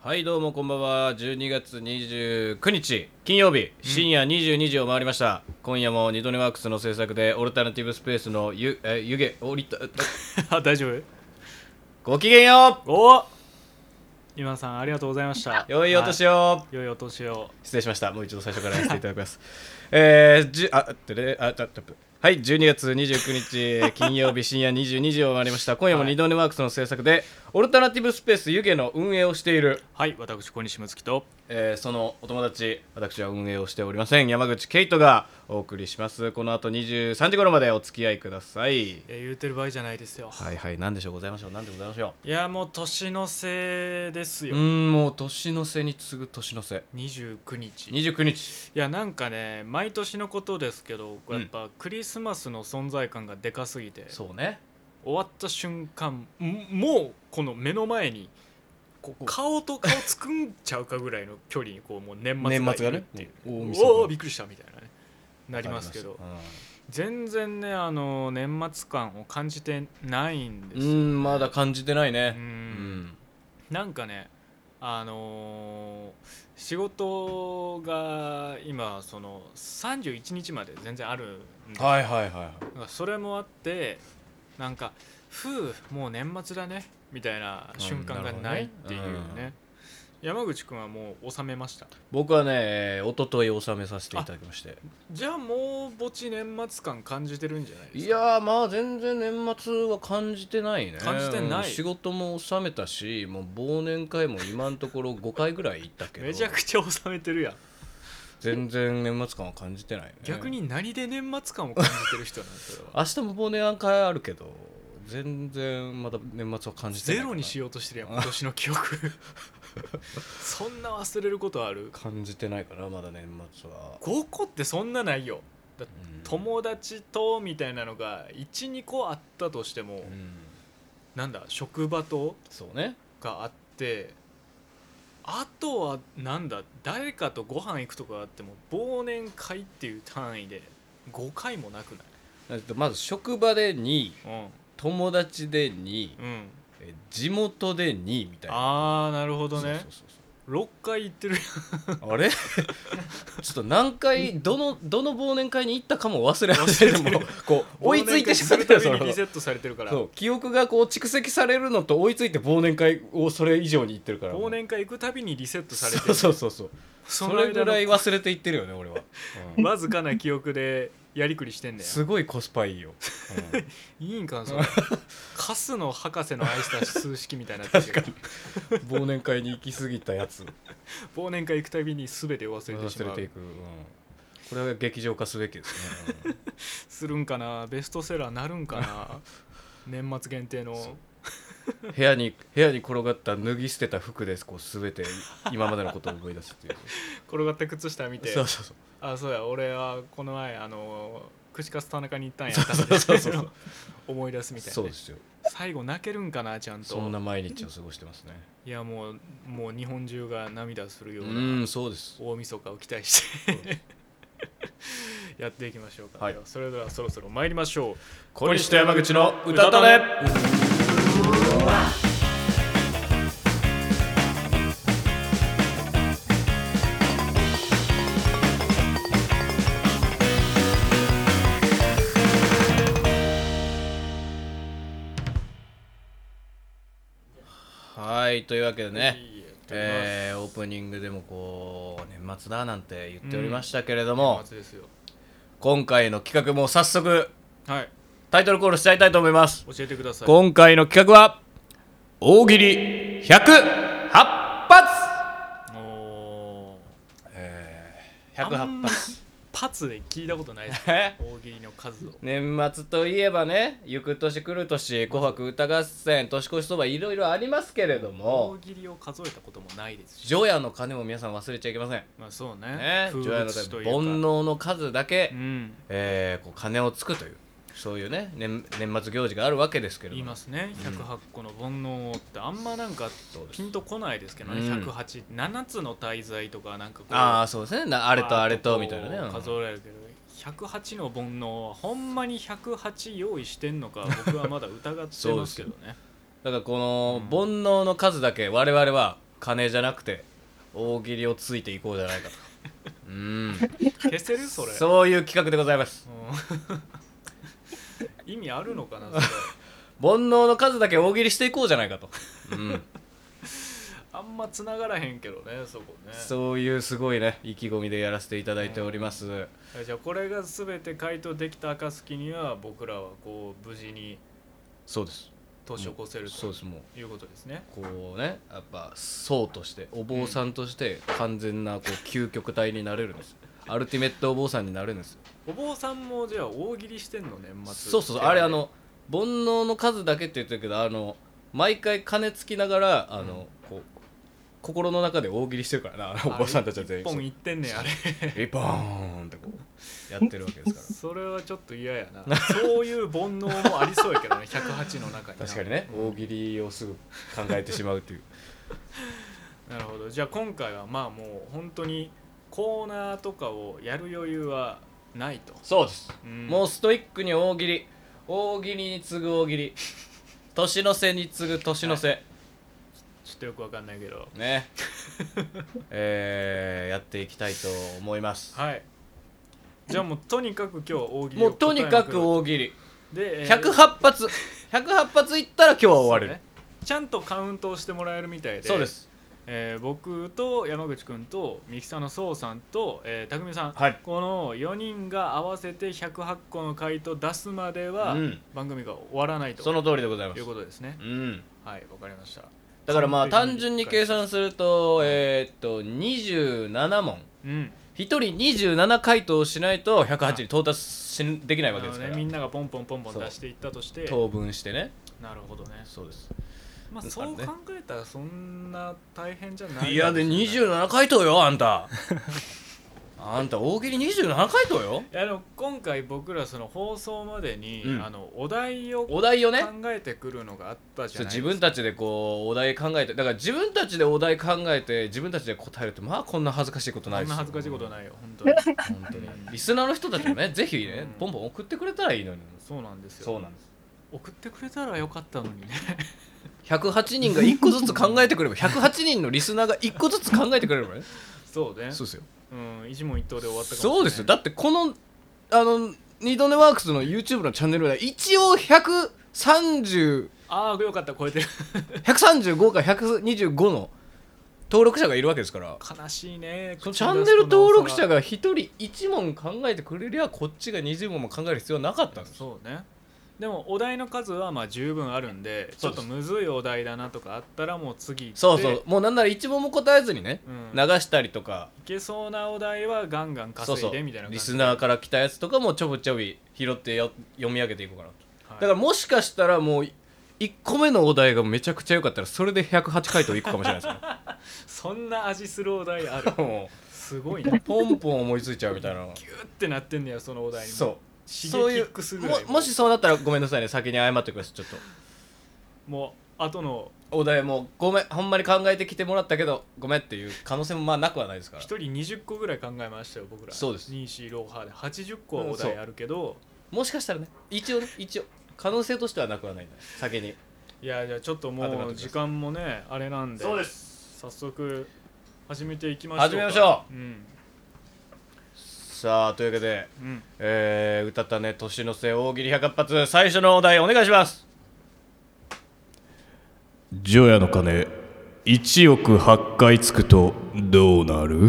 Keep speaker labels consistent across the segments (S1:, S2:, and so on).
S1: はいどうもこんばんは12月29日金曜日深夜22時を回りました、今夜もニドネワークスの制作でオルタナティブスペースのゆえ湯気おりた
S2: あ大丈夫
S1: ごきげんよ
S2: おお今田さんありがとうございました
S1: う良いお年
S2: を、
S1: を、
S2: はい良いお年を
S1: 失礼しましたもう一度最初からやらせていただきます えー、じゅあってれあたたぷはい12月29日金曜日深夜22時を回りました今夜も
S2: はい
S1: ニドネワークスの制作でオルタナティブスペース湯気の運営をしている
S2: はい私小西睦月と
S1: えーそのお友達私は運営をしておりません山口ケイトがお送りしますこの後23時頃までお付き合いください
S2: いや言うてる場合じゃないですよ、
S1: はいはい何でしょうございましょう何でございましょ
S2: い、やもう年の瀬です
S1: うう
S2: よ、
S1: ーんもう年の瀬に次ぐ年の瀬
S2: 29日い
S1: 29日
S2: やなんかね毎年のことですけど
S1: うん
S2: やっぱクリスマスの存在感がでかすぎて、終
S1: そうね
S2: わった瞬間んもうこの目の前にこう顔と顔作んちゃうかぐらいの距離にこうもう 年末
S1: 年
S2: が
S1: 末
S2: い
S1: が
S2: る
S1: ね
S2: ってい
S1: も
S2: う
S1: う大晦日
S2: おおびっくりしたみたいなねなりますけど
S1: ありま
S2: 全然ねあの年末感を感じてないん
S1: し
S2: で
S1: たうん
S2: すよ
S1: うーんまだ感じてないうねうんん
S2: なんかねあのー仕事が今その31日まで全然あるんで
S1: はいはいはい
S2: なんかそれもあってなんか「ふうもう年末だね」みたいな瞬間がないっていうね,、
S1: うんなるほどね
S2: 山口君はもう収めました
S1: 僕はねえー一昨日納めさせていただきまして
S2: じゃあもう墓地年末感感じてるんじゃないですか
S1: いやーまあ全然年末は感じてないね
S2: 感じてな
S1: うん
S2: い
S1: 仕事も収めたしもう忘年会も今のところ5回ぐらい行ったけど
S2: めちゃくちゃ収めてるやん
S1: 全然年末感は感じてないね
S2: 逆に何で年末感を感じてる人なんです よ
S1: 明日も忘年会あるけど全然まだ年末は感じてない
S2: ゼロにしようとしてるやん今年の記憶 そんな忘れることある
S1: 感じてないからまだ年末は、
S2: 5個ってそんなないよだ
S1: うん
S2: 友達とみたいなのが12個あったとしても、
S1: うん
S2: なんだ職場と
S1: そうね
S2: があってあとはなんだ誰かとご飯行くとかあっても忘年会っていう単位で5回もなくない
S1: えっとまず職場で2位
S2: うん
S1: 友達で2位
S2: うん
S1: え地元で2位みたいな
S2: ああなるほどね
S1: そうそうそうそう
S2: 6回行ってる
S1: あれ ちょっと何回どのどの忘年会に行ったかも忘れ
S2: 忘
S1: 始
S2: れ
S1: れ
S2: て
S1: て
S2: る
S1: もうこう追いついてしまっ
S2: 忘
S1: た
S2: 年
S1: よ
S2: 会
S1: そ
S2: するたびに
S1: の
S2: リセットされてるから
S1: そう記憶がこう蓄積されるのと追いついて忘年会をそれ以上に行ってるから
S2: 忘年会行くたびにリセットされてる
S1: そうそうそうそう
S2: そ
S1: そ
S2: の
S1: れ
S2: 間
S1: ぐらい
S2: の
S1: 忘れていってるよね俺は、うん
S2: わずかな記憶でやりくりしてんだよ
S1: すごいコスパいいよ、うん
S2: いいんかなそれカスの博士の愛した数式みたいになってるけど
S1: 忘年会に行き過ぎたやつ
S2: 忘年会行くたびに全てを忘れてし
S1: 忘
S2: ま
S1: れていうく、うんこれは劇場化すべきですね、うん
S2: するんかなベストセラーなるんか な年末限定の
S1: 部屋に部屋に転がった脱ぎ捨てた服ですこう全て今までのことを思い出すっていう
S2: 転がった靴下見て
S1: そうそうそう
S2: あそうや俺はこの前あの串カツ田中に行ったんや
S1: そうそうそうそう
S2: みたいな 思い出すみたいな
S1: そう
S2: ね、
S1: ですよ
S2: 最後泣けるんかなちゃん
S1: そんな
S2: と
S1: 毎日を過ごしてますね
S2: いやもうもう日本中が涙するよ
S1: う
S2: うなん
S1: そうです
S2: 大晦日を期待して やっていきましょうか、
S1: はい
S2: ではそれではそろそろ参りましょう
S1: 小西と山口の歌たねはいというわけでね、
S2: いいえ
S1: えーオープニングでもこう年末だなんて言っておりましたけれども、
S2: 年末ですよ
S1: 今回の企画も早速
S2: はい
S1: タイトルコールしちゃいたいと思います
S2: 教えてください
S1: 今回の企画は大喜利108発
S2: おー
S1: え
S2: あん
S1: 108
S2: ま
S1: 発
S2: パツで聞いたことないです
S1: え
S2: 大喜利の数を
S1: 年末といえばね行く年来る年紅白歌合戦年越しそばいろいろありますけれども
S2: 大喜利を数えたこともないですし
S1: 除夜の鐘も皆さん忘れちゃいけません
S2: まあそう
S1: ね
S2: ね
S1: 除夜
S2: 風
S1: の
S2: 物
S1: 鐘
S2: 詩
S1: 煩悩の
S2: というか
S1: 数だけ、
S2: うん
S1: えーこう鐘をつくというそういうね年年末行事があるわけですけれ
S2: 言い
S1: ども
S2: ますね108個の煩悩をってあんまなんか
S1: そうです
S2: ピンとこないですけどね、
S1: うん
S2: 1087つの滞在とかなんかこう
S1: ああそうですねなあれとあれ
S2: バ
S1: と
S2: ーッ
S1: みたいなね、
S2: こう
S1: うん
S2: 数えられるけど108の煩悩はほんまに108用意してんのか僕はまだ 疑ってますけどね
S1: だからこの
S2: うん
S1: 煩悩の数だけ我々は金じゃなくて大喜利をついていこうじゃないかとうん
S2: 消せる それ
S1: そういう企画でございます
S2: うん 意味あるのかな それ
S1: 煩悩の数だけ大喜利していこうじゃないかと、 うん、
S2: あんま繋がらへんけどねそこね
S1: そういうすごいね意気込みでやらせていただいております、
S2: じゃあこれが全て回答できた暁には僕らはこう無事に
S1: そうです
S2: 年を越せる
S1: そう
S2: と
S1: ですもう
S2: いうことですね
S1: こうねやっぱ僧としてお坊さんとして完全なこう究極体になれるんですアルティメットお坊さんになれるんですよ
S2: お坊さんもじゃあ大喜利してんの年末
S1: そうそうそうあれあの煩悩の数だけって言ってるけどあの毎回金つきながらあの、こう心の中で大喜利してるからなあのお坊さんたちは全員
S2: 一本いってんねんあれ
S1: そう一本ってこうやってるわけ ですか
S2: それはちょっと嫌や なそういう煩悩もありそうやけどね108の中にな
S1: ら確かにね大喜利をすぐ考えてしまうという
S2: なるほどじゃあ今回はまあもう本当にコーナーとかをやる余裕はないと、
S1: そうです
S2: うん
S1: もうストイックに大喜利大喜利に次ぐ大喜 利年の瀬に次ぐ年の瀬、
S2: ちょっとよくわかんないけど
S1: ねえー、やっていきたいと思います
S2: はいじゃあもうとにかく今日は大喜利
S1: も
S2: を
S1: うとにかく
S2: 答
S1: 大喜利
S2: えまくるで、えー
S1: 108発108発いったら今日は終われる
S2: そうねちゃんとカウントをしてもらえるみたいで
S1: そうで、す
S2: えー僕と山口君と三木さんのそうさんと、えー、匠さん、
S1: はい
S2: この4人が合わせて108個の回答出すまでは、
S1: うん
S2: 番組が終わらないと
S1: その通りでございま
S2: い
S1: す
S2: うことですね
S1: うん
S2: はいわかりました
S1: だからまあ
S2: 完璧
S1: 単純に計算するとえーっと27問
S2: うん
S1: 1人27回答しないと108に到達しできないわけですか
S2: な
S1: ら
S2: のでみんながポンポンポンポン
S1: そう
S2: 出していったとして
S1: 当分してね
S2: なるほどね
S1: そうです
S2: まあ
S1: だか
S2: そ
S1: ら
S2: う
S1: ね
S2: 考えたらそんな大変じゃない
S1: いやで
S2: かもしれない
S1: 27回答よあんたあんた大喜利27回答よ
S2: いやでも今回僕らその放送までに、
S1: うん
S2: あのお題を考
S1: お題をね
S2: えてくるのがあったじ
S1: そ
S2: ゃ
S1: う
S2: ない
S1: 自分たちでこうお題考えてだから自分たちでお題考えて自分たちで答えるってまあこんな恥ずかしいことないです
S2: こんな
S1: よ
S2: 恥ずかしいことないよ本当に
S1: 本当にリスナーの人たちも ねぜひ
S2: う
S1: ね
S2: ん
S1: ポンポン送ってくれたらいいのに
S2: そうなんですよ
S1: そうなんです
S2: 送ってくれたらよかったのにね
S1: 108人が1個ずつ考えてくれば108人のリスナーが1個ずつ考えてくれればね
S2: そう ね
S1: そうですよ
S2: うん一問一答で終わったかもしれない
S1: そうですよだってこのあの二度寝ワークスの YouTube のチャンネルは一応130
S2: ああよかった超えてる
S1: 135か125の登録者がいるわけですから
S2: 悲しいね
S1: そのチャンネル登録者
S2: が
S1: が1人1問考えてくれりゃこっちが20問も考える必要はなかったんです
S2: そうねでもお題の数はまあ十分あるんでち
S1: そ
S2: ょ
S1: う
S2: っ
S1: です
S2: とむずいお題だなとかあったらもう次行って
S1: そうそう、もうなんなら1問も答えずにね、
S2: うん、
S1: 流
S2: い
S1: したりとか
S2: けそうなお題はガンガン
S1: そう
S2: 稼
S1: そ
S2: いうでみたいな感
S1: リ
S2: じ
S1: スナーから来たやつとかもちょぶちょび拾ってよ読み上げていこうかなと、
S2: はい
S1: だからもしかしたらもう1個目のお題がめちゃくちゃ良かったらそれで108回答いくかもしれないです ね
S2: そんな味するお 題ある
S1: も
S2: すごいなギ
S1: うポンポン思いついちゃうみた いな
S2: ューってなってんねやそのお題に
S1: そう
S2: 刺激
S1: そういう
S2: ックスぐら
S1: も
S2: い
S1: もしそうなったらごめんなさいね先に謝ってくださいちょっと
S2: もう後の
S1: お題もごめんほんまに考えてきてもらったけどごめんっていう可能性もまあなくはないですから
S2: 一人20個ぐらい考えましたよ僕ら
S1: そうです
S2: 2四ローハーで80個はお題あるけど、
S1: もしかしたらね一応ね一応可能性としてはなくはないんだ先に
S2: いやじゃあちょっと
S1: 後で
S2: も
S1: 待ってく
S2: う
S1: ださい
S2: 時間もねあれなんで
S1: す
S2: 早速始めていきましょう
S1: 始
S2: か
S1: めましょ
S2: ううん
S1: さあというわけで
S2: うん
S1: えー、歌ったね年の瀬大喜利100発最初のお題お願いします
S3: 除夜の鐘1億8回つくとどうなる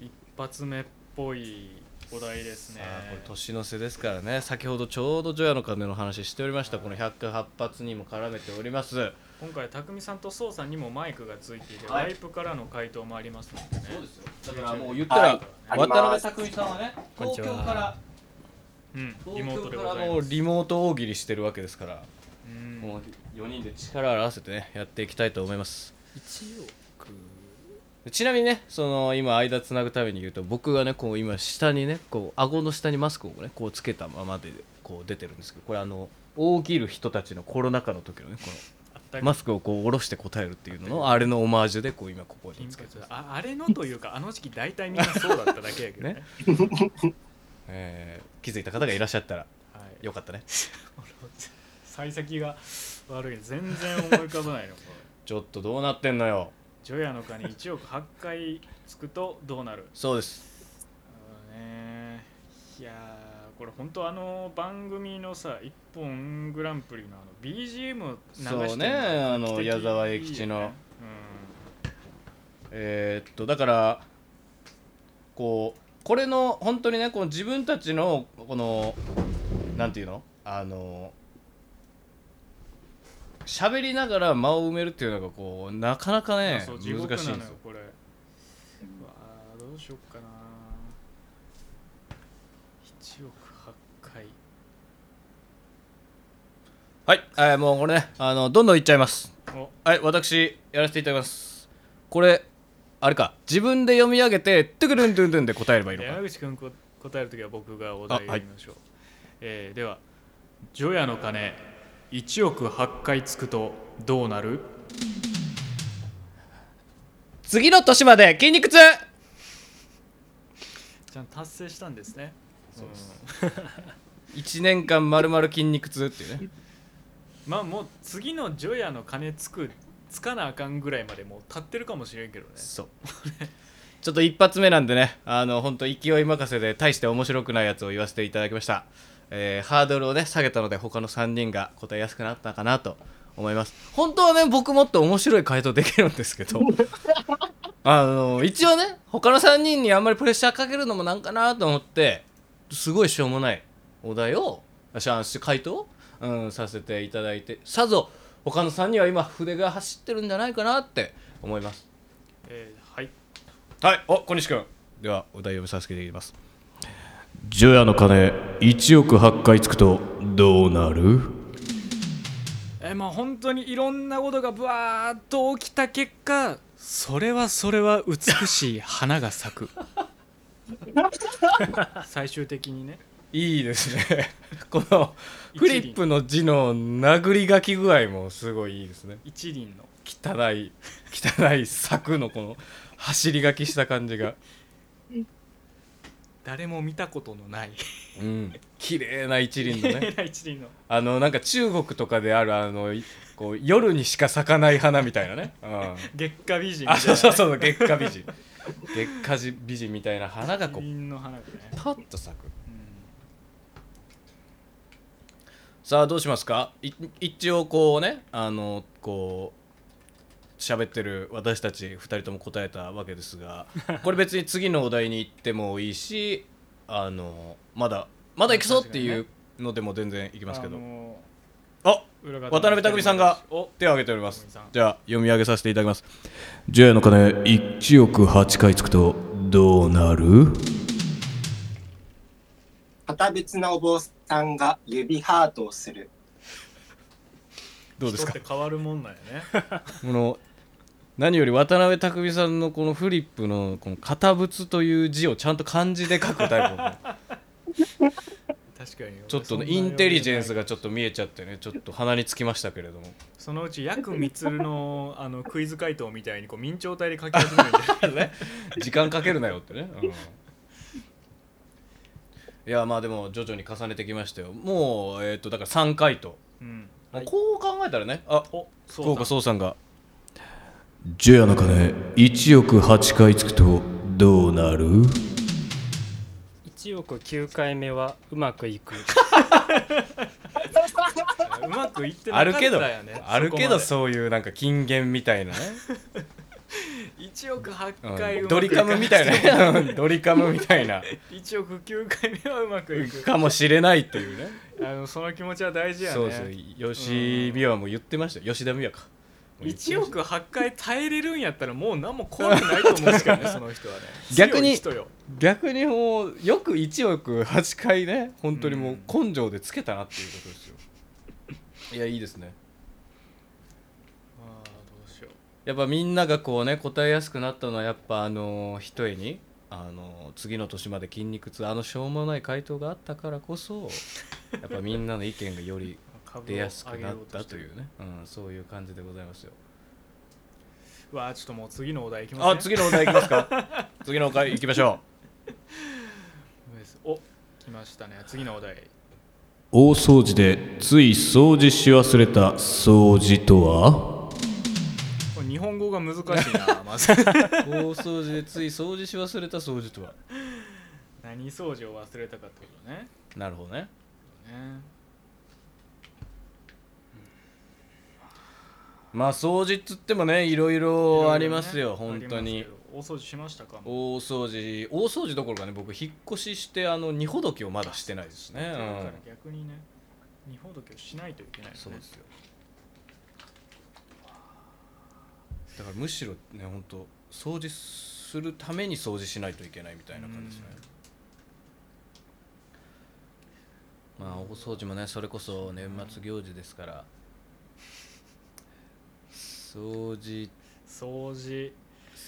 S2: 一発目っぽいお題ですね
S1: あーこれ年の瀬ですからね先ほどちょうど除夜の鐘の話しておりましたこの108発にも絡めております
S2: 今回匠さんと蒼さんにもマイクがついていて、
S1: はい
S2: ワイプからの回答もありますのでね
S1: そうですよだからもう言ったら、
S4: はいあります
S1: 渡辺匠さんはね
S5: こんに
S1: 東
S5: ちは
S1: 京から
S2: うんリモ
S1: 東
S2: ートで
S1: 京
S2: ご
S1: から
S2: ざい
S1: もう
S2: ます
S1: リモート大喜利してるわけですから、
S2: うん
S1: もう4人で力を合わせてねやっていきたいと思います
S5: 1億
S1: ちなみにねその今間つなぐために言うと僕がねこう今下にねこう顎の下にマスクをねこうつけたままでこう出てるんですけどこれあの大喜利人たちのコロナ禍の時のねこ
S2: あった
S1: の
S2: か
S1: マスクをこう下ろして答えるっていうののあれのオマージュでこう今ここに
S2: 金
S1: つけ
S2: 髪
S1: てます、
S2: ああれのという かあの時期大体みんなそうだっただけやけどね
S1: ねえー気づいた方がいらっしゃったら
S2: はい、
S1: よかったね
S2: 幸先が悪い全然思い浮かばないのこれ
S1: ちょっとどうなってんのよ
S2: 除夜の鐘1億8回つくとどうなる
S1: そうです
S2: あのねいやーこれ本当あの番組のさ「一本グランプリ」のあの BGM 流してるの
S1: そうねあの
S2: 画期的
S1: 矢沢永吉の
S2: いいよね
S1: えーっとだからこうこれの本当にねこの自分たちのこのなんていうのあの喋りながら間を埋めるっていうのがこうなかなか
S2: うん
S1: ね
S2: そう
S1: 難し
S2: 地
S1: いん
S2: 獄
S1: で
S2: な
S1: す
S2: の
S1: よ
S2: よこれうわーどうしよっかな1億8回
S1: はい、えーもうこれねあのどんどんいっちゃいます
S2: お
S1: はい私やらせていただきますこれあれか自分で読み上げてトゥクルントゥントゥンで答えればいいの
S2: 山
S1: か
S2: 口君こ答えるときは僕がお題を
S1: あはい
S2: 言いましょう、えーでは「除夜の鐘1億8回つくとどうなる?
S1: 次の年まで筋肉痛」
S2: ちゃんと達成したんですねそうです、
S1: 1年間まるまる筋肉痛っていうね
S2: んまあもう次の除夜の鐘つくつかなあかんぐらいまでもう立ってるかもしれんけどね
S1: そう ちょっと一発目なんでねあの本当勢い任せで大して面白くないやつを言わせていただきました、えーハードルをね下げたので他の3人が答えやすくなったかなと思います本当はね僕もっと面白い回答できるんですけど あの一応ね他の3人にあんまりプレッシャーかけるのもなんかなと思ってすごいしょうもないお題をあしゃ回答を、うん、させていただいてさぞ他の3人は今筆が走ってるんじゃないかなって思います
S2: えーはい
S1: はい、お、小西君。では、お題をさせていただきます。
S3: 除夜の鐘1億8回つくとどうなる
S2: えーまあ本当にいろんなことがぶわーっと起きた結果それはそれは美しい花が咲 く最終的にね
S1: いいですね。 このフリップの字の殴り書き具合もすごいいいですね。
S2: 一輪の
S1: 汚い、汚い柵のこの走り書きした感じが。
S2: 誰も見たことのない
S1: うん。綺麗な一輪のね。
S2: 一輪の
S1: あの、なんか中国とかである、あの、いこう夜にしか咲かない花みたいなね。うん。
S2: 月下美人
S1: あ、そうそうそう、月下美人。月下じ美人みたいな花がこ
S2: 一
S1: う、
S2: 輪の花がね、
S1: パッと咲く。
S2: うん
S1: さあどうしますかい一応こうねあのこう喋ってる私たち2人とも答えたわけです がこれ別に次のお題に行ってもいいしあのまだまだ行くぞっていうのでも全然行きますけど、
S2: あの
S1: あ
S2: 裏方の
S1: 渡辺匠さんが
S2: お
S1: 手を挙げております
S2: 匠さん
S1: じゃあ読み上げさせていただきます
S3: 除夜の鐘1億8回つくとどうなる
S4: 堅別なお坊さんが指ハートをする。
S1: どうです か
S2: 人って変わるもんなんやね
S1: この何より渡辺匠さんのこのフリップのこの「堅物」という字をちゃんと漢字で書くタイプの
S2: 確かに
S1: ちょっとねインテリジェンスがちょっと見えちゃってねちょっと鼻につきましたけれど も
S2: そのうちヤクミツルのあのクイズ回答みたいにこう明朝体で書き始めるんで
S1: 時間かけるなよってね、 うんいやまあでも徐々に重ねてきましたよもうえっ、とだから3回と、
S2: うん
S1: こう考えたらねあ
S2: おそう
S1: 福岡壮さんが
S3: 除夜の鐘1億8回つくとどうなる
S5: 1億9回目はうまくいく
S2: うまくいってな
S1: あ
S2: かっ
S1: る
S2: た
S1: け ど、
S2: よね
S1: あるけど
S2: そ
S1: そういうなんか金言みた いなね、
S2: 1億
S1: うん
S2: 8回うまくいか
S1: ド
S2: なくても
S1: リカムみた いなねドリカムみたいな
S2: 1億9回目はうまくいく
S1: かもしれないっていうね
S2: あのその気持ちは大事やね
S1: そうです吉美和も言ってましたよ吉田美和か
S2: 1億8回耐えれるんやったらもう何も怖くないと思うんですけ どねその人はね
S1: 逆に
S2: 強い人よ
S1: 逆にもうよく1億8回ね本当にもう根性でつけたなっていうことですよ、 いやいいですね
S2: あーどうしよう
S1: やっぱみんながこうね答えやすくなったのはやっぱあのひとえにあの次の年まで筋肉痛あのしょうもない回答があったからこそやっぱみんなの意見がより
S2: 株を
S1: 出やすくなったと
S2: 上げようして
S1: い
S2: る
S1: うね、うん、そういう感じでございますよ
S2: うわーちょっともう次のお題いきます、ね、
S1: あ次のお題いきますか 次のお題いきましょ
S2: お来ましたね次のお題
S3: 大掃除でつい掃除し忘れた掃除とは
S2: これ日本語が難しいなまず
S1: う大掃除でつい掃除し忘れた掃除とは
S2: 何掃除を忘れたかってことね
S1: なるほどね
S2: ね
S1: まあ掃除っつってもねいろい
S2: いろいろ
S1: ろ
S2: ね
S1: ありますよ本当
S2: あ
S1: に
S2: りますけど大掃除しましたかもう
S1: 大掃除大掃除どころかね僕引っ越ししてあの荷ほどきをまだしてないですね、
S2: だから
S1: うん
S2: 逆にね日本時をしないといけないよね
S1: そうですよだからむしろね本当掃除するために掃除しないといけないみたいな感じですね、まあ大掃除もねそれこそ年末行事ですから 掃除
S2: 掃除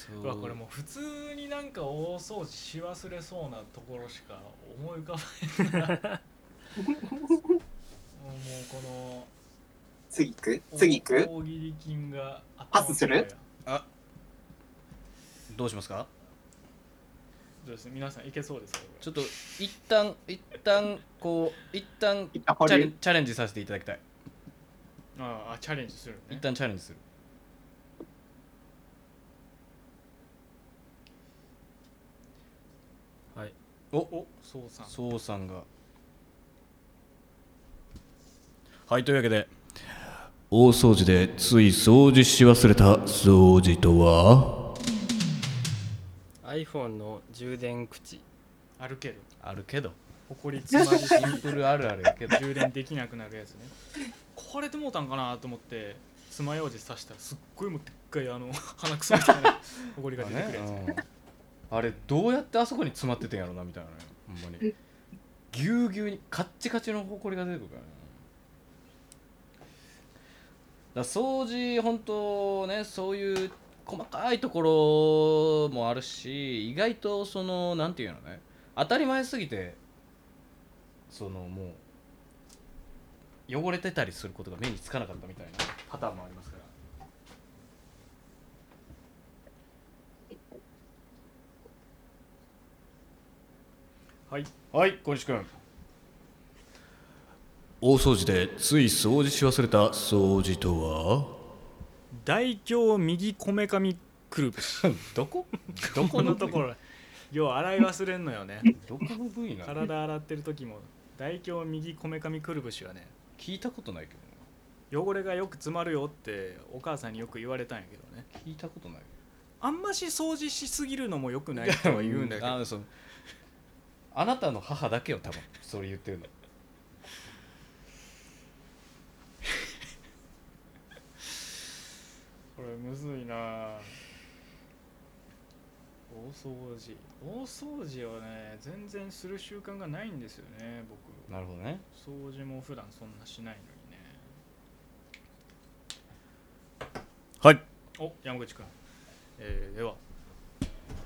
S1: 掃
S2: うわこれもう普通になんか大掃除し忘れそうなところしか思い浮か ばないなもうこ
S4: 次行く
S2: の
S4: 次行く
S2: 大喜利金が頭
S4: パスする
S2: の中や
S1: どうしますか
S2: どうです皆さんいけそうですかこれ
S1: ちょっと一旦一旦こう一旦チ
S4: 一旦保
S1: ャレン
S4: 留
S1: チャレンジさせていただきたい
S2: ああチャレンジするね
S1: 一旦チャレンジする
S5: はい
S1: お
S2: おそうさん
S1: そうさんがはいというわけで
S3: 大掃除でつい掃除し忘れた掃除とは
S5: iPhone の充電口
S2: 歩ける
S1: あるけど
S2: 埃つまじすぎ
S1: プルあるあるやけど
S2: 充電できなくなるやつねこれでもうたんかなと思って爪楊枝刺したらすっごいもうでっかいあの鼻くそみたいな埃が出てくるやつ、
S1: あれどうやってあそこに詰まっててんやろなみたいなねほんまにぎゅうぎゅうにカッチカチのほこりが出てくるからねだから掃除本当ねそういう細かいところもあるし意外とそのなんていうのね当たり前すぎてそのもう汚れてたりすることが目につかなかったみたいなパターンもありますから
S2: はい
S1: はい小西君
S3: 大掃除でつい掃除し忘れた掃除とは
S2: 大胸右こめかみくるぶし
S1: どこ
S2: どこのところよう洗い忘れんのよね
S1: どこの部位なの
S2: 体洗ってる時も大胸右こめかみくるぶしはね
S1: 聞いたことないけど
S2: 汚れがよく詰まるよってお母さんによく言われたんやけどね
S1: な聞いたことない
S2: あんまし掃除しすぎるのもよくないとは言うんだけど
S1: あそうあなたの母だけよ多分それ言ってるの
S2: これむずいなぁ大掃除大掃除をね全然する習慣がないんですよね僕
S1: なるほどね
S2: 掃除も普段そんなしないの
S3: はい
S2: にねお山口君、えー、では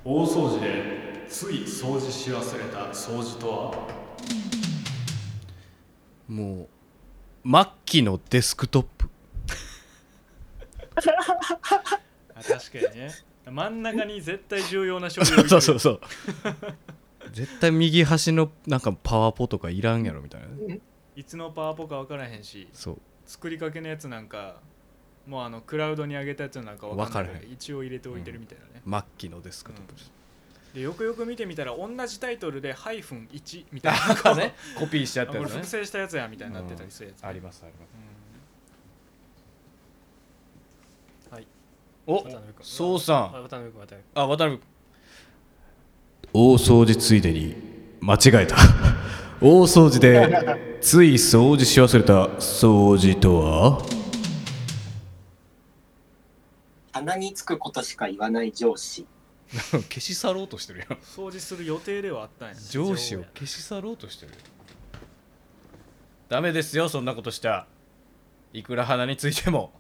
S6: 大掃除でつい掃除し忘れた掃除とは
S1: もう末期のデスクトッ プ
S2: あ確かにね 真ん中に絶対重要な書類を置いてる
S1: そう絶対右端のなんかパワポとかいらんやろみたいなね
S2: いつのパワポか分からへんし
S1: そう
S2: 作りかけのやつなんかもうあのクラウドに上げたやつなんか分かんない
S1: 分
S2: か
S1: から
S2: 一応入れておいてるみたいなね、
S1: 末期のデスクトップです、
S2: でよくよく見てみたら同じタイトルで「ハイフン1」みたい
S1: だ
S2: な
S1: からねコピーしちゃっ
S2: あ
S1: た
S2: これ
S1: やつね
S2: 複製したやつやみたいになってたりするやつ、
S1: ありますあります
S5: 渡
S1: お
S5: 辺君
S1: そうさ
S5: あ
S1: ん
S5: 渡辺君渡辺君
S1: あ渡辺君
S3: 大掃除ついでに間違え た大掃除でつい掃除し忘れた掃除とは
S4: 鼻につくことしか言わない上司。
S1: 消し去ろうとしてるやん
S2: 掃除する予定ではあったんや
S1: 上司を消し去ろうとしてるダメですよそんなことしたらいくら鼻についても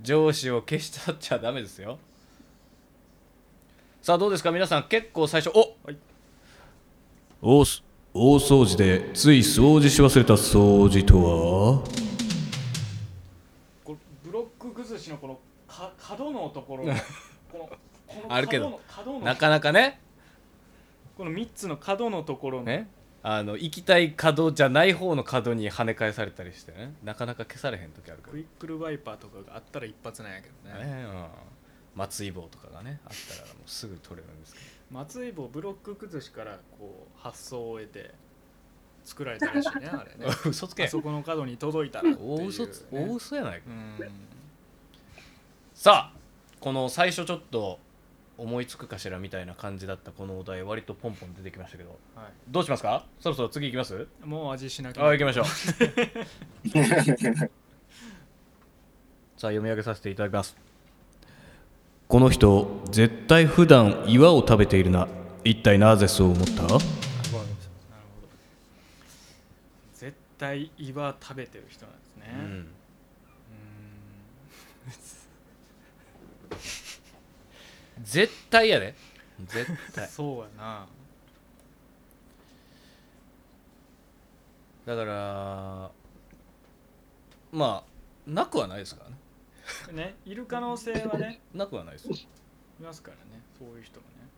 S1: 上司を消し去っちゃダメですよさあどうですか皆さん結構最初お
S3: 大す大掃除でつい掃除し忘れた掃除とは
S6: これブロック崩しのこの か角のところこのこの
S1: あるけ
S6: 角
S1: ど
S6: の角の
S1: なかなかね
S6: この3つの角のところの
S1: ねあの行きたい角じゃない方の角に跳ね返されたりしてねなかなか消されへん時あるから
S2: クイックルワイパーとかがあったら一発なんやけどね
S1: ね、うん、松井棒とかがねあったらもうすぐ取れるんですけど
S2: 松井棒ブロック崩しからこう発想を得 て作られたらしいねあ れね
S1: 嘘つけ
S2: あそこの角に届いたらっていうね
S1: 大嘘つ大嘘やないか
S2: うん
S1: さあこの最初ちょっと思いつくかしらみたいな感じだったこのお題割とポンポン出てきましたけど
S2: は
S1: どうしますかそろそろ次行きます
S2: い、もう味しなき
S1: あ
S2: ゃ
S1: 行きま しょうさあ読み上げさせていただきます
S3: この人絶対普段岩を食べているな一体なぜそう思った
S2: ごめんなさいなるほど絶対岩食べてる人なんですね
S1: う、ん絶対やで絶
S2: うん
S1: 対
S2: そうやな
S1: だからまあなくはないですからね
S2: ねいる可能性はね
S1: なくはないです
S2: いますからねそういう人もね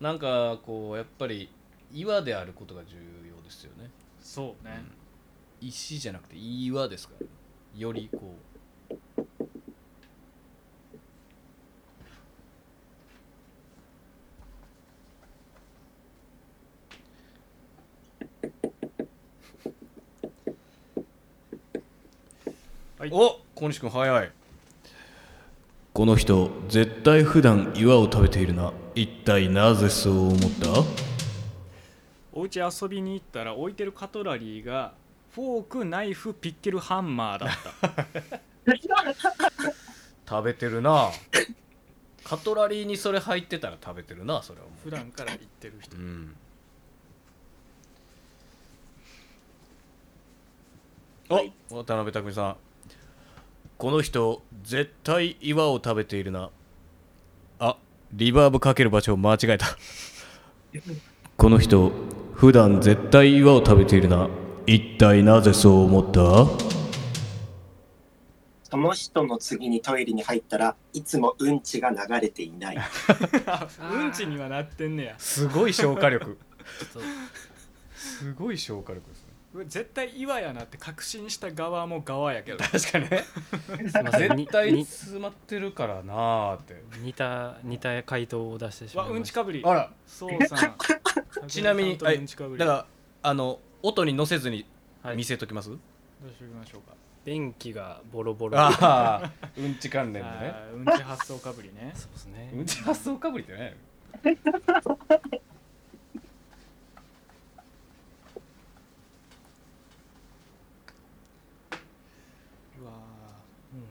S1: なんかこうやっぱり岩であることが重要ですよね
S2: そうね、
S1: 石じゃなくて岩ですから、ね、よりこう、
S2: はい
S1: お小西君早い
S3: この人絶対普段岩を食べているな一体なぜそう思った
S2: お家遊びに行ったら置いてるカトラリーがフォークナイフピッケルハンマーだった
S1: 食べてるなカトラリーにそれ入ってたら食べてるなそれはも
S2: 普段から言ってる 人
S1: う、うん、
S4: はい
S1: お渡辺匠さん
S3: この人絶対岩を食べているなあリバーブかける場所を間違えたこの人普段絶対岩を食べているな一体なぜそう思った
S4: その人の次にトイレに入ったらいつもうんちが流れてい ない。
S2: うんちにはなってんねや
S1: すごい消化力すごい 消化力ですね
S2: うわ絶対岩やなって確信した側も側やけど
S1: 確かにね絶対詰まってるからなーって
S5: 似た似た回答を出してしま
S2: わ
S5: い
S2: うん
S5: ま
S2: ち
S5: した
S2: かぶり
S1: あら
S2: そうさん
S1: ちなみに
S2: 拓郎さんとうんちかぶり
S1: だからあの音に乗せずに
S5: はい
S1: 見せときます、
S2: どうしておきましょうか
S5: 便器がボロボロ
S1: ああうんち関連でね
S2: あーうんち発想かぶりね
S5: そうですね
S1: うんち発想かぶりってね
S2: うわーうん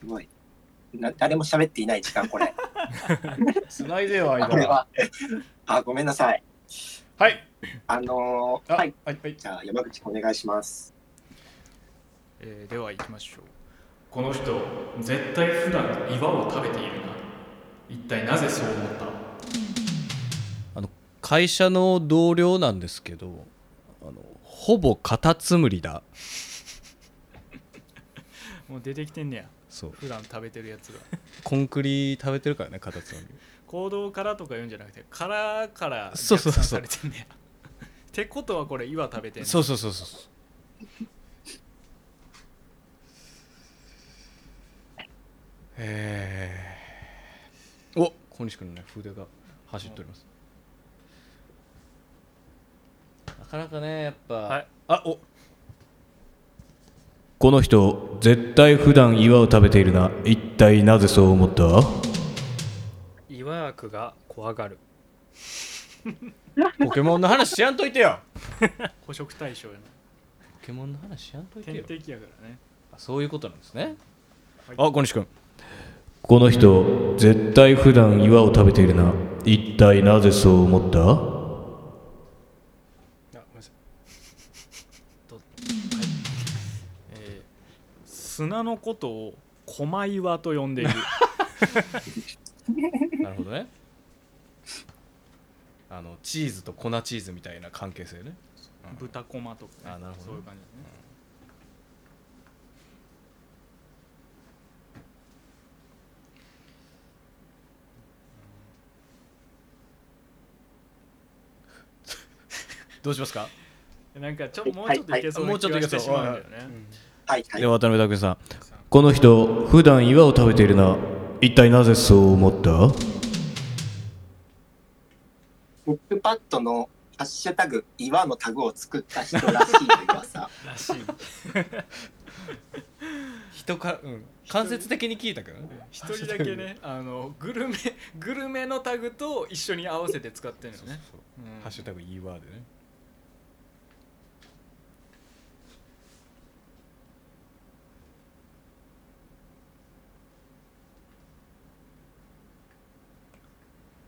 S4: すごい。な誰も喋っていない時間 これ。
S1: つないでよ
S4: これ
S1: 間
S4: は。 あ、ごめんなさい。
S1: はい
S4: あの
S1: あ
S4: ー、はい。
S1: はいはい
S4: じゃあ山口お願いします。
S2: えーでは行きましょう
S6: この人絶対普段岩を食べているな一体なぜそう思った
S1: あの会社の同僚なんですけどあのほぼカタツムリだ
S2: もう出てきてんねや
S1: そう
S2: 普段食べてるやつが
S1: コンクリ食べてるからねカタツムリ
S2: 行動からとか言うんじゃなくてからから
S1: そうそうそう
S2: 逆算されてんねや ってことはこれ岩食べてんね
S1: そうそうそうそうそうえー、お小西君のね筆が走っておりますなかなかねやっぱ、
S5: はい
S1: あお
S3: この人絶対普段岩を食べているな一体なぜそう思った
S5: 岩枠が怖がる
S1: ポケモンの話しやんといてよ
S2: 捕食対象やな
S1: ポケモンの話しやんといて
S2: 天
S1: よ
S2: 敵やからね
S1: あそういうことなんですね、
S2: は
S1: あ小西君この人絶対普段岩を食べているな一体なぜそう思った
S5: あごめんなさい
S2: えー砂のことを駒岩と呼 んでいる
S1: なるほどね あのチーズと粉チーズみたいな関係性ね
S2: 豚駒とか、ね、
S1: あなるほど
S2: そういう感じですね、
S1: どうしますか
S2: なんかちょっともうちょっといけそう
S1: はいは
S2: な
S1: い
S2: 気がしてしまうんだよね、
S4: はいはい
S1: で渡辺拓也さんこの人普段岩を食べているな一体なぜそう思った
S4: フックパッドのハッシュタグ岩のタグを作った人らしいという噂
S2: らしい
S1: 人か、うん、間接的に聞いたけどね
S2: 一人だけねあのグルメ グルメのタグと一緒に合わせて使ってるのね
S1: そう
S2: うん
S1: ハッシュタグ岩でね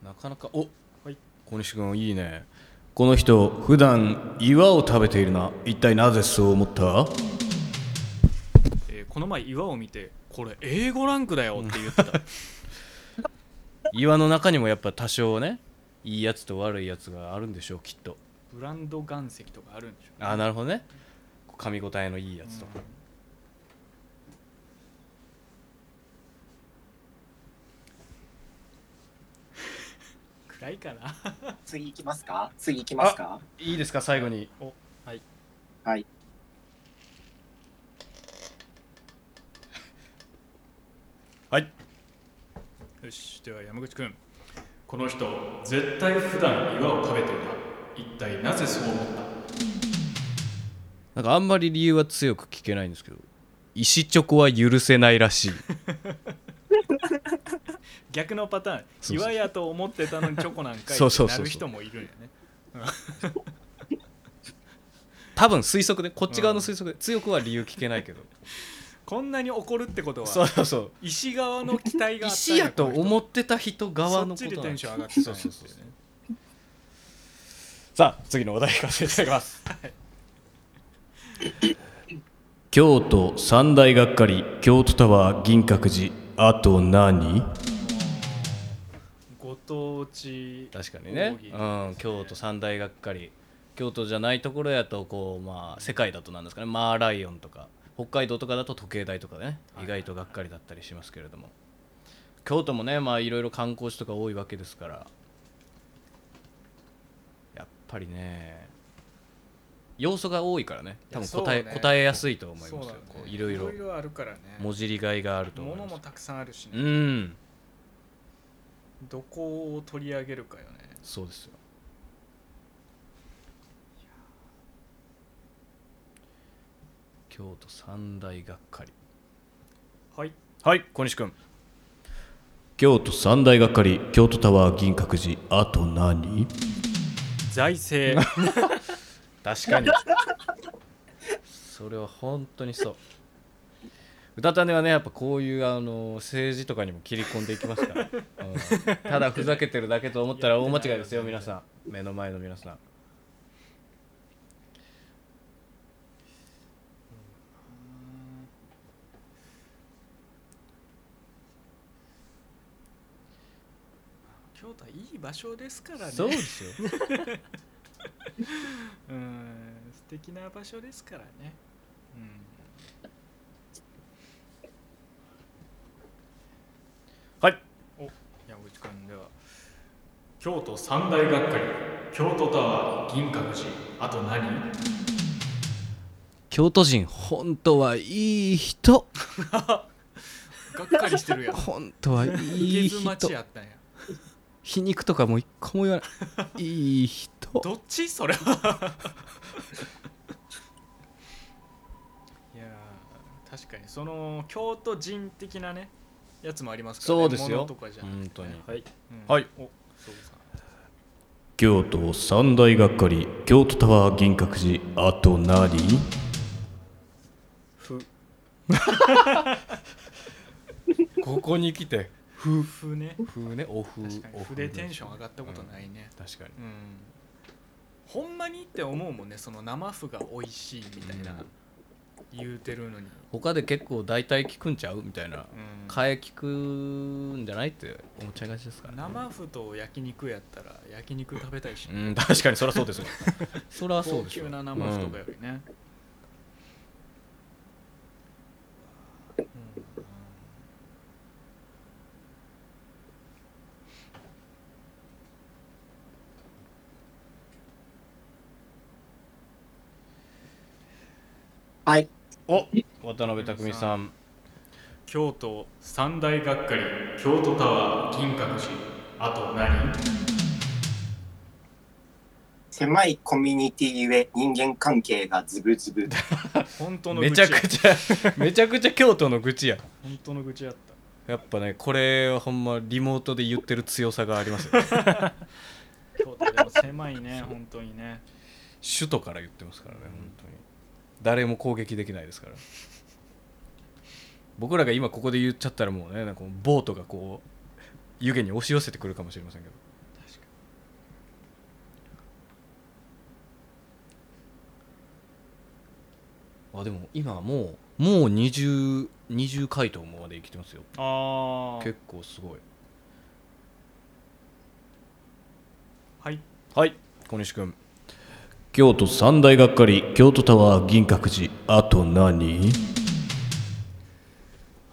S1: なかなかお、
S5: はい
S1: 小西君いいねこの人普段岩を食べているな一体なぜそう思った
S2: えーこの前岩を見てこれ英語ランクだよって言 ってた
S1: 岩の中にもやっぱ多少ねいいやつと悪いやつがあるんでしょうきっと
S2: ブランド岩石とかあるんでしょうね
S1: ああなるほどね噛み応えのいいやつとか、
S2: 暗いかな
S4: 次行きますか次行きますか
S1: いいですか最後に
S4: はい
S2: よしでは山口君この人絶対普段岩を食べてるな一体なぜそう思った
S1: なんかあんまり理由は強く聞けないんですけど石チョコは許せないらしい
S2: 逆のパターン
S1: そうそう
S2: 岩やと思ってたのにチョコなんかい
S1: そう
S2: って
S1: そうそう
S2: な
S1: そう
S2: る人もいるんやね
S1: 多分推測でこっち側の推測で強くは理由聞けない けど
S2: こんなに怒るってこと
S1: そう
S2: は
S1: そうそう
S2: 石側の期待があったん
S1: 石やと
S2: この人
S1: 思ってた人側のこと
S2: そっちで
S1: な
S2: テ
S1: ん
S2: ン
S1: です
S2: ション上がってたんやって
S1: そ
S2: い
S1: うそう
S2: ね
S1: さあ次の話題行かせていただきます 京都三大がっかり京都タワー銀閣寺あと何
S2: ご当地
S1: 確かにね、
S2: 奥義
S1: うん、京都三大がっかり京都じゃないところやとこう、まあ、世界だとなんですかねマーライオンとか北海道とかだと時計台とかね意外とがっかりだったりしますけれども京都もねまあいろいろ観光地とか多いわけですからやっぱりね要素が多いからね多分答え,、
S2: いやそうね
S1: 答えやすいと思いますよ
S2: そうだね
S1: こういろいろ
S2: いろあるからね
S1: 文字りがいがあると思い
S2: 物
S1: ます
S2: もたくさんあるし
S1: う
S2: ね
S1: ん
S2: どこを取り上げるかよね
S1: そうですよ京都三大がっかり
S2: はい
S1: はい小西君京都三大がっかり京都タワー銀閣寺あと何
S2: 財政
S1: 確 かにそれは本当にそう歌種はねやっぱこういうあの政治とかにも切り込んでいきますから、うんただふざけてるだけと思ったら大間違いですよ皆さん目の前の皆さん
S2: 京都はいい場所ですからね
S1: そうですよ
S2: うん素敵な場所ですからねうん
S1: はい
S2: 山口君では京都三大学会京都タワー銀閣寺あと何
S1: 京都人本当はいい人
S2: がっかりしてる やん
S1: 本当はいい
S2: いけず
S1: 人
S2: 町やったんや
S1: 皮肉とかもう一個も言わないいい人
S2: どっちそれは いやー確かにその京都人的なねやつもありますから、ね、
S1: そうですよ
S2: 物とかじゃなくて
S1: 本当
S2: ね
S1: に
S2: はい、
S1: はい
S2: おそうさ
S3: 京都三大がっかり京都タワー銀閣寺あと何
S1: ここに来て
S2: 夫婦ね
S1: 風ねお風
S2: 確かに
S1: お
S2: 歩
S1: 風
S2: でテンション上がったことないね、
S1: 確かに
S2: うんほんまにって思うもんねその生麩が美味しいみたいな、言うてるのに、
S1: 他で結構大体聞くんちゃうみたいな
S2: うん
S1: 替え聞くんじゃないって思っちゃいがちですからね
S2: 生麩と焼肉やったら焼肉食べたいし、
S1: うん確かにそりゃそう ですよそりゃそう
S2: 高
S1: ですよ
S2: 級な生麩とかよりね、うん
S4: はい。
S1: お渡辺匠さん
S2: 京都三大がっかり京都タワー銀閣寺あと何
S4: 狭いコミュニティゆえ人間関係がズブズブ。
S2: 本当の愚
S1: め
S2: 痴
S1: ちゃくちゃめちゃくちゃ京都の愚痴や
S2: 本当の愚痴やった
S1: やっぱねこれはほんまリモートで言ってる強さがありますよ
S2: 京都でも狭いね本当にね
S1: 首都から言ってますからね本当に誰も攻撃できないですから僕らが今ここで言っちゃったらもうねなんかもうボートがこう湯気に押し寄せてくるかもしれませんけどあでも今もうもう2020回答まで生きてますよ
S2: ああ
S1: 結構すごい
S2: はい
S1: はい小西君
S3: 京都三大がっかり京都タワー銀閣寺あと何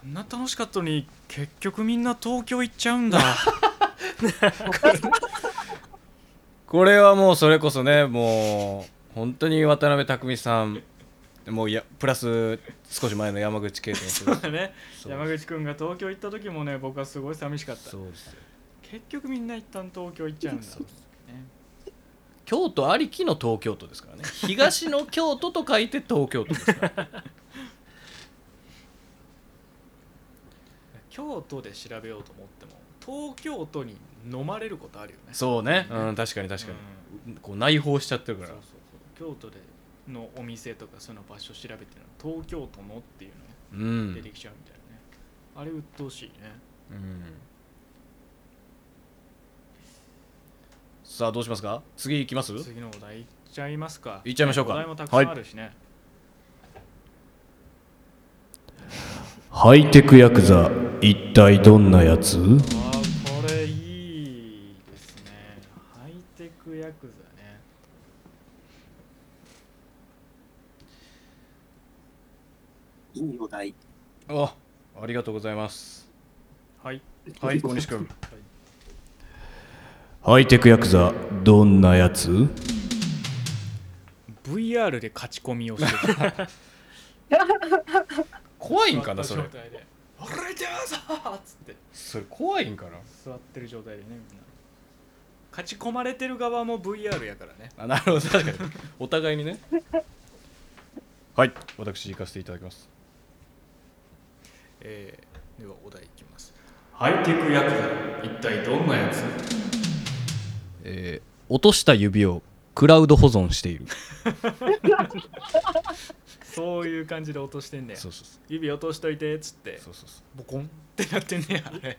S2: あんな楽しかったのに結局みんな東京行っちゃうんだ
S1: これはもうそれこそねもう本当に渡辺匠さんもういやプラス少し前の山口圭選手
S2: ね
S1: そう
S2: 山口くんが東京行った時もね僕はすごい寂しかった
S1: そうですよ
S2: 結局みんな一旦東京行っちゃうんだ
S1: そう
S2: ね
S1: 京都ありきの東京都ですからね東の京都と書いて東京都ですから
S2: 京都で調べようと思っても東京都に飲まれることあるよね
S1: そうね、うん、確かに確か
S2: うん
S1: に、こう内包しちゃってるか
S2: そう
S1: ら
S2: そうそう京都でのお店とかそういうの場所調べてるの東京都のってい
S1: う
S2: うのが出
S1: ん
S2: てきちゃうみたいなね、あれ鬱陶しいね
S1: うんさあどうしますか次行きます
S2: 次のお題いっちゃいますか
S1: いっちゃいましょうか
S2: お題もたくさんあるしね、
S3: ハイテクヤクザ一体どんなやつ
S2: あーこれいいですねハイテクヤクザね
S4: いいお題。
S1: あありがとうございます
S2: はい
S1: はい小西君
S3: ハイテクヤクザどんなやつ
S2: VR で勝ち込みをする
S1: 怖いん
S2: 座
S1: か
S2: った
S1: なそれ
S2: 状態で「俺じゃあさ!」っつって
S1: それ怖いんかな
S2: 座ってる状態でねみんな勝ち込まれてる側も VR やからね
S1: あなるほど確かにお互いにねはい私行かせていただきます
S2: えーではお題いきますハイテクヤクザ一体どんなやつ
S1: えー落とした指をクラウド保存している
S2: そういう感じで落としてんねや
S1: そうそうそ
S2: 指落としといてっつって
S1: うそうそうそう
S2: ボコンってなってんね やあれ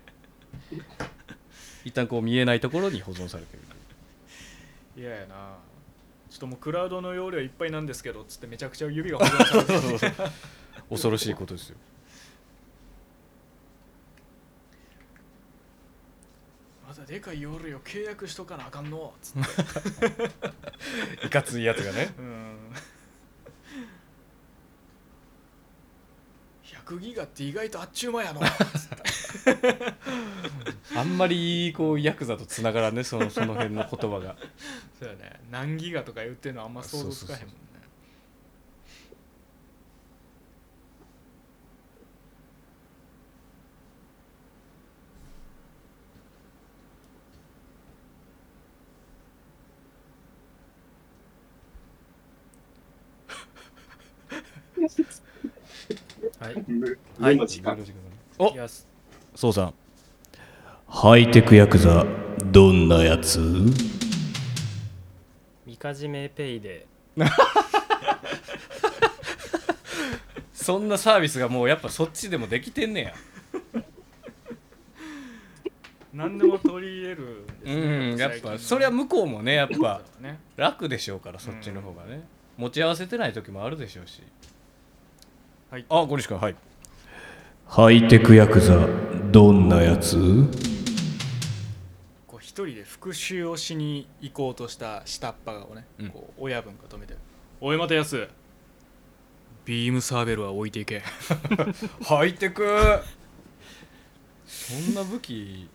S1: 一旦こう見えないところに保存されている
S2: いややなちょっともうクラウドの容量いっぱいなんですけどっつってめちゃくちゃ指が保存されてる
S1: 恐ろしいことですよ
S2: まだでかい容量契約しとかなあかんのつって
S1: いかついやつがね
S2: うーん100ギガって意外とあっちゅう間や の
S1: あんまりこうヤクザとつながらんねそのその辺の言葉が
S2: そうやね何ギガとか言ってるのあんま想像つかへんもんね
S4: 無
S5: は
S4: 無
S5: い
S4: の時間。
S1: お
S5: いやす
S3: そうさんハイテクヤクザどんなやつ
S5: かじめペイで
S1: そんなサービスがもうやっぱそっちでもできてんねや
S2: 何でも取り入れるんです
S1: う
S2: ね、
S1: んやっ
S2: 最近
S1: ぱ
S2: の
S1: そりゃ向こうもねやっぱ
S2: ね
S1: 楽でしょうからそっちの方がね、持ち合わせてない時もあるでしょうし
S2: はい
S1: あ小西君はい
S3: ハイテクヤクザどんなやつ
S2: こう一人で復讐をしに行こうとした下っ端をね、
S1: うん
S2: こう親分が止めて「おい待てやすビームサーベルは置いてい け
S1: ハイテクそんな武器」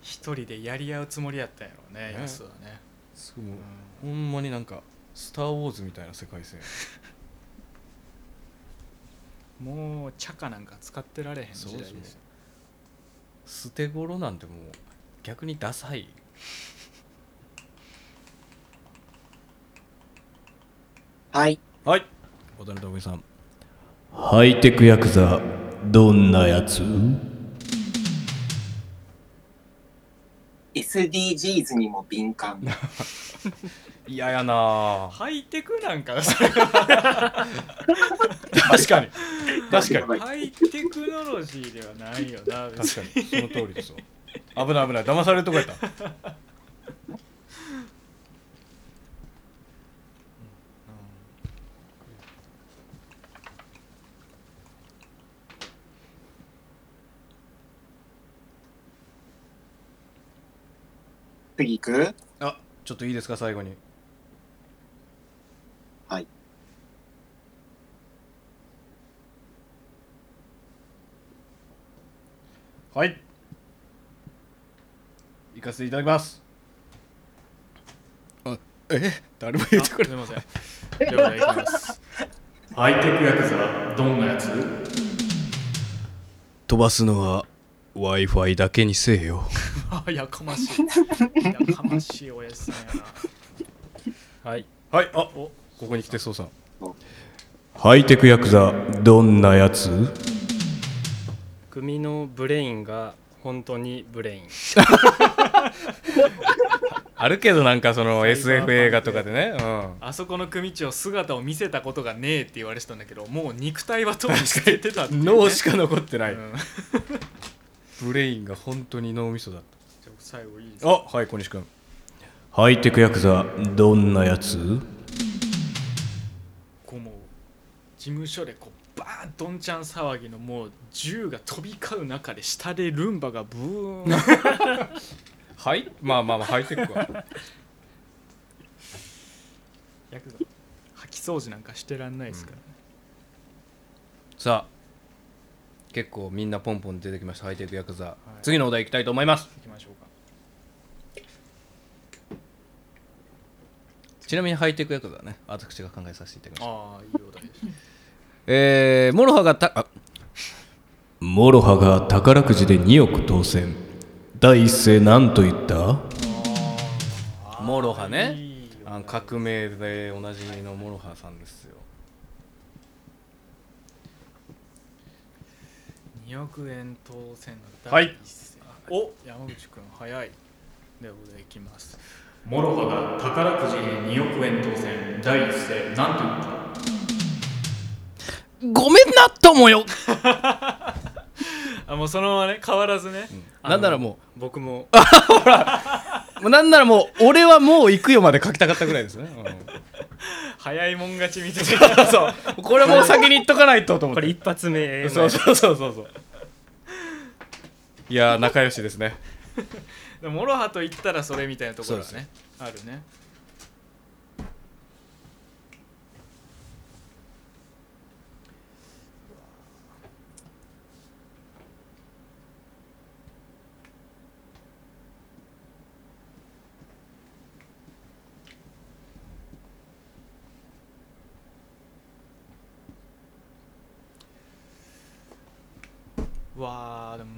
S2: 一人でやり合うつもりやったんやろうね
S1: ね
S2: やすはね
S1: すごいほんまになんか「スター・ウォーズ」みたいな世界線
S2: もうチャカなんか使ってられへん時代ですよ
S1: 捨て頃なんてもう逆にダサい
S4: はい。
S1: はい渡辺智美さん
S3: ハイテクヤクザどんなやつ
S4: SDGs にも敏感。
S1: 嫌やな
S2: ハイテクなんかな それは
S1: 確かに 確かに
S2: ハイテクノロジーではないよ な
S1: 確
S2: 別
S1: か
S2: に
S1: にその通りですわ危ない危ない騙されるとこやった
S4: 次行く
S1: あちょっといいですか最後に
S4: はい
S1: はい行かせていただきますあえ誰も言ってくれ
S2: すいませんじゃあ俺行きますハイテクヤクザどんなやつ
S1: 飛ばすのは w i f i だけにせえよ
S2: あやかましいやかましいおやすみやな
S5: はい
S1: はいあここに来てそうさん
S3: ハイテクヤクザどんなやつ
S5: 組のブレインが本当にブレイン
S1: あるけどなんかその
S2: サイバーパン
S1: SF
S2: ク
S1: 映画とかでねうん
S2: あそこの組長姿を見せたことがねえって言われてたんだけどもう肉体はとに捨ててたっていうね
S1: 脳しか残ってない、
S2: うん
S1: ブレインが本当に脳みそだっ
S2: じゃあ最後いいです
S1: たあはい小西君
S3: ハイテクヤクザどんなやつ
S2: こうもう事務所でこうバーンどんちゃん騒ぎのもう銃が飛び交う中で下でルンバがブーン
S1: はいまあまあまあハイテクは
S2: ヤクザ掃き掃除なんかしてらんないですから、ね
S1: さあ結構みんなポンポン出てきましたハイテクヤクザ、
S2: い
S1: 次のお題いきたいと思います
S2: 行きましょうか
S1: ちなみにハイテクヤクザはね私が考えさせていただきました
S2: ああいいお題です
S1: えー、モロハがたあ
S3: モロハが宝くじで2億当選第一声なんと言った
S1: モロハね
S2: いいよ
S1: あの革命でおなじみのモロハさんですよ
S2: 2億円当選の
S1: は
S2: 第
S1: い
S2: 一声、お山口君早いでは俺いきますモロハが宝くじに2億円当選第一声なんて言った
S1: ごめんなともよ
S2: あもうそのままね変わらずね、
S1: なんならも
S5: 僕も
S1: うもうなんならもう俺はもう行くよまで書きたかったぐらいですね、
S2: 早いもん勝ちみたいなそう
S1: うんこれもう先に言っとかないとと思っ
S5: こ
S1: て
S5: れ一発目
S1: そうそうそうそうそういやー仲良しですね
S2: でもモロハと言ったらそれみたいなところが
S1: そうで
S2: ねあるねわあでも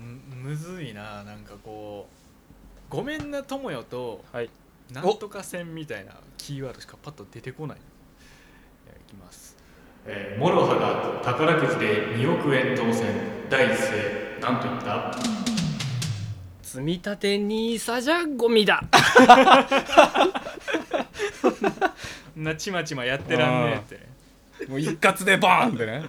S2: むむずいななんかこう「ごめんな友よ」と
S5: はい
S2: 「なんとか戦」みたいなキーワードしかパッと出てこないいやいきますえー、モロハが宝くじで2億円当選第一声なんと言った
S5: 積み立て NISA じゃゴミだ
S2: んなちまちまやってらんねえって
S6: もう一括でバーンってね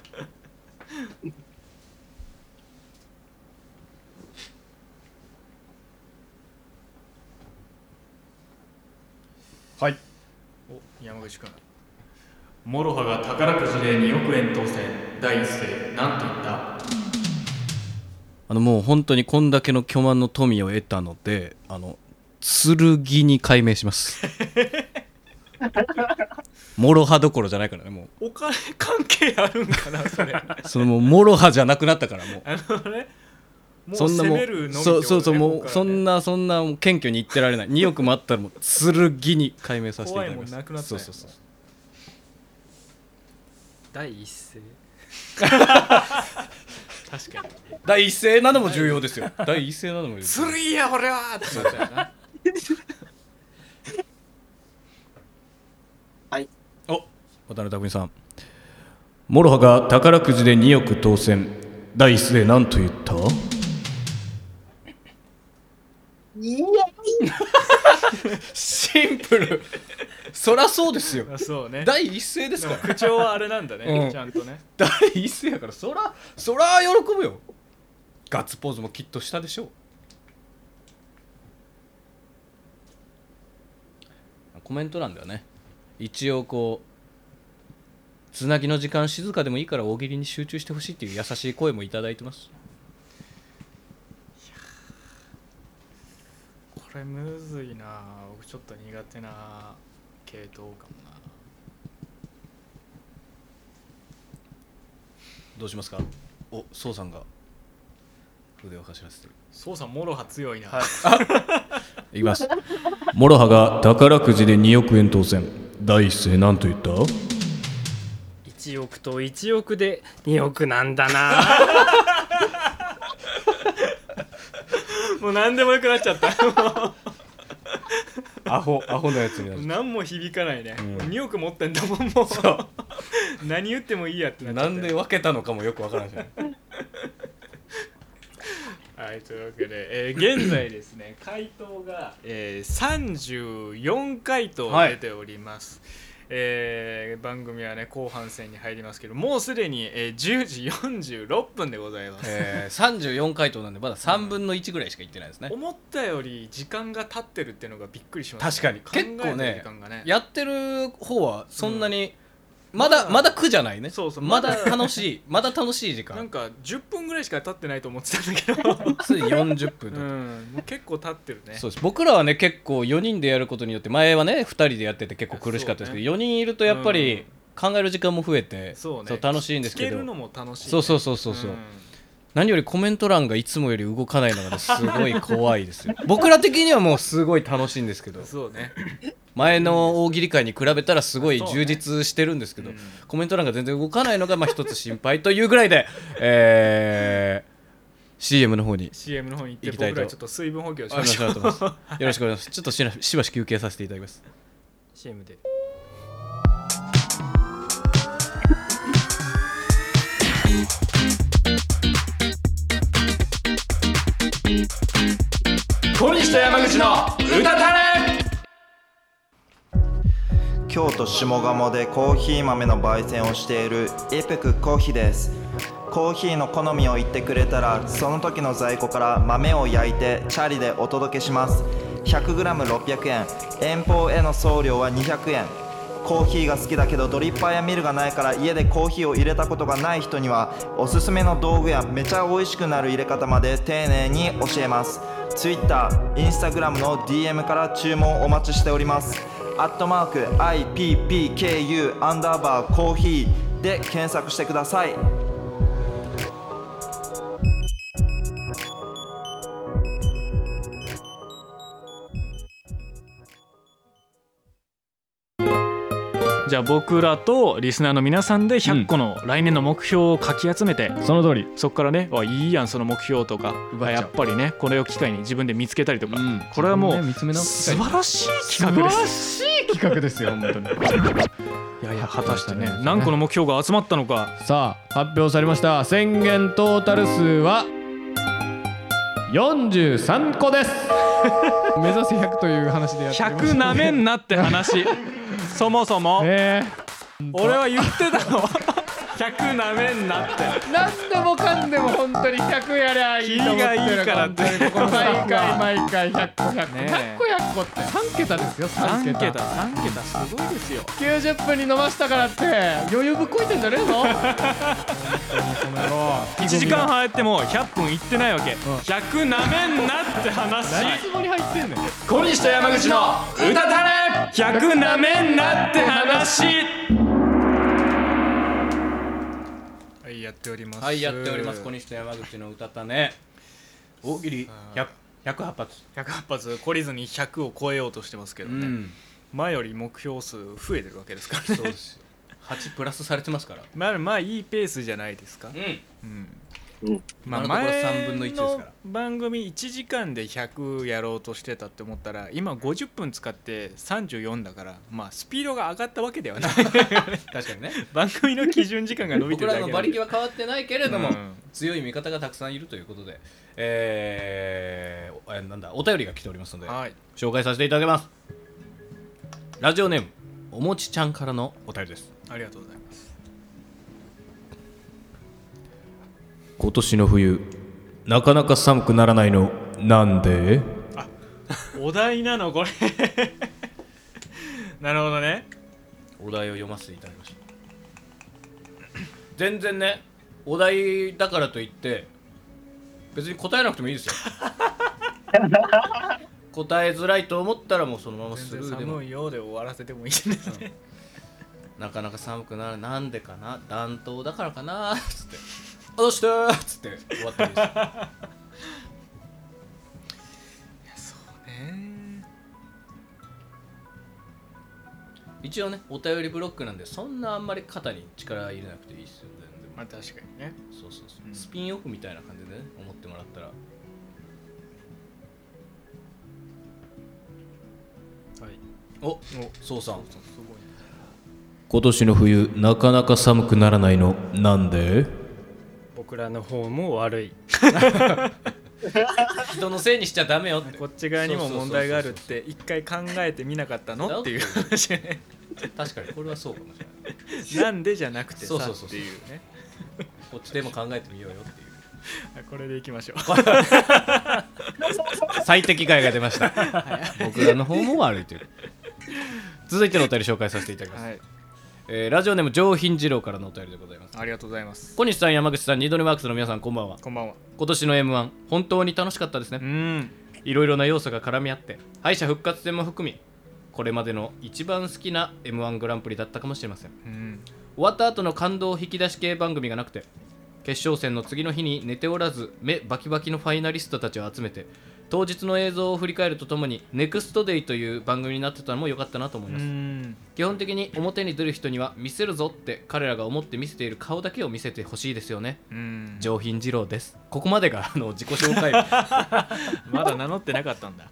S6: はい
S2: お山口君モロハが宝くじで2億円当選第一声なんと言った
S1: あのもう本当にこんだけの巨万の富を得たのであの剣に改名します もろ刃どころじゃないからねも
S2: お金関係あるんかな それあ
S1: うそのもうもろ刃じゃなくなったからもう
S2: のねもう
S1: そんな
S2: 攻
S1: も
S2: めるの
S1: う
S2: み
S1: そうそうそうもうそん
S2: な
S1: なそんなもう謙虚に言ってられない2億もあったらもう剣に改名させていただきます
S2: 怖いもんなくなったん
S1: そう
S2: や
S1: そうそう
S5: 第一声
S2: 確かに
S1: 第一声なども重要ですよ第一声なども重要
S2: ずるいや俺はってなっちゃうな
S1: 渡辺匠さんモロハが宝くじで2億当選第一声何と言ったシンプルそらそうですよ
S2: あそうね
S1: 第一声ですから
S2: 口調はあれなんだね、
S1: うん
S2: ちゃんとね
S1: 第一声やからそらそら喜ぶよガッツポーズもきっとしたでしょうコメント欄ではね一応こうつなぎの時間静かでもいいから大喜利に集中してほしいっていう優しい声もいただいてます
S2: これむずいな僕ちょっと苦手な系統かもな
S1: どうしますかお宋さんが腕を走らせてる
S2: そうさんもろは強いな、
S3: いきます。 モロハが宝くじで2億円当選。第一声なんと言った
S5: 1億と1億で2億なんだな
S2: もう何でもよくなっちゃった
S1: アホアホのやつにな
S2: 何も響かないね、2億持ってんだもんもう 何言ってもいいやってなっちゃ
S1: な
S2: った
S1: んで分けたのかもよくわからないじゃない
S2: はいというわけで、えー現在ですね 回答が、えー34回答出ております、えー番組はね後半戦に入りますけどもうすでに、えー10時46分でございます、
S1: えー、34回答なんでまだ3分の1ぐらいしかいってないですね、
S2: 思ったより時間が経ってるっていうのがびっくりしまし
S1: 確
S2: た
S1: か
S2: ね、
S1: に結構
S2: 考えてる
S1: ね
S2: 時間がね
S1: やってる方はそんなに、まだまだ苦じゃないね
S2: そうそう
S1: まだ
S2: まだ
S1: 楽しいまだ楽しい時
S2: なん
S1: 間
S2: か10分ぐらいしか経ってないと思ってたんだ けど
S1: つい40分
S2: う
S1: と、
S2: んもう結構経ってるね
S1: そうです僕らはね結構4人でやることによって前はね2人でやってて結構苦しかったですけど、4人いるとやっぱ
S2: うん
S1: り考える時間も増えて、
S2: そうね
S1: 楽しいんですけ
S2: 聞け
S1: ど
S2: るのも楽しいね、
S1: そうそうそうそうそうん何よりコメント欄がいつもより動かないのがねすごい怖い ですよ僕ら的にはもうすごい楽しいんですけど
S2: そうね、
S1: 前の大喜利会に比べたらすごい充実してるんですけ
S2: う
S1: ど、
S2: ん
S1: コメント欄が全然動かないのがまあ一つ心配というぐらいで、えー、CM の方に
S2: CM の方に行って
S1: 行きたい
S2: 僕
S1: と
S2: らちょっと水分補給をし
S1: 行
S2: ま
S1: き
S2: しょ
S1: た
S2: う
S1: いと思いますよろしくお願いしますちょっとしらしばし休憩させていただきます
S5: CM で
S2: 小西と山口の歌たれ
S7: 京都下鴨でコーヒー豆の焙煎をしているエペクコーヒーですコーヒーの好みを言ってくれたらその時の在庫から豆を焼いてチャリでお届けします 100g600 円遠方への送料は200円コーヒーが好きだけどドリッパーやミルがないから家でコーヒーを入れたことがない人にはおすすめの道具やめちゃ美味しくなる入れ方まで丁寧に教えます TwitterInstagram の DM から注文お待ちしておりますアットマーク IPPKU アンダーバーコーヒーで検索してください
S2: じゃあ僕らとリスナーの皆さんで100個の来年の目標をかき集めて、
S3: その通り。
S2: そこからねあいいやんその目標とか
S3: 奪っちゃ
S2: や
S3: う
S2: っぱりねこれを機会に自分で見つけたりとか、これはもう
S3: 見つめ直す
S2: 素
S3: 機会
S2: 晴らしい企画です
S3: 素晴らしい企画ですよ、本当に。
S2: いやいや果たしてね
S3: そうですね
S2: 何個の目標が集まったのか
S3: さあ、発表されました。宣言トータル数は43個です。目指せ100という話でやっております
S2: 100なめんなって話そもそも
S6: え
S2: 俺は言ってたの100なめんなって
S6: ー、何でもかんでも本当に100やりゃいいと思って
S2: 気
S6: る
S2: がいいからって
S6: 本当にこの毎回毎回100個100個、
S2: ねえ
S6: 100個100個って3桁ですよ3
S2: 3
S6: 桁
S2: 桁3桁すごいですよ
S6: 90分に伸ばしたからって余裕ぶっこいてんじゃねえぞ
S2: 1時間入っても100分いってないわけ100なめんなって話
S6: 何つぼに入ってんねん
S2: 小西と山口の歌たれ100なめんなって話はいやっております
S1: はいやっております小西と山口の歌ったね大喜利100 108発
S2: 100発懲りずに100を超えようとしてますけど
S1: う
S2: ね、
S1: ん
S2: 前より目標数増えてるわけですから
S1: そう
S2: ね
S1: ですよ8プラスされてますから
S2: まあまあいいペースじゃないですか
S1: うん
S2: うん
S4: うん
S2: まあ
S1: 今のところ3
S2: 前
S1: 分の1ですか
S2: の
S1: ら
S2: 番組1時間で100やろうとしてたって思ったら今50分使って34だからまあスピードが上がったわけではない
S1: 確かにね
S2: 番組の基準時間が伸びて
S1: 僕
S2: るだ
S1: ら
S2: け
S1: の
S2: な
S1: 馬
S2: んで
S1: 力は変わってないけれども、
S2: うん
S1: 強い味方がたくさんいるということで、えーおえーなんだお便りが来ておりますので
S2: はい
S1: 紹介させていただきますラジオネームおもちちゃんからのお便りです
S2: ありがとうございます
S3: 今年の冬なかなか寒くならないのなんで
S2: お題なのこれ なるほどね
S1: お題を読ませていただきました全然ねお題だからといって別に答えなくてもいい ですよ答えづらいと思ったらもうそのままス
S2: 全
S1: ル
S2: 然
S1: ーでも
S2: 寒いようで終わらせてもいいんですね、
S1: なかなか寒くなるなんでかな暖冬だからかなつって「どうした?」つって終わったん です
S2: ね
S1: 一応ねお便りブロックなんでそんなあんまり肩に力入れなくていいですよ全然
S2: まあ確かにね
S1: そうそうそう、
S2: うん
S1: スピンオフみたいな感じでね思ってもらったら
S2: はい
S1: おそうさん
S2: すごい
S3: 今年の冬なかなか寒くならないのなんで
S5: 僕らの方も悪い
S1: 人のせいにしちゃダメよって
S2: こっち側にも問題があるって一回考えてみなかったのって いう話ね
S1: 確かにこれはそうかもしれない
S2: なんでじゃなくてさ
S1: そうそう
S2: っ
S1: そうそう
S2: ていうね
S1: こっちでも考えてみようよって いう
S2: あこれでいきましょう
S1: 最適解が出ました僕らの方も悪いという続いてのお便り紹介させていただきます、
S2: はい
S1: えーラジオネーム上品二郎からのお便りでございます
S2: ありがとうございます
S1: 小西さん山口さん二度寝ワークスの皆さんこんばんは
S2: こんばんは
S1: 今年の m 1本当に楽しかったですね
S2: うん
S1: いろいろな要素が絡み合って敗者復活戦も含みこれまでの一番好きな m 1グランプリだったかもしれません
S2: うん
S1: 終わった後の感動引き出し系番組がなくて決勝戦の次の日に寝ておらず目バキバキのファイナリストたちを集めて当日の映像を振り返るとともに「ネクストデイという番組になってたのも良かったなと思いうます、
S2: ん
S1: 基本的に表に出る人には見せるぞって彼らが思って見せている顔だけを見せてほしいですよね
S2: うん
S1: 上品二郎ですここまでがあの自己紹介
S2: まだ名乗ってなかったんだ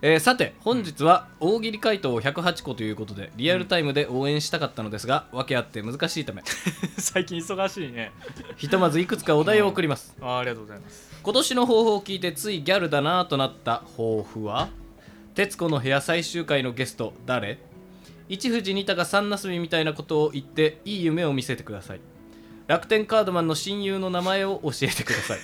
S1: えーさて本日は大喜利回答を108個ということでリアルタイムで応援したかったのですが訳あって難しいため
S2: 最近忙しいね
S1: ひとまずいくつかお題を送ります
S2: あありがとうございます
S1: 今年の抱負を聞いてついギャルだなぁとなった抱負は「徹子の部屋」最終回のゲスト誰一富士二鷹三なすびみたいなことを言っていい夢を見せてください楽天カードマンの親友の名前を教えてください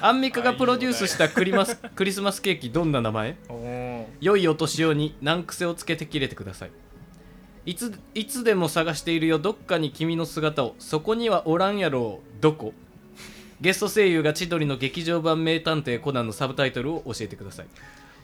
S1: アンミカがプロデュースしたクリマスクリスマスケーキどんな名前
S2: おお
S1: 良いお年をに難癖をつけて切れてくださいいついつでも探しているよどっかに君の姿をそこにはおらんやろうどこゲスト声優が千鳥の劇場版名探偵コナンのサブタイトルを教えてください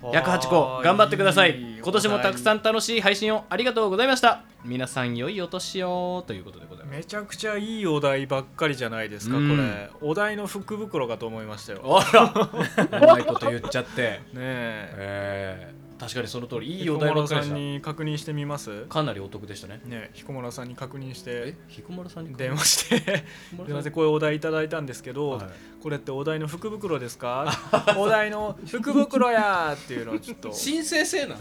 S1: 108個頑張ってください今年もたくさん楽しい配信をありがとうございました皆さん良いお年をということでございます
S2: めちゃくちゃいいお題ばっかりじゃないですかこ
S1: うん
S2: れお題の福袋かと思いましたよ
S1: あらうまいこと言っちゃ って
S2: ねえ
S1: えー、確かにその通りいい
S2: 彦
S1: お題ば
S2: 摩呂
S1: っかり
S2: さ
S1: でし
S2: ん
S1: た
S2: に確認してみます
S1: かなりお得でしたね
S2: ねえ彦摩呂さんに確認し
S1: え
S2: て
S1: 彦摩呂さんに
S2: 電話 して「すいませんこういうお題いただいたんですけど、
S1: はい
S2: これってお題の福袋で すかお題の福袋や!」っていうのをちょっ と
S1: 申請制なん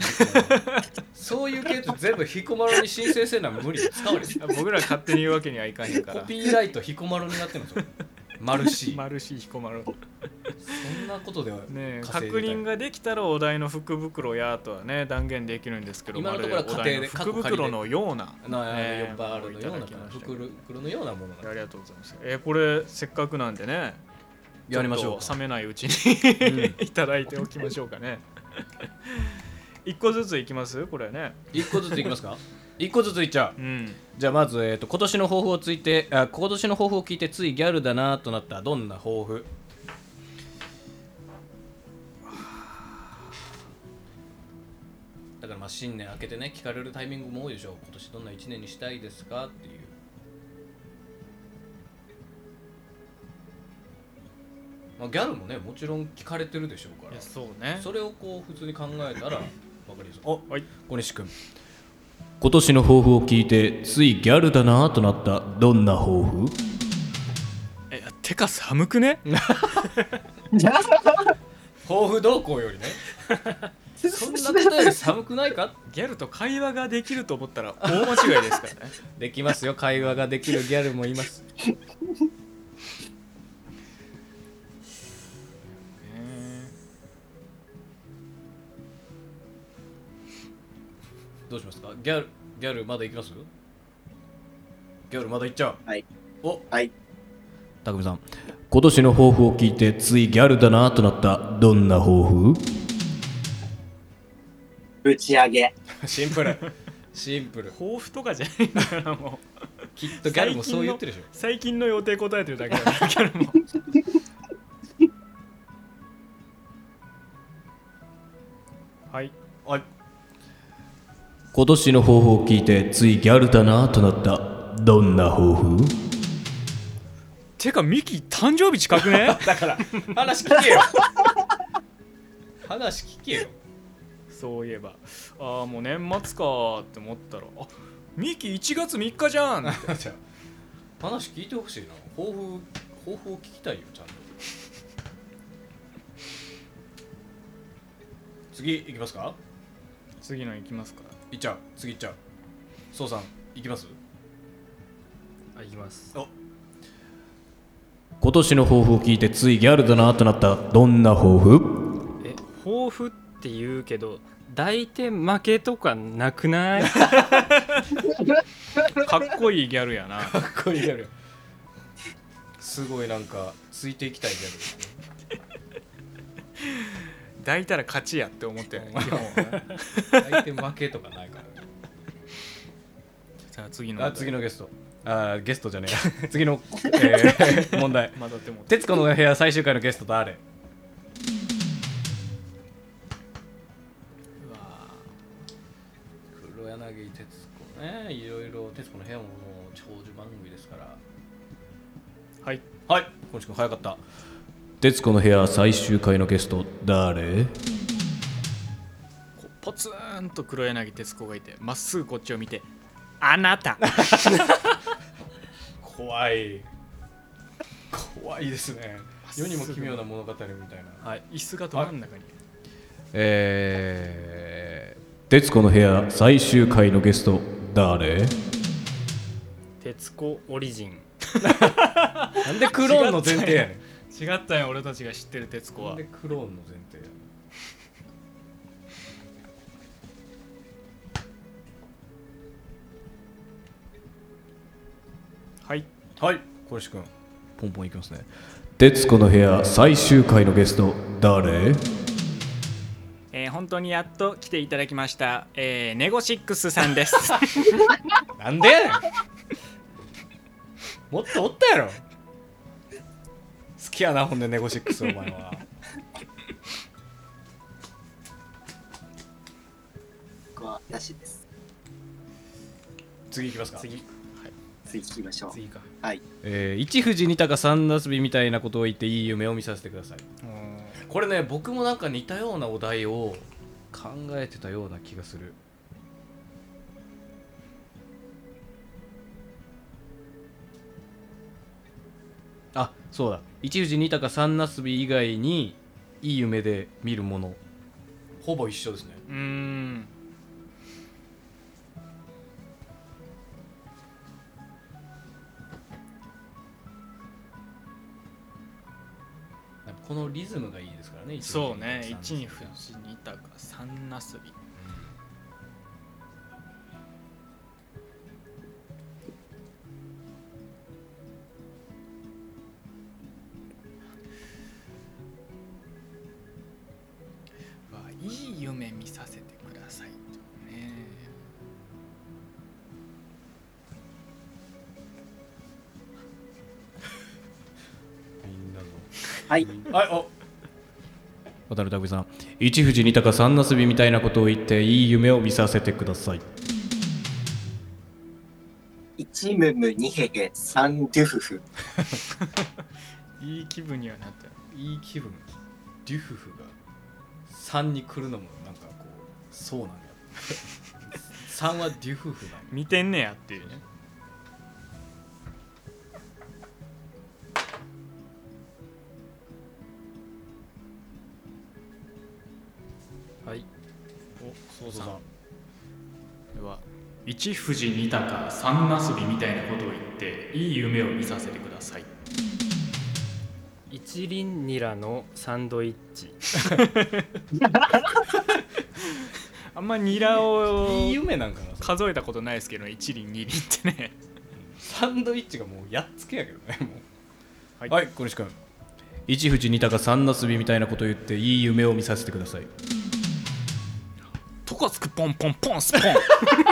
S1: そういう系統全部彦摩呂に申請制なん無理使われてる
S2: 僕ら勝手に言うわけにはいかへんか
S1: コ
S2: ら
S1: ピーライト彦摩呂になってるんですよマルシー
S2: マルシー彦摩呂
S1: そんなことでは
S2: ねえ
S1: 稼い
S2: 確
S1: でたい
S2: 認ができたらお題の福袋やとはね断言できるんですけど
S1: 今のところは家庭で
S2: まるでお題の福袋のような
S1: な
S2: ね
S1: 4パールのよう
S2: いた
S1: な
S2: だきましたけど
S1: 袋袋のようなものが
S2: ありがとうございますえーこれせっかくなんでね
S1: やりましょう
S2: ちっと冷めないうちに いただいておきましょうかね 一個ずついきますこれね
S1: 1個ずついきますか1個ずついっちゃう
S2: うん
S1: じゃあまず、えー、と今年の抱負をついてあ今年の抱負を聞いてついギャルだなとなったどんな抱負だからまあ新年明けてね聞かれるタイミングも多いでしょう今年どんな1年にしたいですかっていうまあギャルもねもちろん聞かれてるでしょうか
S2: いや
S1: ら
S2: そうね
S1: それをこう普通に考えたらわかりやすいお
S2: はい
S1: 小西君
S3: 今年の抱負を聞いてついギャルだなとなったどんな抱負
S2: えてか寒くね
S1: 抱負動向よりねそんなことより寒くないか
S2: ギャルと会話ができると思ったら大間違いですからね
S1: できますよ会話ができるギャルもいますどうしますかギャルギャルまだ行きますギャルまだ行っちゃう
S4: はい
S1: お
S4: はい
S1: たくみさん
S3: 今年の抱負を聞いてついギャルだなとなったどんな抱負
S4: ぶち上げ。
S1: シンプルシンプル
S2: 抱負とかじゃないんだからもう
S1: きっとギャルもそう言ってるでしょ
S2: 最近の予定答えてるだけだからギ ャルも はい
S3: 今年の抱負を聞いてついギャルだなとなったどんな抱負
S2: てかミキ誕生日近くね
S1: 話聞けよ話聞けよ
S2: そういえばああもう年末かーって思ったらあミキ1月3日じゃん
S1: 話聞いてほしいな抱負抱負を聞きたいよちゃんと次行きますか
S2: 次の行きますか
S1: 行っちゃう次行っちゃうそうさん行きます
S5: あいきます
S3: 今年の抱負を聞いてついギャルだなとなったどんな抱負
S5: え抱負って言うけど大体負けとかなくない
S2: かっこいいギャル やな
S1: かっこいいギャルすごいなんかついていきたいギャルですね
S2: 抱いたら勝ちやって思って る、ね、基本
S1: 相手負けとかないからね
S2: さあ次の
S1: あ次のゲストあゲストじゃね えや次の、え ー問題
S2: まだっても
S1: 「徹子の部屋」最終回のゲスト誰
S2: うわ
S1: 黒柳徹子ねいろいろ徹子の部屋ももう長寿番組ですから
S2: ーはい
S1: はい小西君早かった
S3: 徹子の部屋最終回のゲスト誰
S2: こうポツンと黒柳徹子がいてまっすぐこっちを見て「あなた
S1: 怖い怖いですね世にも奇妙な物語みたいな」
S2: はい椅子がど真ん中に
S3: えー、徹子の部屋最終回のゲスト誰
S5: 鉄子オリジン
S1: なんでクローンの前提やね
S2: 違ったよ俺たちが知ってる徹子
S1: んなん
S2: は
S1: でクローンの前提やね
S2: はい
S1: んはい小西君ポンポンいきますね
S3: 徹子の部屋最終回のゲスト誰
S2: えー本当にやっと来ていただきました、えーネゴシックスさん です
S1: なんでや ねんもっとおったやろ好きやなほんでネゴシックスお前は
S4: ここはなしです。
S1: 次いきますか
S5: 次
S4: 次行きましょう。
S5: 次か
S4: はい。
S1: えー一富士二鷹三なすびみたいなことを言っていい夢を見させてくださいこれね僕もなんか似たようなお題を考えてたような気がするあそうだ一富士二鷹三なすび以外にいい夢で見るものほぼ一緒ですね
S2: うーん
S1: やっぱこのリズムがいいですからね一
S2: そうね
S1: 二
S2: 1に
S1: 三
S2: ふし2たか3なすびわあいい夢見させてくださいとね
S1: みんなの
S4: はい。
S1: はいお渡る拓さん一富士二鷹三なすびみたいなことを言っていい夢を見させてください
S4: 一ムム二ヘヘ三デュフフ。
S2: いい気分にはなったよ
S1: いい気分デュフフが3に来るのもなんかこうそうなんや3はデュフフなんや
S2: 見てんねやっていうね
S1: はいおそうそうさん
S2: では一富士二鷹三なすびみたいなことを言っていい夢を見させてください
S5: 一輪ニラのサンドイッチ
S2: あんまニラを
S1: いい夢なんかなそれ
S2: 数えたことないですけど一輪二輪ってね
S1: サンドイッチがもうやっつけやけどねもう
S2: は
S1: はいい、小西君一富士二鷹三なすびみたいなことを言っていい夢を見させてください
S2: ポコつくポンポンポンスポン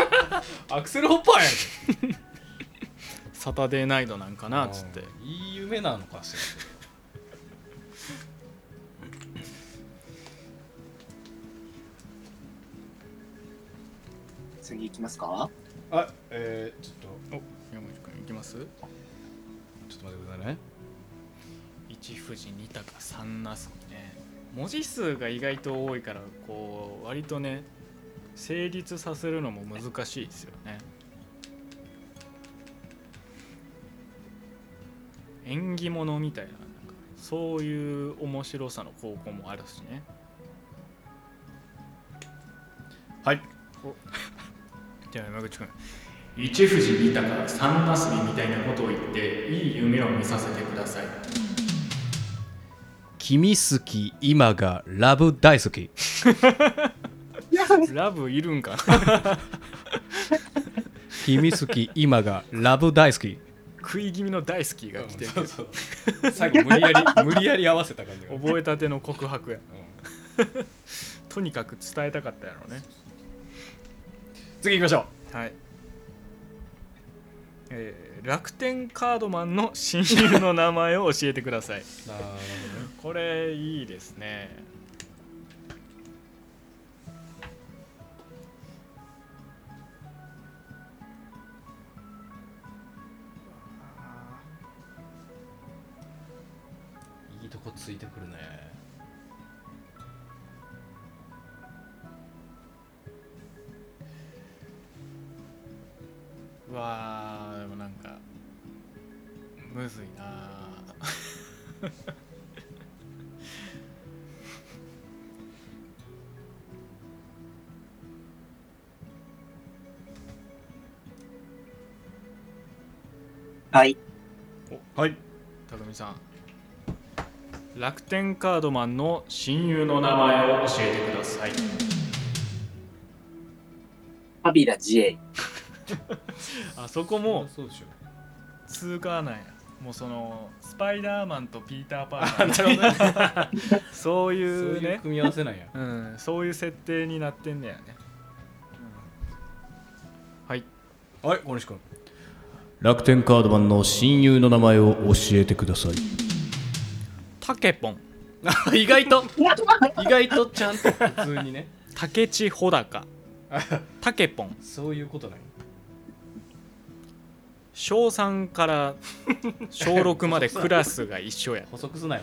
S1: アクセルホッパーやん
S2: サタデーナイトなんかなっつって
S1: うんいい夢なのかしら
S4: 次行きますか
S1: あえー、ちょ
S2: お山口君いきます
S1: っとちょっと待ってくださいね
S2: 一富士二鷹三なすびね文字数が意外と多いからこう割とね成立させるのも難しいですよね縁起物みたいななんかそういう面白さの高校もあるしね
S1: はい
S2: じゃあ山口君一富士二鷹三なすびみたいなことを言っていい夢を見させてください
S1: 君好き今がラブ大好き
S2: ラブいるんかな
S1: 君好き今がラブ大好き
S2: 食い気味の大好きが来てる
S1: そうそう最後無理やり無理やり合わせた感じが、
S2: 覚えたての告白や
S1: うん
S2: とにかく伝えたかったやろうね
S1: 次行きましょ
S2: はい、えー楽天カードマンの親友の名前を教えてください
S1: うなるほどね
S2: これいいですね
S1: いいとこついてくるね
S2: うわーでもなんかむずいなー
S4: はい。
S1: はい
S2: 匠さん楽天カードマンの親友の名前を教えてください
S4: ハビラ自衛。
S2: あそこも
S1: そうでしょ
S2: 通過なんやもうそのスパイダーマンとピーター・パーマンなるほどそ
S1: そう
S2: ういう
S1: いう
S2: ね
S1: 組み合わせなんや
S2: うん、そういう設定になってんねやね、はい
S1: はい小西君
S3: 楽天カードマンの親友の名前を教えてください
S2: タケポン
S1: あ意外と意外とちゃんと普通にね
S2: 竹地穂 高タケポン
S1: そういうことなんや
S2: 小3から小6までクラスが一緒や
S1: 補足すなよ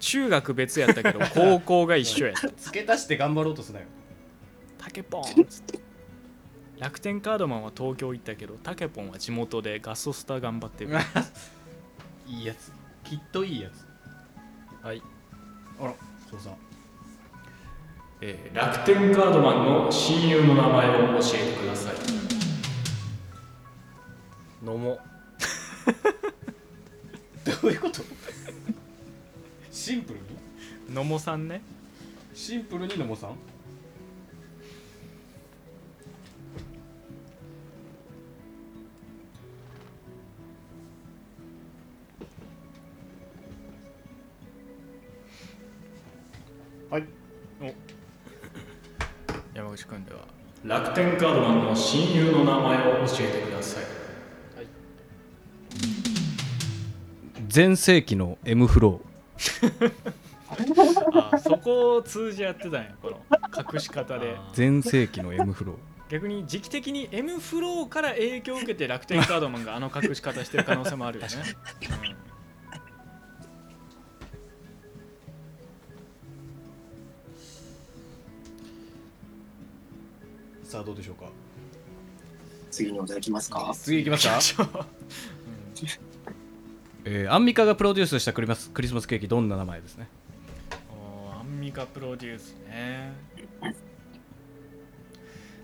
S2: 中学別や ったけど高校が一緒や
S1: 付け足して頑張ろうとすなよ
S2: タケポンっつって楽天カードマンは東京行ったけどタケポンは地元でガソスタ頑張って る
S1: いいやつきっといいやつ
S2: はい
S1: あらそうさん
S2: えー楽天カードマンの親友の名前を教えてください
S5: のも
S1: どういうこと親
S6: シンプルに
S2: 野茂さんね
S6: シンプルに野茂さん
S2: 山口君では
S8: 楽天カードマンの親友の名前を教えてください
S3: 全盛期の M フロ
S2: あそこを通じ合ってたんやこの隠し方で
S3: ー全盛期の M フロー
S2: 逆に時期的に M フローから影響を受けて楽天カードマンがあの隠し方してる可能性もあるよね
S1: さあどうでしょうか
S4: 次のお題いきますか。
S1: 次いきますか
S2: ちょ
S1: えーアンミカがプロデュースしたクリマスクリスマスケーキどんな名前ですね
S2: おーアンミカプロデュースね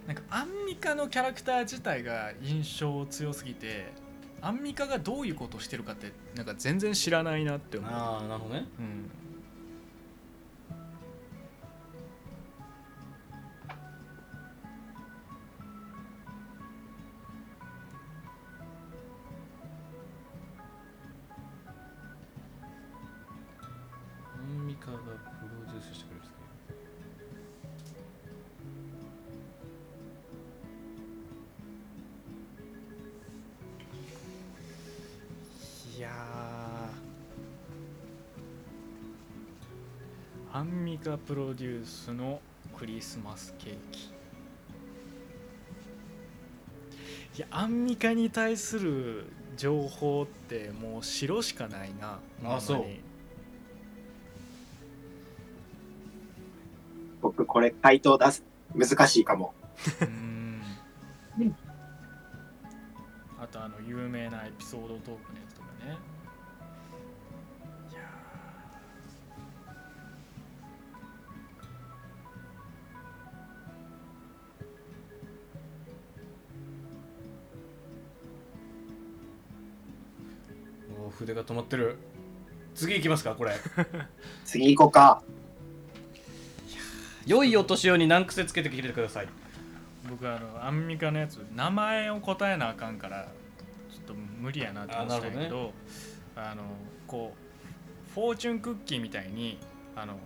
S2: なんかアンミカのキャラクター自体が印象強すぎてアンミカがどういうことをしてるかってなんか全然知らないなって思う、
S1: ああなるほどね
S2: うん、
S1: アンミカがプロデュースしたクリスマスケーキ
S2: いやーアンミカプロデュースのクリスマスケーキいやアンミカに対する情報ってもう白しかないな
S1: あそう
S2: ほんまに
S4: 僕、これ回答出す。難しいかも。
S2: うーんあとあの有名なエピソードトークのやつとかねいや
S1: もう筆が止まってる次行きますかこれ
S4: 次行こうか。
S1: 良いお年をに難癖つけてきてください
S2: ー僕あのアンミカのやつ名前を答えなあかんからちょっと無理やなと思ってたんやけど
S1: あなるほ
S2: あのこうフォーチュンクッキーみたいにあの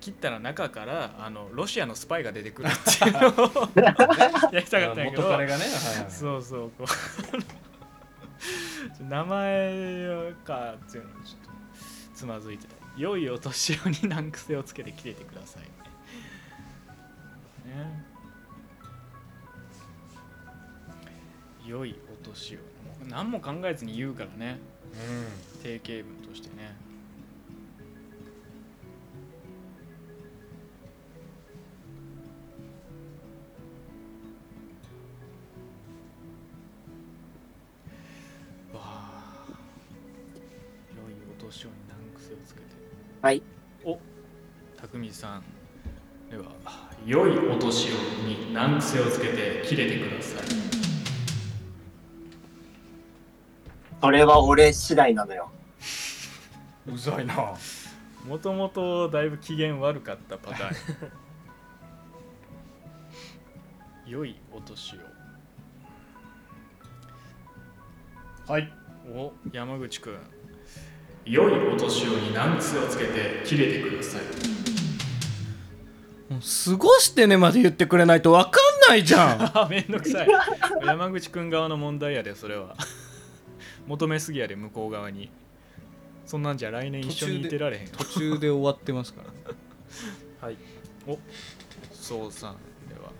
S2: 切ったら中からあのロシアのスパイが出てくるってい うのをやりたかったんやけど
S1: 元彼がね、はいはい
S2: そうそうこう名前かっていうのにちょっとつまずいてた良いお年をに難癖をつけて切れてくださいねね良いお年をもう何も考えずに言うからね、定型文としてねわあ良いお年をに難癖をつけて
S4: はい
S2: お匠さんでは良いお年をに難癖をつけて切れてください
S4: それは俺次第なのよ。
S1: うざいな
S2: もともとだいぶ機嫌悪かったパターン 良いお年をはいお山口くん良いお年をに難癖をつけて切れてください
S1: もう過ごしてねまで言ってくれないとわかんないじゃん
S2: あめんどくさい山口くん側の問題やでそれは求めすぎやで向こう側にそんなんじゃ来年一緒にいてられへんよ
S1: 途中で終わってますから
S2: そうさんでは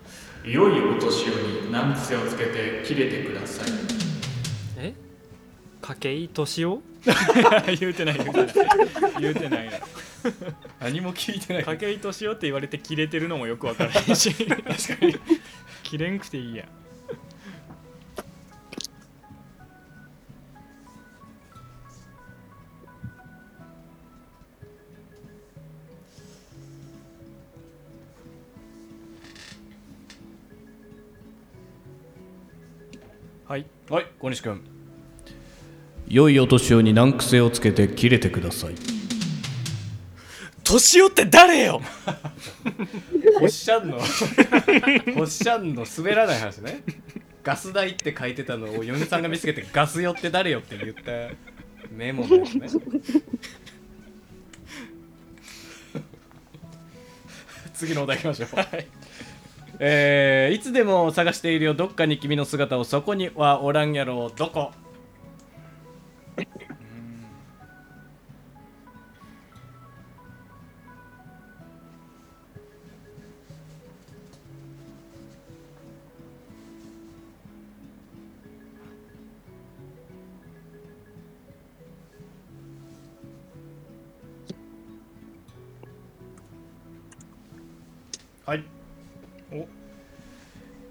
S2: 良いお年をに難癖をつけて切れてください
S5: え筧利夫
S2: 言うてない言うてない言うてないな
S1: 何も聞いてな
S2: 筧敏夫って言われてキレてるのもよくわからへんし確かにキレんくていいやんはい
S1: はい小西君
S3: 良いお年をに難癖をつけて切れてください
S2: 年寄って誰よ
S1: おっしゃんの おっしゃんの滑らない話ねガス代って書いてたのを嫁さんが見つけてガスよって誰よって言ったメモのやつね次のお題いきましょう、えーいつでも探しているよどっかに君の姿をそこにはおらんやろどこ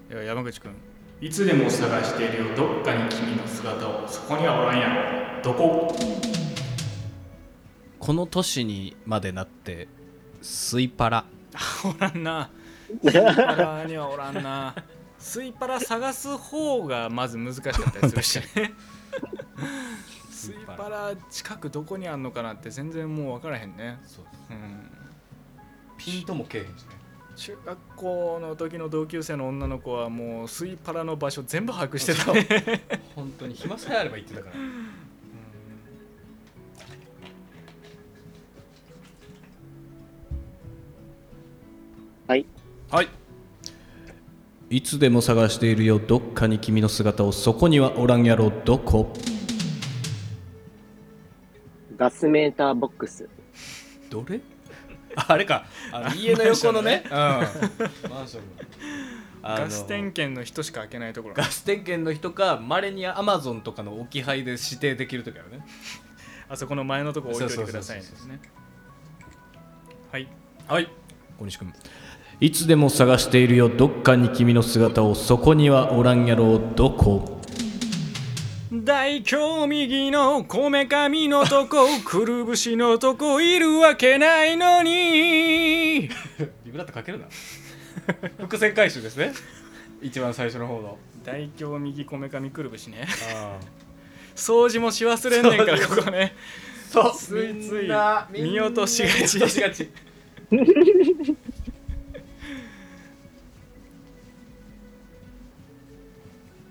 S2: では山口君
S8: いつでも探しているよどっかに君の姿をそこにはおらんやろどこ
S1: この年にまでなってスイパラ
S2: おらんなスイパラにはおらんなスイパラ探す方がまず難しかったりす るしねスイパラ近くどこにあんのかなって全然もう分からへんね
S1: そう
S2: うん
S1: ピンともけえへんしね
S2: 中学校の時の同級生の女の子はもうスイパラの場所全部把握してたね
S1: 本当に暇さえあれば言ってた から
S4: はい
S1: はいいつでも探しているよどっかに君の姿をそこにはおらんやろどこ
S4: ガスメーターボックス。
S1: どれ ああれかあの家の横のねうんマンションのあの
S2: ガス点検の人しか開けないところ
S1: ガス点検の人かまれにアマゾンとかの置き配で指定できるときあるね
S2: あそこの前のとこ置いといてくださいね
S1: そう
S2: はい
S1: はい小西君いつでも探しているよどっかに君の姿をそこにはおらんやろどこ
S2: 大胸右のこめかみのとこくるぶしのとこいるわけないのに
S1: ビブラートかけるな伏線回収ですね一番最初の方の
S2: 大胸右こめかみくるぶしね
S1: あ
S2: 掃除もし忘れんねんからここね
S1: そう
S2: ついつ
S1: み
S2: い
S1: んな
S2: 見落としがち
S1: みんな見落としがち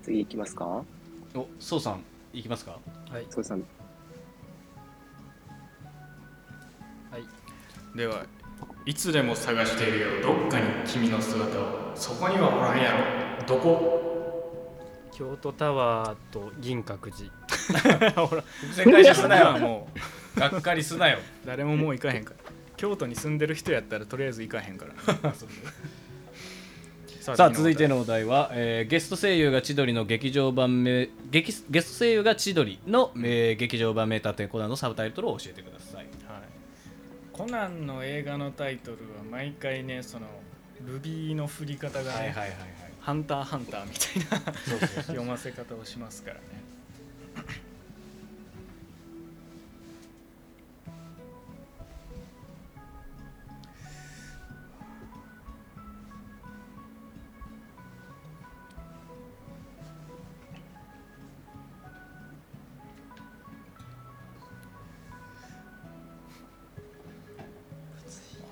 S4: 次行きますか
S1: おそうさんいきますか
S4: そうさん。
S2: ではい
S8: つでも探しているよどっかに君の姿をそこにはおらんやろどこ
S5: 京都タワーと銀閣寺
S1: 伏線回収すな
S2: 今
S1: よ
S2: もう
S1: がっかりすなよ
S2: 誰ももう行かへんから京都に住んでる人やったらとりあえず行かへんから
S1: さあ続いてのお題は、えーゲスト声優が千鳥の劇場版名劇ゲスト声優が千鳥の、えー劇場版名探偵コナンのサブタイトルを教えてください
S2: はい、コナンの映画のタイトルは毎回ねそのルビーの振り方が、ね
S1: はいはい
S2: ハンターハンターみたいな
S1: そうそう
S2: 読ませ方をしますからね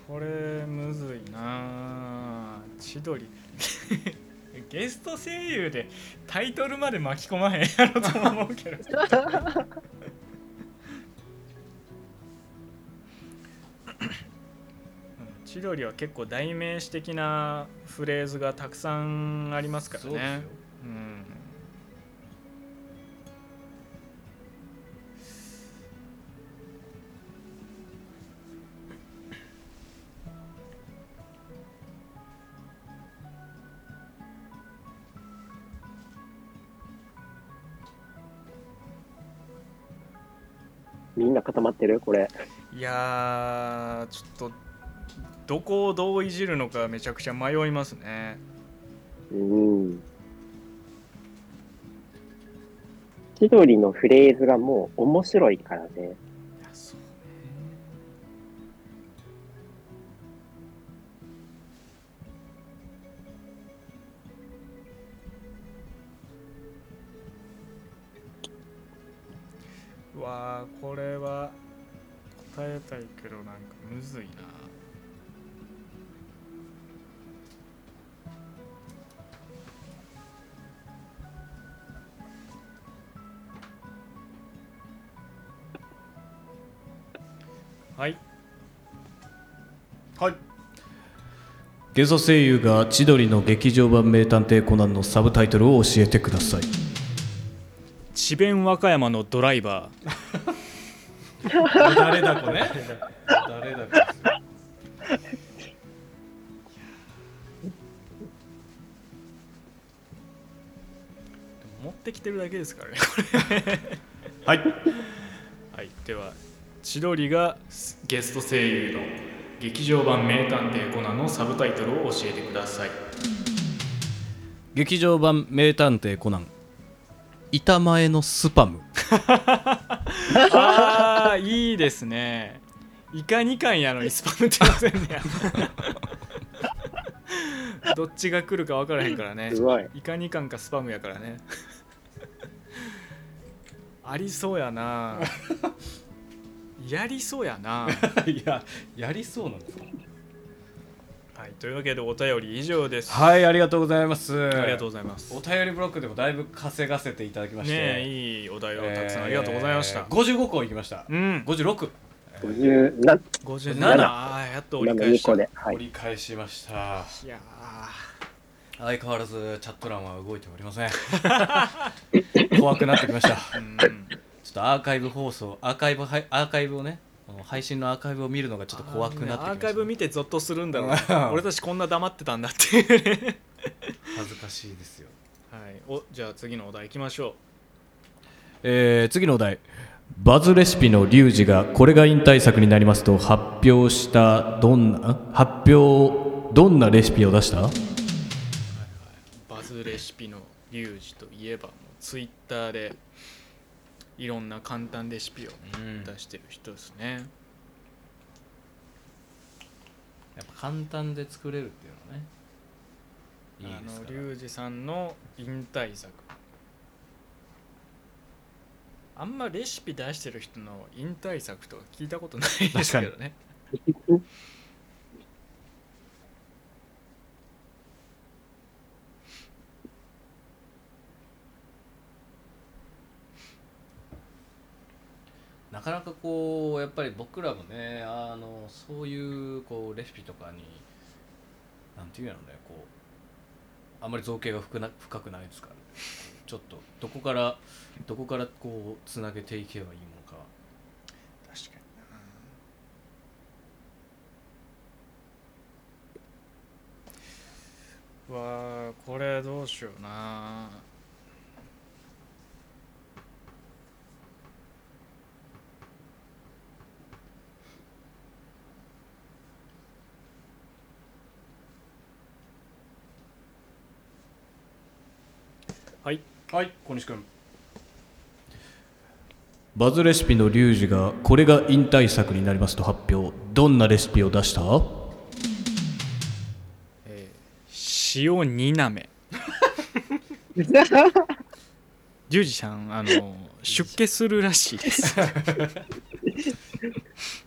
S2: これむずいなあ千鳥 ゲスト声優でタイトルまで巻き込まへんやろと思うけど うん千鳥は結構代名詞的なフレーズがたくさんありますから
S1: そうですよ
S2: ねうん
S4: みんな固まってるこれ。
S2: いやーちょっとどこをどういじるのかめちゃくちゃ迷いますね
S4: うん。千鳥のフレーズがもう面白いからね。
S2: いやそうねうわあこれは答えたいけどなんかむずいなはい
S3: ゲソ声優が千鳥の劇場版名探偵コナンのサブタイトルを教えてください
S2: 智弁和歌山のドライバ ー
S1: 誰だこね誰だこ
S2: 持ってきてるだけですからね
S3: はい
S2: はいでは千鳥が
S8: ゲスト声優の劇場版名探偵コナンのサブタイトルを教えてください
S3: 劇場版名探偵コナン板前のスパム
S2: ああいいですねイカ2巻やのにスパムってませんねやどっちが来るか分からへんからね
S4: すごい。
S2: イカ2巻かスパムやからねありそうやなやりそうやな
S1: いややりそうなんですか
S2: はいというわけでお便り以上です
S1: はいありがとうございます
S2: ありがとうございます
S1: お便りブロックでもだいぶ稼がせていただきまして
S2: ねえいいお題をたくさんありがとうございました、
S1: えー55個いきました
S2: うん
S1: 56
S4: 50、な、
S2: 57
S4: 57
S2: ああやっと折り返
S4: 2
S2: した
S4: 個
S2: い
S4: で。はい。
S1: 折り返しました
S2: や
S1: 相変わらずチャット欄は動いておりません怖くなってきました
S2: ーうん
S1: ちょっとアーカイブ放送アーカイブはいアーカイブをねあの配信のアーカイブを見るのがちょっと怖くなってきま
S2: ア
S1: し
S2: ー
S1: た
S2: カイブ見てゾッとするんだろう
S1: うん
S2: な俺たちこんな黙ってたんだっていうね
S1: 恥ずかしいですよ
S2: はいおじゃあ次のお題いきましょ
S3: えー次のお題バズレシピのリュウジがこれが引退作になりますと発表したどんなん発表どんなレシピを出した
S2: うバズレシピのリュウジといえばもうツイッターでいろんな簡単レシピを
S1: うん
S2: 出してる人ですね、
S1: やっぱ簡単で作れるっていうのはねいい
S2: あ
S1: です
S2: の
S1: か
S2: リ
S1: ら
S2: ュウジさんの引退作あんまレシピ出してる人の引退作とか聞いたことないですけどね
S1: なかなかこうやっぱり僕らもねあのそういうこうレシピとかになんていうのねこうあんまり造形が深くな深くないですから、ちょっとどこからどこからこうつなげていけばいいものか
S2: 確かになわあこれどうしようなはい
S1: はい小西君
S3: バズレシピのリュウジがこれが引退作になりますと発表どんなレシピを出した
S2: 塩になめリュウジさんあの出家するらしいです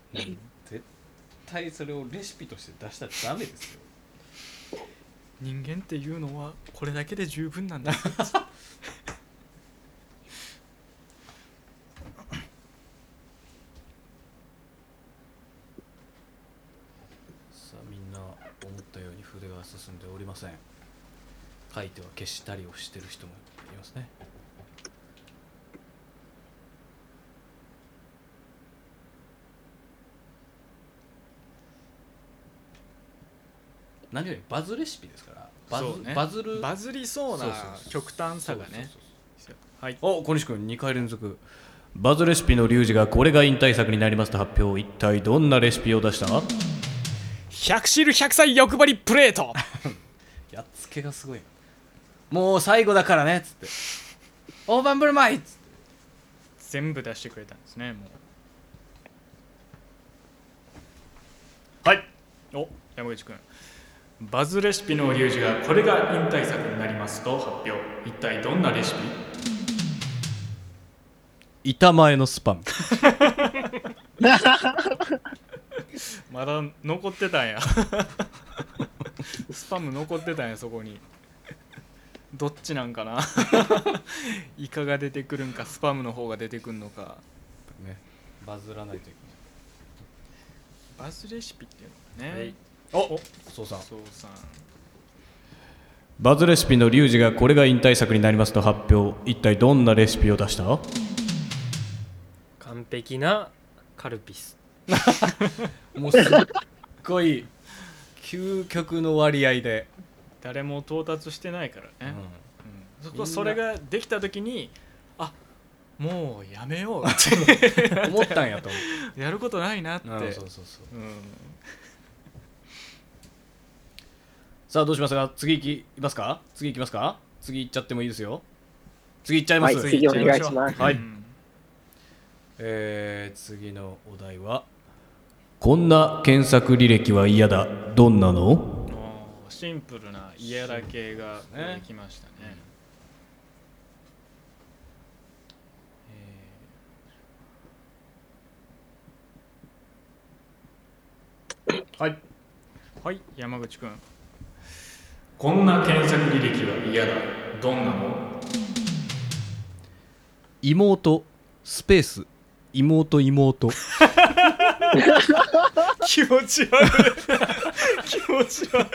S1: 絶対それをレシピとして出したらダメですよ
S2: 人間っていうのはこれだけで十分なんだ
S1: さあみんな思ったように筆が進んでおりません書いては消したりをしてる人もいますね何よりバズレシピですからバ
S2: そ
S1: ズ,、
S2: うね
S1: バズる
S2: バズりそう
S1: そう
S2: な
S1: そうそう
S2: 極端さが
S1: そう
S2: ね
S1: そうそう
S2: はい
S3: お小西君2回連続バズレシピのリュウジがこれが引退作になりますと発表一体どんなレシピを出した
S2: 百汁百歳欲張りプレート
S1: やっつけがすごいなもう最後だからねっつって大盤振る舞いっつって
S2: 全部出してくれたんですねもうはいお山口くん
S8: バズレシピのリュウジがこれが引退作になりますと発表一体どんなレシピ
S3: 板前のスパム
S2: まだ残ってたんや スパム残ってたんやそこにどっちなんかな イカが出てくるんかスパムの方が出てくるのか
S1: ねバズらないといけない
S2: バズレシピっていうのがね、
S1: おそうさん
S2: そうさん
S3: バズレシピのリュウジがこれが引退作になりますと発表一体どんなレシピを出した
S5: 完璧なカルピス
S1: もうすっごい究極の割合で、
S2: 誰も到達してないから
S1: う
S2: ね、
S1: ん
S2: そ
S1: みんな
S2: こそれができた時にあもうやめよう っ
S1: 思ったんやと思
S2: てやることないなって、
S1: ううんそうそうそう
S2: うん
S1: さあどうしますか次行きますか次行きますか次行っちゃってもいいですよ次行っちゃいます、
S4: はい次お願いします
S1: はい
S2: うん
S1: えー、次のお題は
S3: こんな検索履歴は嫌だどんなの
S2: もうシンプルな嫌だ系ができましたね
S1: はい
S2: はい山口くん
S8: こんな検索履歴は嫌だどんなの
S3: 妹スペース妹妹
S2: 気持ち悪い気持ち悪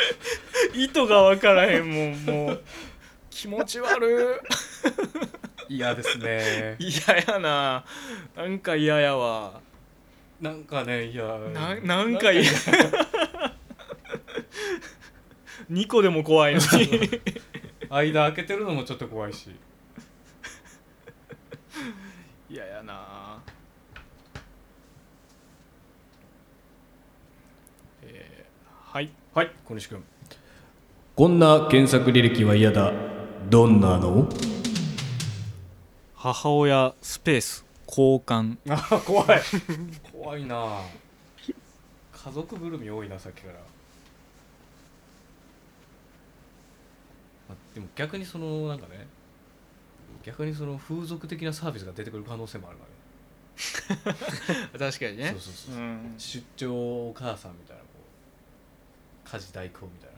S2: い意図が分からへんもうもう気持ち悪
S1: 嫌ですね
S2: い嫌やななんか嫌やわ
S1: なんかねいや
S2: ななんか嫌2個でも怖いのに
S1: 間開けてるのもちょっと怖いし
S2: 嫌やなえーはい
S1: はい 小西君
S3: こんな検索履歴は嫌だどんなの
S2: 母親スペース交換
S1: あー怖い怖いな家族ぐるみ多いなさっきから、まあ、でも逆にそのなんかね逆にその風俗的なサービスが出てくる可能性もあるからね
S2: 確かにね
S1: そうそうそう、
S2: うん
S1: 出張お母さんみたいなこう家事代行みたいなね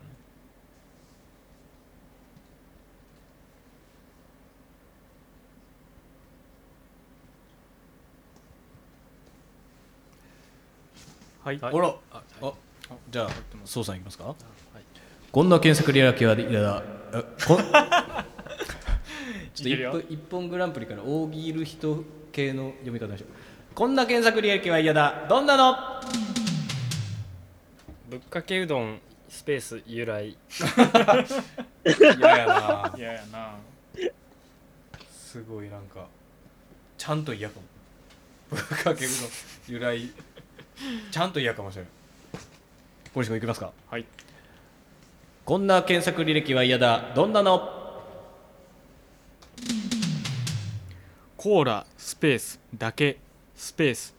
S2: はい
S1: あらああじゃあ
S3: 蘇さんいきますか
S2: はい
S3: こんな検索履歴は嫌だえ こん
S1: ちょっと
S2: いける
S1: 一
S2: よ
S1: 本一本グランプリから扇いる人系の読み方でしょこんな検索履歴は嫌だどんなの
S5: ぶっかけうどんスペース由来
S1: 嫌やな
S2: 嫌やな
S1: すごいなんかちゃんと嫌かもぶっか けるの由来ちゃんと嫌かもしれない小西君いきますか
S2: はい
S3: こんな検索履歴は嫌だどんなの
S2: コーラスペースだけスペース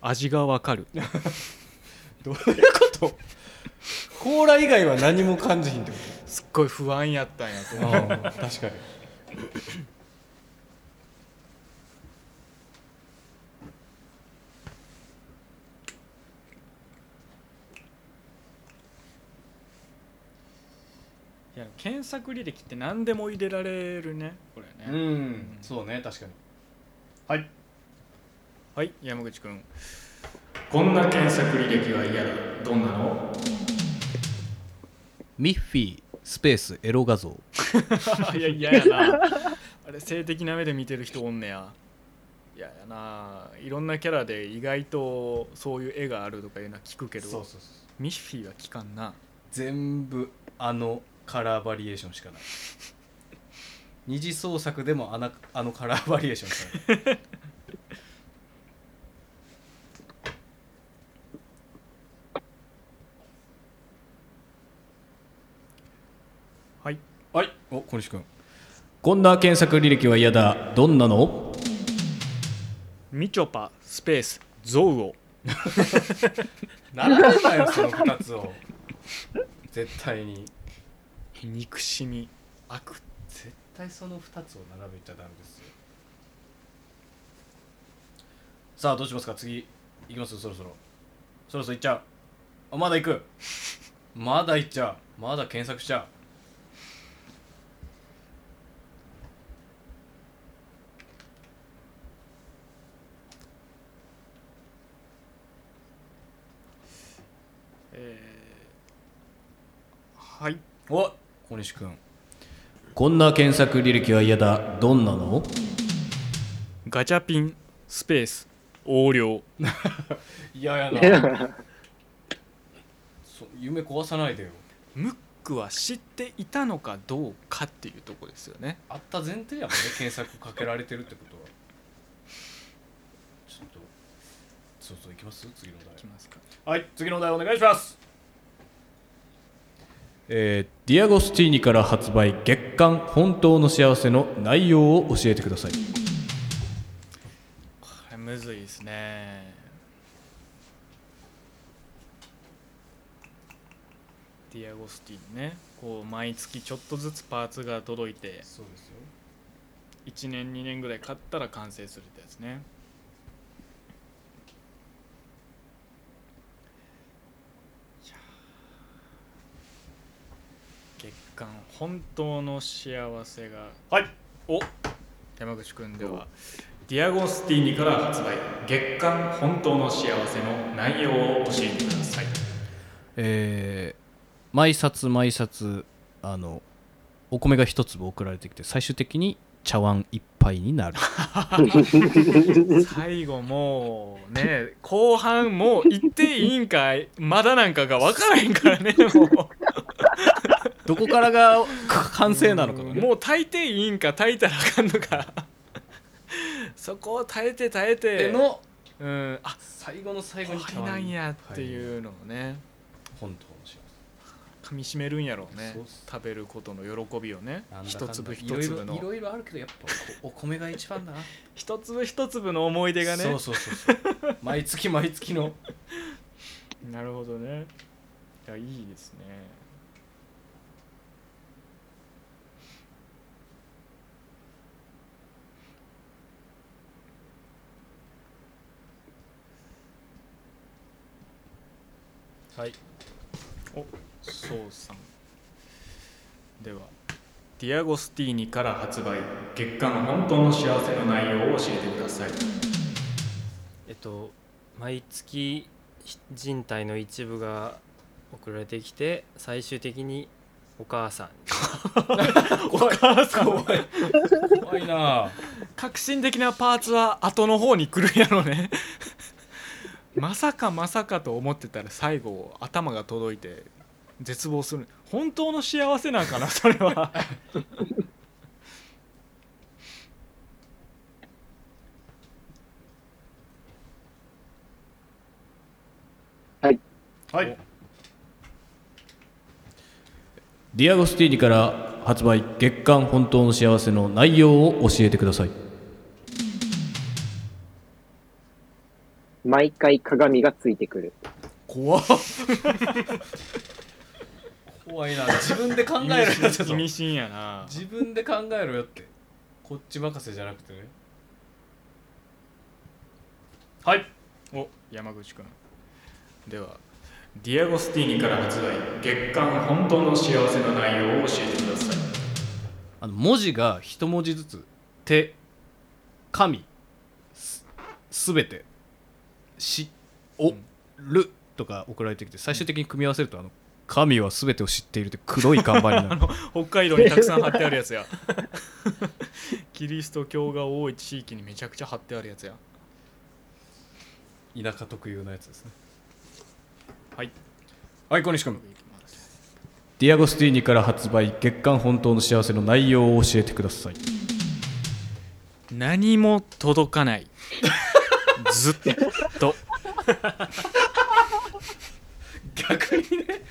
S2: 味がわかる
S1: どういうことコーラ以外は何も感じひんってこ
S2: すっごい不安やったんや
S1: と
S2: と思う
S1: ああ確かに
S2: いや検索履歴って何でも入れられるねこれ
S1: う
S2: ね
S1: んそうね確かにはい
S2: はい山口くん
S8: こんな検索履歴は嫌だどんなの
S3: ミッフィースペースエロ画像
S2: あ いや嫌やな あれ性的な目で見てる人おんねや嫌やないろんなキャラで意外とそういう絵があるとかいうのは聞くけ
S1: そうそう
S2: ど
S1: そう
S2: ミッフィーは聞かんな
S1: 全部あのカラーバリエーションしかない二次創作でもあのあのカラーバリエーションしかない
S2: はい
S1: はいお小西君
S3: こんな検索履歴は嫌だどんなの
S2: みちょぱスペースゾウオ
S1: 並べたよその2つを絶対に
S2: 憎しみ悪
S1: 絶対その2つを並べちゃダメですよさあどうしますか次いきますそろそろそろそろ行っちゃうあまだ行くまだ行っちゃうまだ検索しちゃう
S2: はい
S1: お小西君こんな検索履歴は嫌だどんなの
S2: ガチャピンスペース横領
S1: 嫌ややな そ夢壊さないでよ
S2: ムックは知っていたのかどうかっていうとこですよね
S1: あった前提やもんね検索かけられてるってことはちょっとそうそういきます次のお題
S2: いきますか
S1: はい次のお題お願いします
S3: えーディアゴスティーニから発売月刊「本当の幸せ」の内容を教えてください
S2: これむずいですねディアゴスティンねこう毎月ちょっとずつパーツが届いて
S1: そうですよ
S2: 1年2年ぐらい買ったら完成するってやつねいやー月間本当の幸せが
S1: はい
S2: お山口君では「ディアゴスティーニ」から発売月刊本当の幸せの内容を教えてください
S1: えー毎冊毎冊あのお米が一粒送られてきて最終的に茶碗一杯に なる
S2: 最後もうね後半もう行っていいんかいまだなんかが分からへんからねも
S1: どこからが完成なのか
S2: う
S1: がね
S2: もう炊いていいんか炊いたらあかんのか そこを耐えて耐えて
S1: の
S2: うんあ
S1: 最後の最後に
S2: これなんやっていうのをね
S1: 本当の幸せ
S2: 噛みしめるんやろうね
S1: そうっす
S2: 食べることの喜びをね
S1: なんだかん
S2: 一
S1: だ
S2: 粒一
S1: いろ
S2: 粒
S1: いろい
S2: の
S1: ろいろあるけどやっぱおお米が一番だな
S2: 一粒一粒の思い出がね
S1: そうそうそうそう毎月毎月の
S2: なるほどねいやいいですね
S1: はい
S2: おそうさんではディアゴスティーニから発売月間本当の幸せの内容を教えてください
S5: えっと毎月ひ人体の一部が送られてきて最終的にお母さんに
S1: お母さん怖い怖いなあ
S2: 革新的なパーツは後の方に来るんやろね まさかまさかと思ってたら最後頭が届いて絶望する本当の幸せなんかなそれは
S1: はい
S3: ディアゴスティーニから発売月刊本当の幸せの内容を教えてください
S9: 毎回鏡がついてくる。
S1: 怖っ怖いな自分 で考えろよ ちょっと
S2: 意味深やな
S1: 自分で考えろよってこっち任せじゃなくてねはい
S2: お山口君ではディアゴスティーニから発売月刊本当の幸せの内容を教えてください
S1: あの文字が一文字ずつ「手」「神」す「すべて」「し」「お」「る」とか送られてきて最終的に組み合わせると「あの神はすべてを知っている」って黒い看板になる
S2: 北海道にたくさん貼ってあるやつやキリスト教が多い地域にめちゃくちゃ貼ってあるやつや
S1: 田舎特有のやつですね
S2: はい
S1: はい小西君
S3: ディアゴスティーニから発売月刊本当の幸せの内容を教えてください
S2: 何も届かないずっと
S1: 逆にね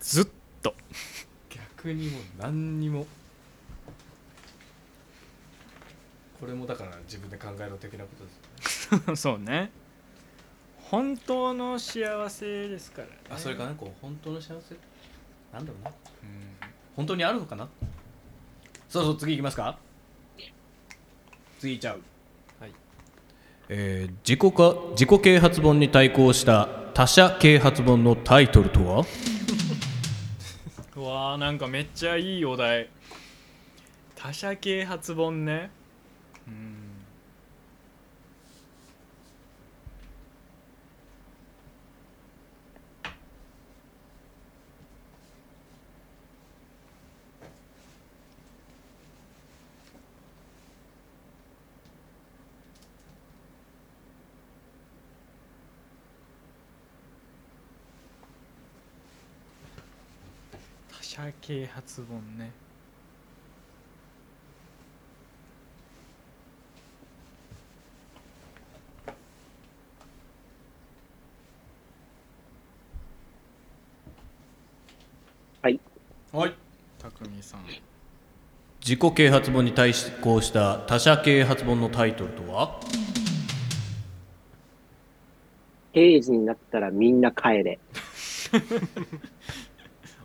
S2: ずっと
S1: 逆にもう何にもこれもだから自分で考えろ的なことですよね
S2: そうね本当の幸せですからね
S1: あそれかなこう本当の幸せなんだろうな
S2: うん
S1: 本当にあるのかなそうそう次いきますか次いっちゃう
S3: えー自己化自己啓発本に対抗した他者啓発本のタイトルとは
S2: うわーなんかめっちゃいいお題他者啓発本ねうん他者啓発本ね
S10: はい
S2: はい匠さん
S3: 自己啓発本に対抗した他者啓発本のタイトルとは
S10: 定時になったらみんな帰れ。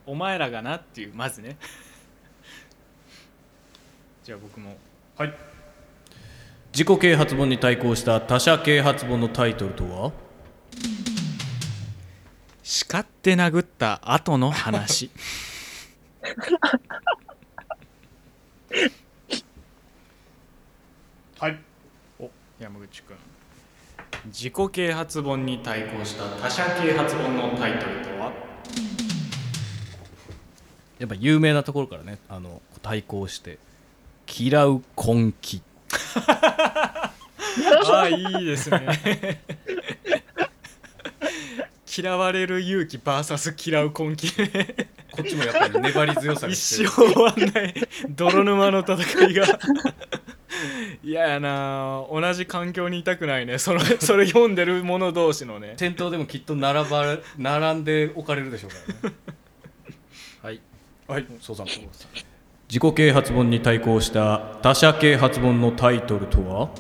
S2: お前らがなっていうまずね じゃあ僕もはい
S3: 自己啓発本に対抗した他者啓発本のタイトルとは
S2: 叱って殴った後の話はいお山口君自己啓発本に対抗した他者啓発本のタイトルとは
S3: やっぱ有名なところからねあの対抗して「嫌う根気
S2: ああいいですね 嫌われる勇気 VS 嫌う根気ね」
S1: こっちもやっぱり粘り強さが必
S2: 一生
S1: 要
S2: 終わんない泥沼の戦いが 嫌やな同じ環境にいたくないねそのそれ読んでる者同士の ね
S1: 店頭でもきっと並ばれ並んで置かれるでしょうからね
S5: はい
S1: はいそうさん
S3: 自己啓発本に対抗した他者啓発本のタイトルとは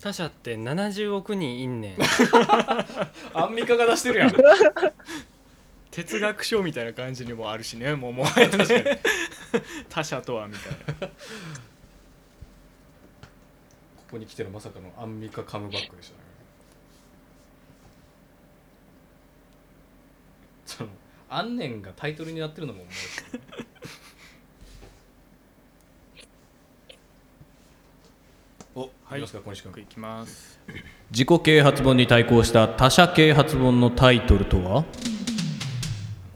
S5: 他者って70億人いんねん
S1: アンミカが出してるやん
S2: 哲学書みたいな感じにもあるしねもうもはや ね 他者とはみたいな
S1: ここに来てるまさかのアンミカカムバックでしたねその「あんねん」がタイトルになってるのも面白いお、はい、いきますか小西君
S2: 僕いきます
S3: 自己啓発本に対抗した他者啓発本のタイトルとは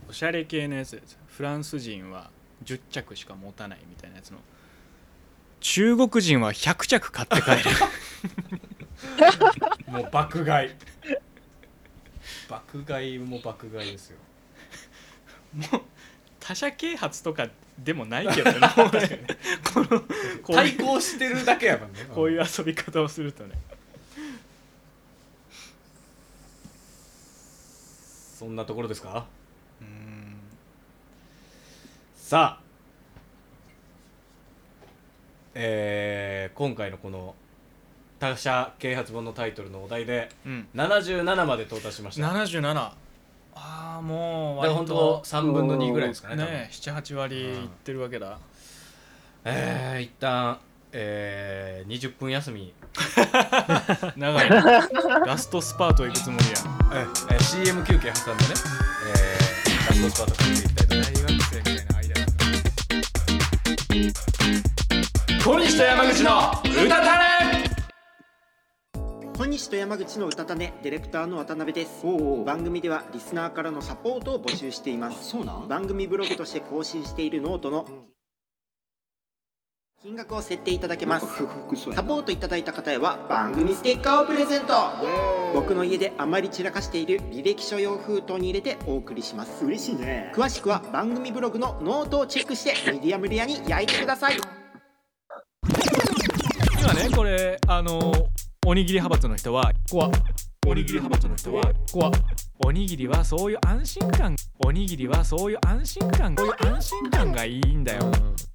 S2: おしゃれ系のやつですフランス人は10着しか持たないみたいなやつの中国人は100着買って帰る
S1: もう爆買い爆買いも爆買いですよ
S2: 他者啓発とかでもない けどねもうねこのこうい
S1: 対
S2: う
S1: 抗してるだけやもんね
S2: こういう遊び方をするとね
S1: そんなところですか
S2: うん
S1: さあえー今回のこの他社啓発本のタイトルのお題で
S2: うん
S1: 77まで到達しましただか
S2: 77ああもう
S1: ら本当3分の2ぐらいですかね多分
S2: ね78割いってるわけだ
S1: えー、一旦えー、20分休み、
S2: 長いなラストスパート行くつもりや
S1: えー、CM 休憩挟んでね、えー、ラストスパート組んでいきたいと思います
S2: 大学生みたいな間だから
S4: 小西と山口の歌たねディレクターの渡辺です番組ではリスナーからのサポートを募集しています番組ブログとして更新しているノートの金額を設定いただけますサポートいただいた方へは番組ステッカーをプレゼント僕の家であまり散らかしている履歴書用封筒に入れてお送りします嬉しいね詳しくは番組ブログのノートをチェックしてミディアムレアに焼いてください
S2: 今ねこれあのおにぎり派閥の人は怖おにぎり派閥の人は怖おにぎりはそういう安心感おにぎりはそういう安心感こういう安心感がいいんだよ
S11: っ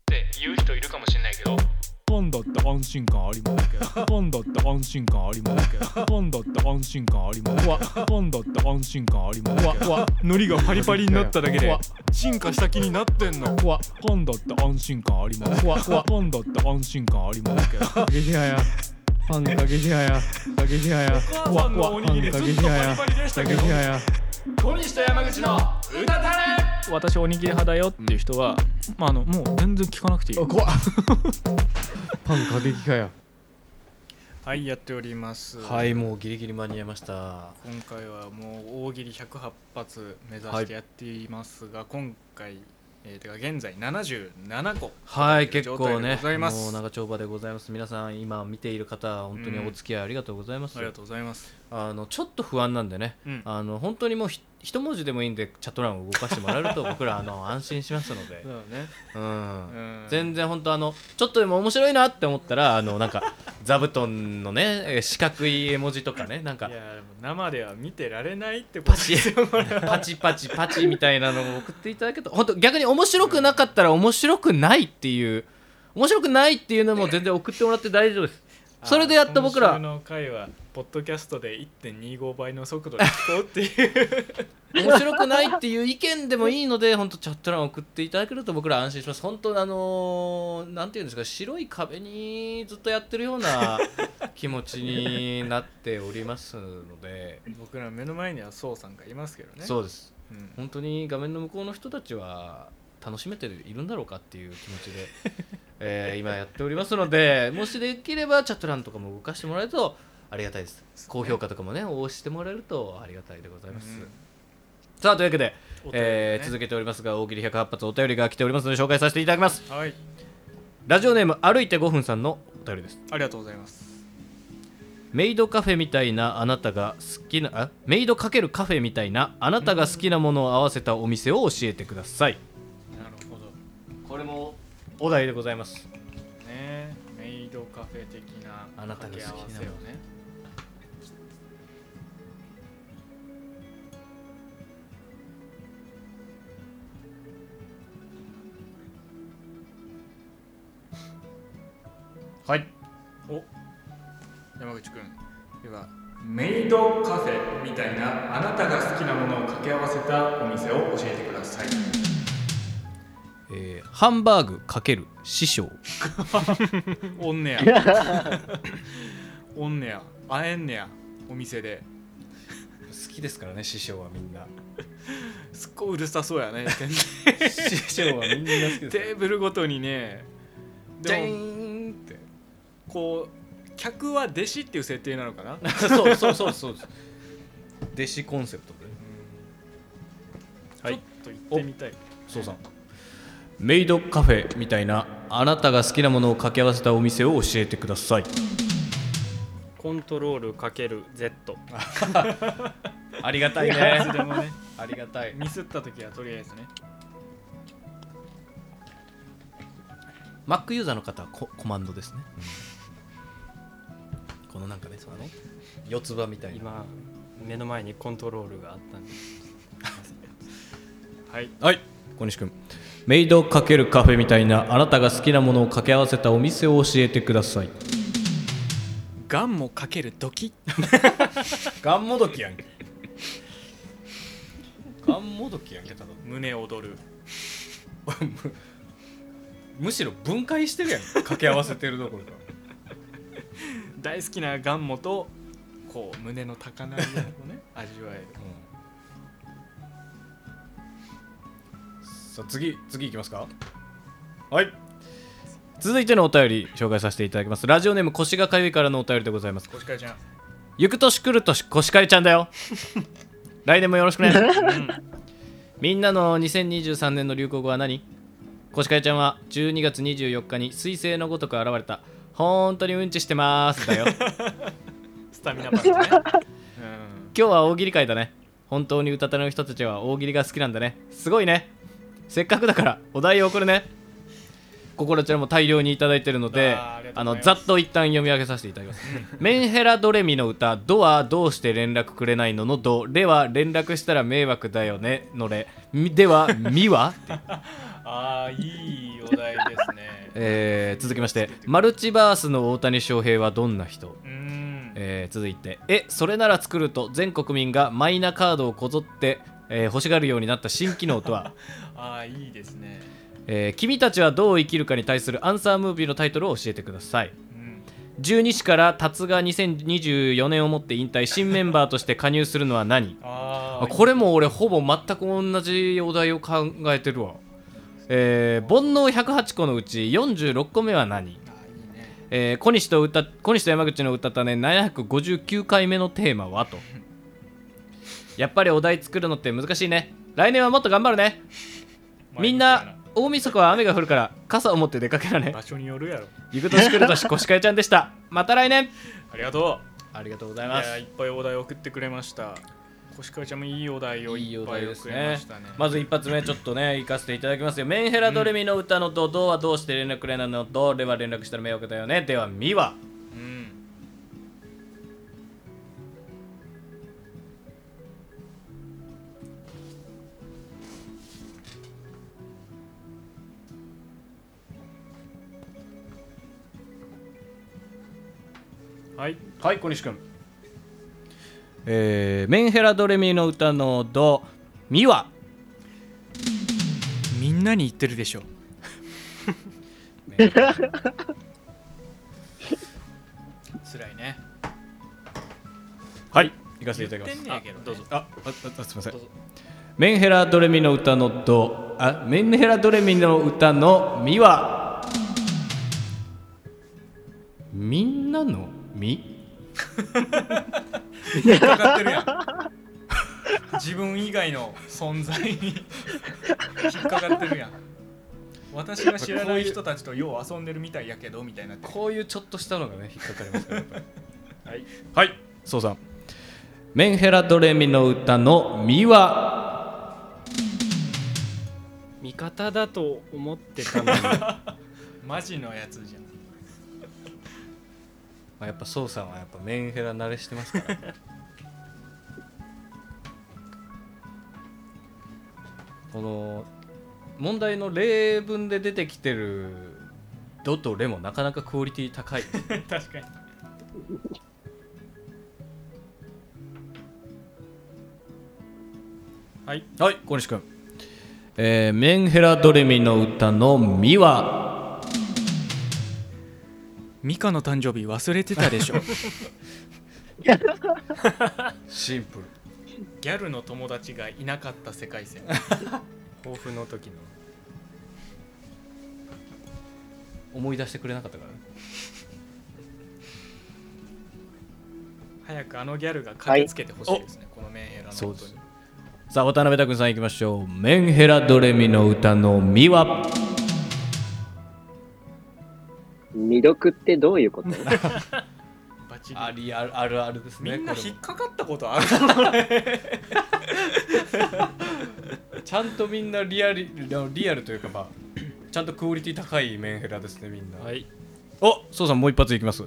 S11: て言う人いるかもしれないけど
S2: ポンドって安心感ありますけどポンドって安心感ありますけどポンドって安心感ありますわポンドって安心感ありますけどわ海苔がパリパリになっただけで進化した気になってんのわポンドって安心感ありますわポンドって安心感ありますけどいやいや
S1: パンかけじはやかけじはや
S8: お母さんのおにぎり
S1: パン
S8: ずっと
S1: かけじは
S8: パ
S1: や
S8: リパリでしたけど
S1: かけじはや
S8: 小西と山口の歌たれ
S2: 私おにぎり派だよっていう人は、まあ、あのもう全然聞かなくていい
S1: 怖っパン過激かや
S2: はいやっております
S1: はいもうギリギリ間に合いました
S2: 今回はもう大喜利108発目指してやっていますが、今回、えー、てか現在77個
S1: はい
S2: という
S1: 結
S2: 状
S1: 構
S2: 態で
S1: ね
S2: ございます
S1: もう長丁場でございます皆さん今見ている方本当にお付き合いありがとうございます、
S2: ありがとうございます
S1: あのちょっと不安なんでね、
S2: うん
S1: あの本当にもうひ一文字でもいいんでチャット欄を動かしてもらえ ると僕らあの安心しますので
S2: そうだね
S1: うん全然本当あのちょっとでも面白いなって思ったらあのなんか座布団のねえー四角い絵文字とかねなんか
S2: いやでも生では見てられないってことですよこれ は
S1: パチパチパチみたいなのを送っていただけた本当逆に面白くなかったら面白くないっていう面白くないっていうのも全然送ってもらって大丈夫ですそれでやっと僕
S2: 今
S1: ら
S2: 週の回はポッドキャストで1.25倍の速度で聞こうって いう
S1: 面白くないっていう意見でもいい ので本当チャット欄送っていただけると僕ら安心します本当あのーなんていうんですか白い壁にずっとやってるような気持ちになっておりますので
S2: 僕ら目の前には宋さんがいますけどね
S1: そうです、
S2: うん
S1: 本当に画面の向こうの人たちは楽しめているんだろうかっていう気持ちで、 えー今やっておりますのでもしできればチャット欄とかも動かしてもらえるとありがたいです高評価とかもね押してもらえるとありがたいでございます、さあというわけで、
S3: お便りね
S1: えー続けておりますが大喜利108発お便りが来ておりますので紹介させていただきます
S2: はい
S1: ラジオネーム歩いて5分さんのお便りです
S2: ありがとうございます
S1: メイドカフェみたいなあなたが好きなあメイドかけるカフェみたいなあなたが好きなものを合わせたお店を教えてください
S2: なるほど
S1: これもお題でございます
S2: ねメイドカフェ的な
S1: あなたの好きなもの
S2: 掛け合わせをね
S1: はい
S2: お山口君では
S8: メイドカフェみたいなあなたが好きなものを掛け合わせたお店を教えてください
S1: えーハンバーグかける師匠
S2: おんねやおんねや会えんねやお店で
S1: 好きですからね師匠はみんな
S2: すっごいうるさそうやね
S1: 師匠はみんな好きです
S2: テーブルごとにね
S1: ジャイ
S2: ンってこう客は弟子っていう設定なのかな
S1: そうそうそうそうです弟子コンセプトで
S2: はいちょっと行ってみたい
S1: そうさんメイドカフェみたいなあなたが好きなものを掛け合わせたお店を教えてください
S5: コントロールかける Z
S1: ありがたい
S2: いや
S1: ね
S2: いつでもね
S1: ありがたい
S2: ミスった時はとりあえずね
S1: マックユーザーの方はココマンドですね、このなんかねそのね四つ葉みたいな
S5: 今目の前にコントロールがあったんで
S2: はい
S1: はい小西君メイド×カフェみたいなあなたが好きなものを掛け合わせたお店を教えてください
S2: ガンもかけるドキ
S1: ガンもどきやんけガンもどきやんけただ
S2: 胸躍る
S1: むしろ分解してるやん掛け合わせてるどころか
S2: 大好きなガンモとこう胸の高鳴りをね味わえる
S1: さあ次次いきますかはい続いてのお便り紹介させていただきますラジオネーム腰がかゆいからのお便りでございます
S2: コシカちゃん
S1: ゆく年来る年腰かゆちゃんだよ 来年もよろしくね、みんなの2023年の流行語は何腰かゆちゃんは12月24日に彗星のごとく現れた本当にうんちしてますだよ
S2: スタミナパンチね
S1: 今日は大喜利会だね本当に歌たれの人たちは大喜利が好きなんだねすごいねせっかくだからお題を送るねここらちらも大量にいただいてるので
S2: あーあ
S1: あ
S2: りがとうござい
S1: の
S2: ます
S1: ざっと一旦読み上げさせていただ きますメンヘラドレミの歌「ドはどうして連絡くれないの?」の「ド」「レ」は連絡したら迷惑だよねの「レ」みでは「ミ は
S2: ああいいお題ですね
S1: えー続きましてマルチバースの大谷翔平はどんな人えー続いてえそれなら作ると全国民がマイナカードをこぞって、えー欲しがるようになった新機能とは、
S2: ああいいですね
S1: えー君たちはどう生きるかに対するアンサームービーのタイトルを教えてください、十二支から達が2024年をもって引退新メンバーとして加入するのは何これも俺ほぼ全く同じお題を考えてるわ、えー煩悩108個のうち46個目は何えー小西と歌小西と山口の歌ったね759回目のテーマはとやっぱりお題作るのって難しいね来年はもっと頑張るねみんな大晦日は雨が降るから傘を持って出かけられ
S2: 場所によるやろ
S1: ゆく年来る年、コシカエちゃんでした。また来年
S2: ありがとう
S1: ありがとうござい
S2: い
S1: ま
S2: や
S1: す
S2: い。っぱいお題送ってくれましたコシカちゃんもいいお題を
S1: いい
S2: い
S1: お
S2: っぱい
S1: 題
S2: 送
S1: で
S2: り
S1: すね
S2: ましたね
S1: まず一発目ちょっとね行かせていただきますよメンヘラドレミの歌のと、ドはどうして連絡くれないのドレは連絡したら迷惑だよねではミは
S2: うんはい
S1: はい小西君えー、メンヘラドレミの歌のドミは
S2: みんなに言ってるでしょつらいね
S1: はい行かせていただき
S2: 言
S1: ま
S2: って
S1: す
S2: んねやけど、ね、どうぞ
S1: あああすみませんメンヘラドレミの歌のドあメンヘラドレミの歌のミはみんなのミ
S2: 引っかかってるやん 自分以外の存在に 引っかかってるやん私が知らない人たちとよう遊んでるみたいやけどみたいになってる
S1: こういうちょっとしたのがね引っかかりますからやっぱり
S2: はい
S1: はいそうさん メンヘラドレミの歌のミは
S5: 味方だと思って たのに
S2: マジのやつ じゃん
S1: まあやっぱそうさんはやっぱメンヘラ慣れしてますから この問題の例文で出てきてる「ド」と「レ」もなかなかクオリティ高い
S2: 確かにはい
S1: はい小西君えー、メンヘラドレミの歌の「ミ」は
S2: ミカの誕生日忘れてたでしょ
S1: シンプル
S2: ギャルの友達がいなかった世界線
S5: 抱負の時の
S1: 思い出してくれなかったからね
S2: 早くあのギャルが駆けつけてほしいですね、このメンヘラの
S1: そう
S2: こ
S1: で
S2: とに
S1: すさあ渡辺拓さんいきましょうメンヘラドレミの歌の「ミ」は
S9: 未読ってどういうこと
S2: バチリ
S1: ありあるあるあるですね
S2: みんな
S1: これも
S2: 引っかかったこ とあるからね
S1: ちゃんとみんなリアリリアルというかまあちゃんとクオリティ高いメンヘラですねみんな
S5: はい
S1: おそうさんもう一発いきます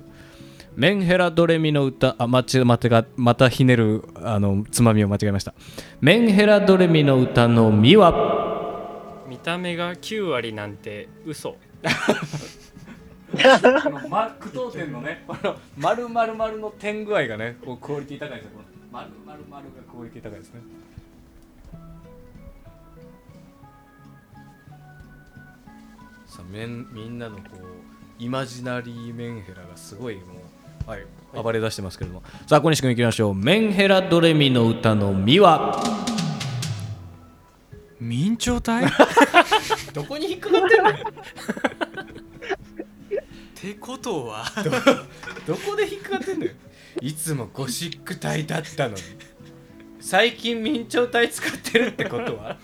S1: メンヘラドレミの歌あ間違間違またひねるあのつまみを間違えましたメンヘラドレミの歌の「ミ」は
S5: 見た目が9割なんて嘘
S1: あの、ま、句読点のねこの丸丸丸の点具合がねこうクオリティ高いですよこの丸丸丸がクオリティ高いですねさあめんみんなのこうイマジナリーメンヘラがすごいもう、はい、暴れ出してますけれども、さあ小西君いきましょうメンヘラドレミの歌の「ミ」は
S2: 明朝体
S1: どこに引っかかってるの
S2: ってことは
S1: どこで引っかかってんのよいつもゴシック体だったのに最近明朝体使ってるってことは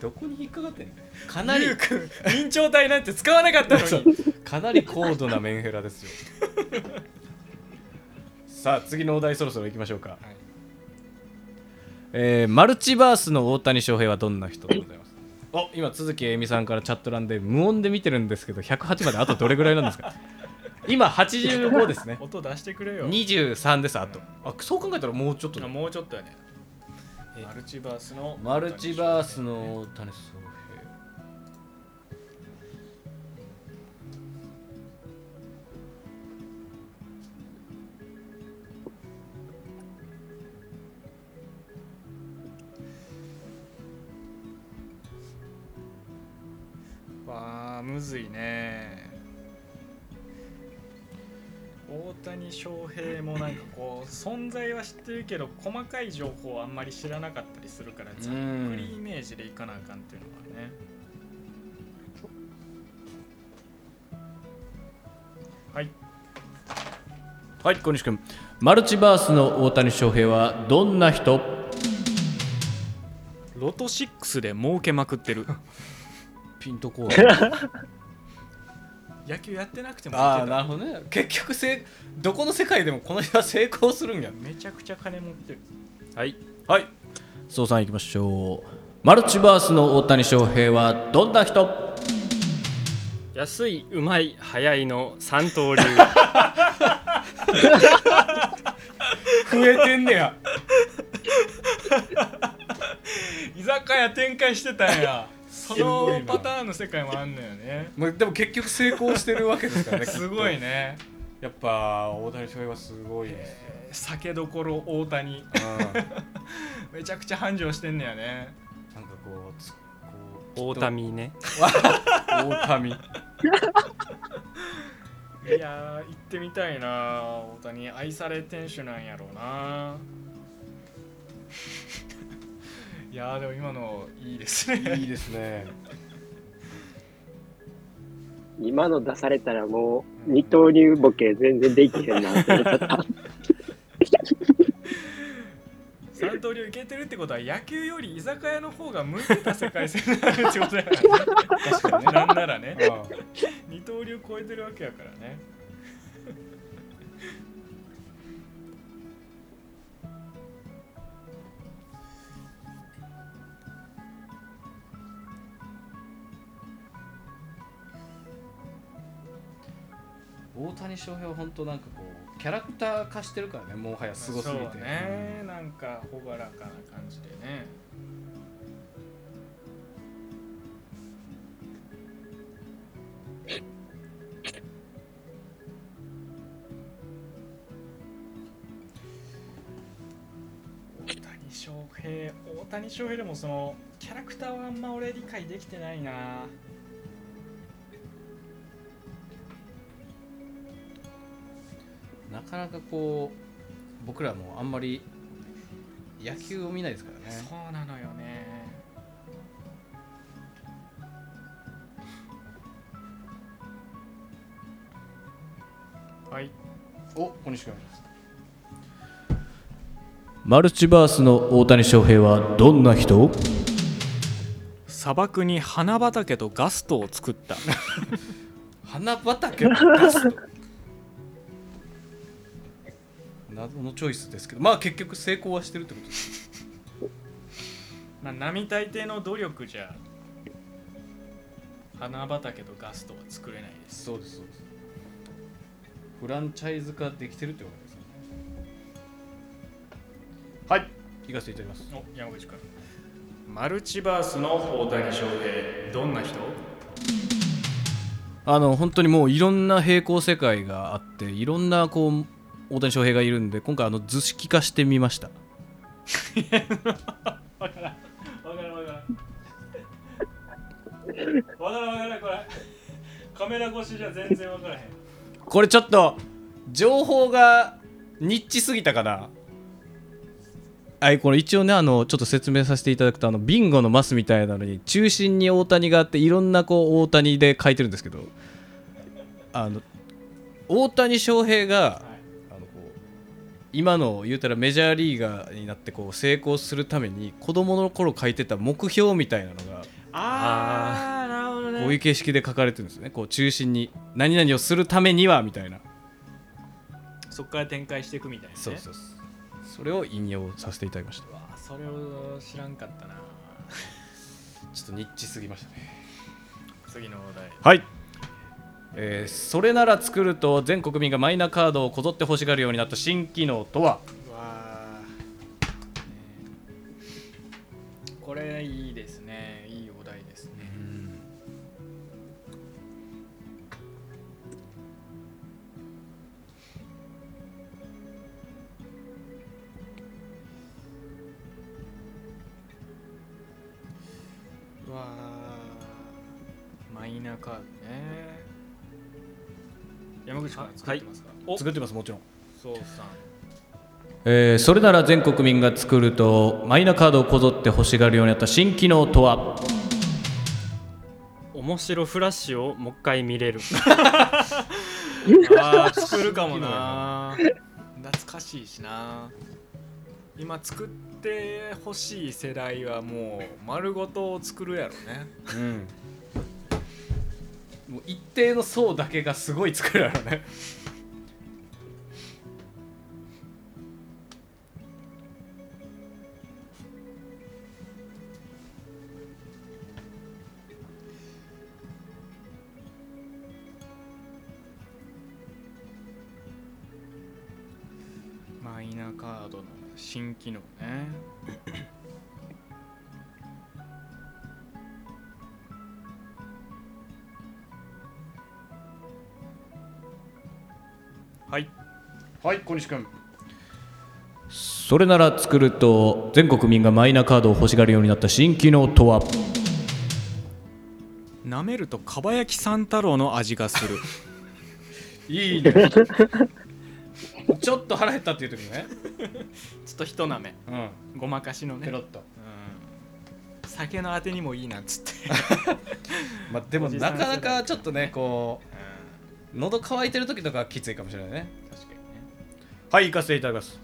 S1: どこに引っかかってんのかなり
S2: ゆうくん明朝体なんて使わなかったのに
S1: かなり高度なメンヘラですよさあ次のお題そろそろ行きましょうか、えーマルチバースの大谷翔平はどんな人でございますお今都築恵美さんからチャット欄で無音で見てるんですけど108まであとどれぐらいなんですか 今85ですね
S2: 音出してくれよ
S1: 23ですあとあそう考えたらもうちょっとだ
S2: もうちょっとやねマルチバースの
S1: マルチバースの大谷翔
S2: わあむずいね谷翔平もなんかこう存在は知ってるけど細かい情報はあんまり知らなかったりするからざっくりイメージでいかなあかんっていうのがねはい
S3: はい小西君マルチバースの大谷翔平はどんな人
S2: ロト6で儲けま くってる
S3: ピンとこう
S2: 野球やってなくても
S1: ああなるほどね結局せいどこの世界でもこの人は成功するんや
S2: めちゃくちゃ金持ってる
S3: はいはい総さんいきましょうマルチバースの大谷翔平はどんな人
S5: 安いうまい早いの三刀 流
S6: 増えてんねや
S2: 居酒屋展開してたん やそのパターンの世界もあんのよね
S1: まあでも結局成功してるわけです からね
S2: すごいね
S1: やっぱ大谷翔平はすごいですよ
S2: 酒どころ大谷 めちゃくちゃ繁盛してんのよね
S1: なんかこうつこう
S5: 大谷ね
S1: 大谷
S2: いやー行ってみたいな大谷愛され店主なんやろう ないやーでも今のいいですね
S1: いいですね
S9: 今の出されたらもう二刀流ボケ全然できへんなって思っちゃった
S2: 三刀流いけてるってことは野球より居酒屋の方が向いてた世界線になるってことやからね
S1: 確かにね
S2: なんならね二刀流超えてるわけやからね
S1: 大谷翔平は本当なんかこうキャラクター化してるからねもはやすごすぎて、
S2: そうねなんか朗らかな感じでね大谷翔平大谷翔平でもそのキャラクターはあんま俺理解できてないな
S1: なかなかこう僕らもあんまり野球を見ないですからね
S2: そうなのよねはい
S1: お小西君
S3: マルチバースの大谷翔平はどんな人
S2: 砂漠に花畑とガストを作った
S1: 花畑 を出すと謎のチョイスですけどまあ結局成功はしてるってことです
S2: まあ並大抵の努力じゃ花畑とガストは作れないです
S1: そうですそうですフランチャイズ化できてるってことですねはい行かせていただきます
S2: お山口君マルチバースの大谷翔平どんな人
S3: あの本当にもういろんな平行世界があっていろんなこう大谷翔平がいるんで今回あの図式化してみました
S2: わからんわからんわからんわからんわからんこれカメラ越しじゃ全然わからへん
S1: これちょっと情報がニッチすぎたかなはいこれ一応ねあのちょっと説明させていただくとあのビンゴのマスみたいなのに中心に大谷があっていろんなこう大谷で書いてるんですけどあの大谷翔平があのこう今の言うたらメジャーリーガーになってこう成功するために子供の頃書いてた目標みたいなのが
S2: あーなるほど
S1: こういう形式で書かれてるんですねこう中心に何々をするためにはみたいな
S2: そこから展開していくみたいなね
S1: そうそうそうそれを引用させていただきました
S2: うわそれを知らんかったな
S1: ちょっとニッチすぎましたね
S2: 次のお題
S1: はい、えーそれなら作ると全国民がマイナカードをこぞって欲しがるようになった新機能とは
S2: うわー、ねこれいいですねいいお題ですねうわーマイナカードね山口君作ってますか、
S5: はい
S3: 作ってますもちろん
S2: そうさん
S3: えーそれなら全国民が作るとマイナカードをこぞって欲しがるようになった新機能とは
S5: 面白フラッシュをもう一回見れる
S2: あー作るかもな 懐かしいしな今作ってほしい世代はもう丸ごと作るやろね
S1: うんもう一定の層だけがすごい作るやろね
S2: マイナカードの新機能ねはい
S6: はい小西君
S3: それなら作ると全国民がマイナカードを欲しがるようになった新機能とは
S2: 舐めるとかば焼き三太郎の味がす る
S1: いいねちょっと腹減ったっていう時 ね
S2: ちょっとひと舐め
S1: うん
S2: ごまかしのね
S1: ペロッと
S2: うん酒のあてにもいいなっつって
S1: まあでも
S2: おじさ
S1: なんかなかちょっとねこう喉乾いてる時とかはきついかもしれないね
S2: 確かにね
S1: はい行かせていただきます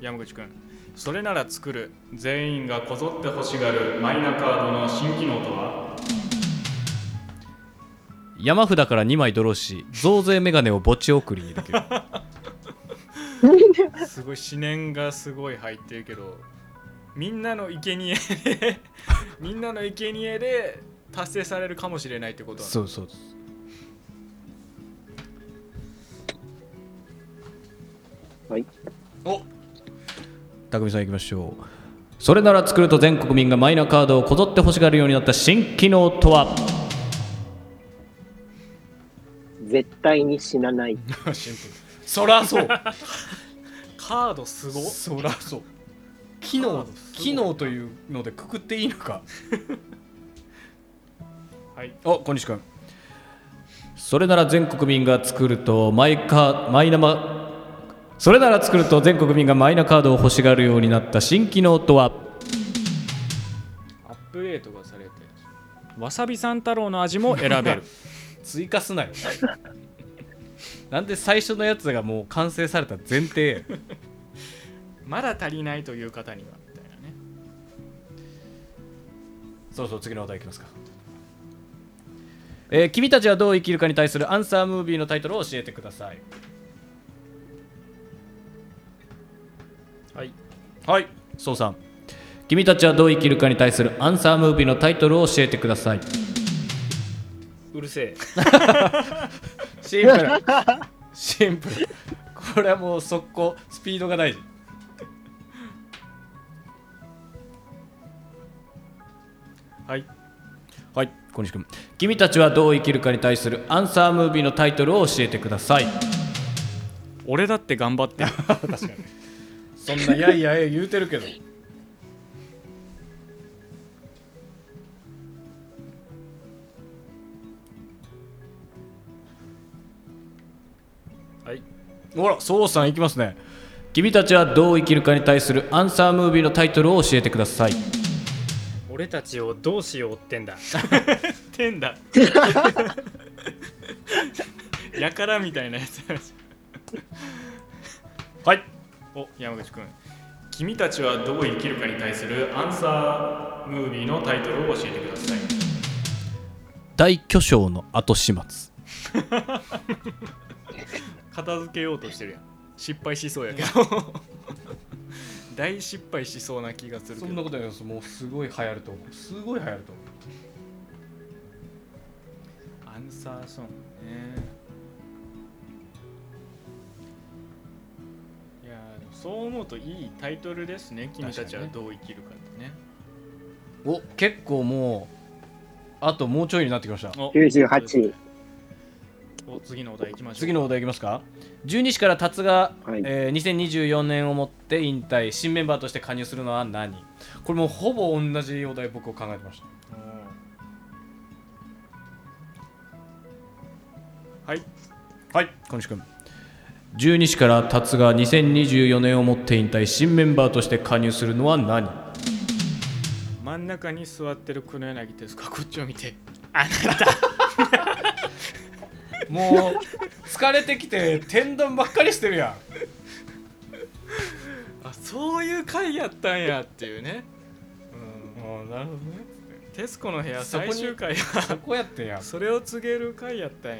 S2: 山口君それなら作る全員がこぞって欲しがるマイナカードの新機能とは
S3: 山札から2枚ドローし増税メガネを墓地送りにできる
S2: すごい思念がすごい入ってるけどみんなの生贄でみんなの生贄で達成されるかもしれないってことなの
S3: そうそう
S9: はい
S2: お
S3: 匠さん行きましょうそれなら作ると全国民がマイナカードをこぞって欲しがるようになった新機能とは
S9: 絶対に死な ない。
S2: シンプル
S1: そらそう
S2: カードすご
S1: そらそう機能機能というのでくくっていいのか
S2: はい
S1: お小西君
S3: それなら全国民が作るとマイカマイナマそれなら作ると全国民がマイナカードを欲しがるようになった新機能とは
S2: アップデートがされてわさび三太郎の 味も選べる
S1: 追加すなよなんで最初のやつがもう完成された前提
S2: まだ足りないという方にはみたいなね
S1: そろそろ次の話題いきますか、えー君たちはどう生きるかに対するアンサームービーのタイトルを教えてください
S5: はい
S1: はい
S3: そうさん君たちはどう生きるかに対するアンサームービーのタイトルを教えてくださいう
S5: るせえ
S1: シンプルシンプルこれはもう速攻スピードが大事
S2: はい
S3: はい小西君君たちはどう生きるかに対するアンサームービーのタイトルを教えてください
S2: 俺だって頑張 ってる
S1: そんなやいやい言うてるけど
S5: はい
S1: ほらそうさんいきますね
S3: 君たちはどう生きるかに対するアンサームービーのタイトルを教えてください
S5: 俺たちをどうしようってんだ
S2: てんだ やからみたいなやつ
S1: はい
S2: お山口君君たちはどう生きるかに対するアンサームービーのタイトルを教えてください
S3: 大巨匠の後始末
S2: 片付けようとしてるやん失敗しそうやけ ど大失敗しそうな気がする
S1: そ
S2: け
S1: んなこ
S2: ど
S1: とないですもうすごい流行ると思うすごい流行ると思う
S2: アンサーソングねいやーでもそう思うといいタイトルですね君たちはどう生きるかってね
S1: お結構もうあともうちょいになってきました
S2: お
S9: 98位。
S2: お次のお題いきましょう
S1: 次のお題いきますか12時から達が、
S9: はい
S1: えー2024年をもって引退新メンバーとして加入するのは何これもうほぼ同じお題僕を考えてました
S2: はい
S1: はい小西君
S3: 十二支から達が2024年をもって引退新メンバーとして加入するのは何
S2: 真ん中に座ってる黒柳ですかこっちを見てあなた
S1: もう疲れてきて天丼ばっかりしてるやん
S2: あそういう回やったんやっていうね
S1: うんなるほどね
S2: 徹子の部屋
S1: そこに
S2: 最終回や
S1: そこやってんや
S2: それを告げる回やったんや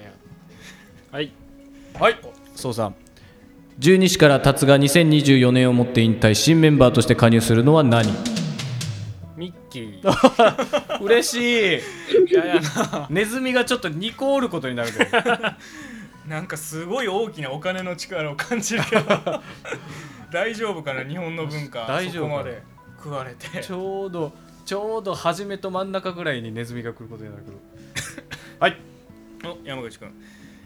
S1: はい
S2: はい
S3: そうさん十二支から達が2024年をもって引退新メンバーとして加入するのは何
S5: ミッキ
S1: ー嬉しい
S2: ややな
S1: ネズミがちょっと2個おることになるけど
S2: なんかすごい大きなお金の力を感じる けど大丈夫かな日本の文化
S1: 大丈夫
S2: そこ
S1: かな
S2: まで食われて
S1: ちょうどちょうど初めと真ん中ぐらいにネズミが来ることになるけどはい
S2: お山口君、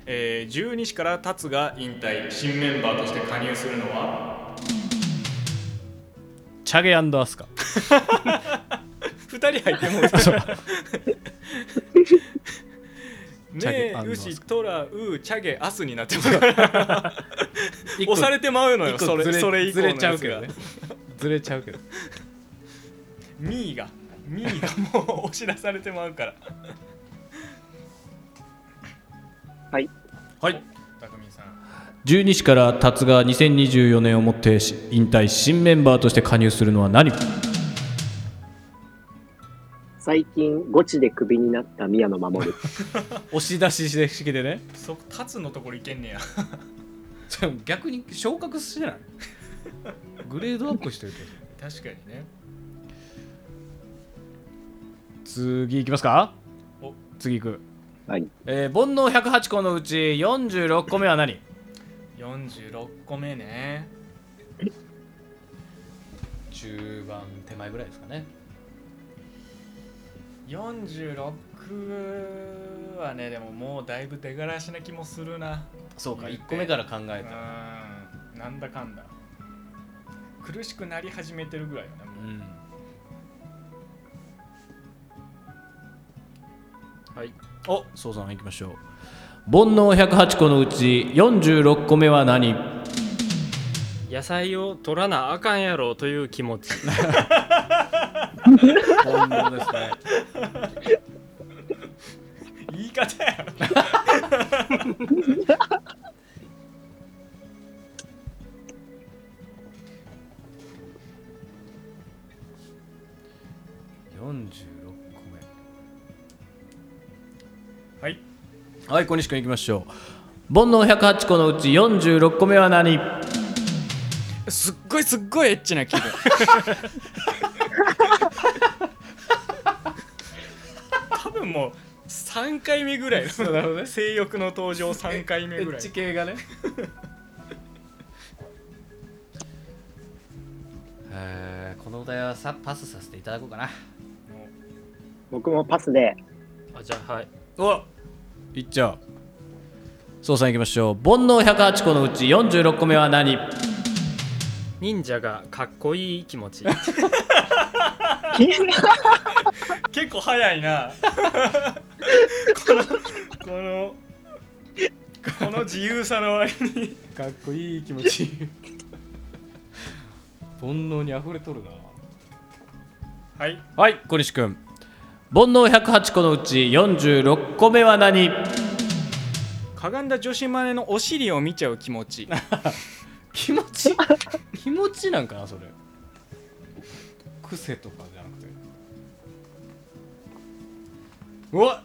S2: えー、12時から達が引退新メンバーとして加入するのは
S1: チャゲア スカ
S2: 2人入ってもう
S1: チャゲ
S2: ね
S1: アンド
S2: え
S1: ア
S2: ウ
S1: ス
S2: シトラウチャゲアスになっ てますから押されてまうのよ
S1: 一個
S2: それ
S1: ず
S2: それ以降
S1: ず
S2: の
S1: れ
S2: や
S1: ちゃう
S2: つ
S1: けど
S2: が
S1: ねずれちゃうけど
S2: ミーがミーがもう押し出されてまうから
S9: はい
S1: はい
S2: 匠さん
S3: 十二支から達が2024年をもって引退新メンバーとして加入するのは何
S9: 最近、ゴチでクビになった宮野真守。
S1: 押し出し式でね
S2: そ達のところいけんねや
S1: それ 逆に昇格してないグレードアップしてるけど
S2: 確かにね
S1: 次いきますか
S2: お
S1: 次いく
S9: はい
S1: えー煩悩108個のうち46個目は何
S2: 46個目ね
S1: 中盤手前ぐらいですかね
S2: 46はねでももうだいぶ出がらしな気もするな
S1: そうか
S2: 言て
S1: 1個目から考えた
S2: うんなんだかんだ苦しくなり始めてるぐらいよねもう
S5: はい
S3: おそうさんいきましょう煩悩108個のうち46個目は何
S5: ー野菜を取らなあかんやろという気持ち
S1: 本物ですね
S2: 言い方や
S1: 46個目
S2: はい
S3: はい小西君いきましょう煩悩108個のうち46個目は何
S2: すっごいすっごいエッチな気分多分もう3回目ぐらいの
S1: なるほどね
S2: 性欲の登場3回目ぐらい
S1: 系がねえーこのお題はさパスさせていただこうかな
S9: 僕もパスで、
S5: あじゃあはい
S1: お
S3: いっちゃうそうさんいきましょう煩悩108個のうち46個目は何
S5: 忍者がかっこいい 気持ち
S2: 結構早いなこのこのこの自由さの割に
S1: かっこいい気持ちいい煩悩に溢れとるな
S2: はい
S3: はい小西君煩悩108個のうち46個目は何
S2: かがんだ女子マネのお尻を見ちゃう気持ち
S1: 気持ち気持ちなんかなそれ癖とかじゃなくてうわ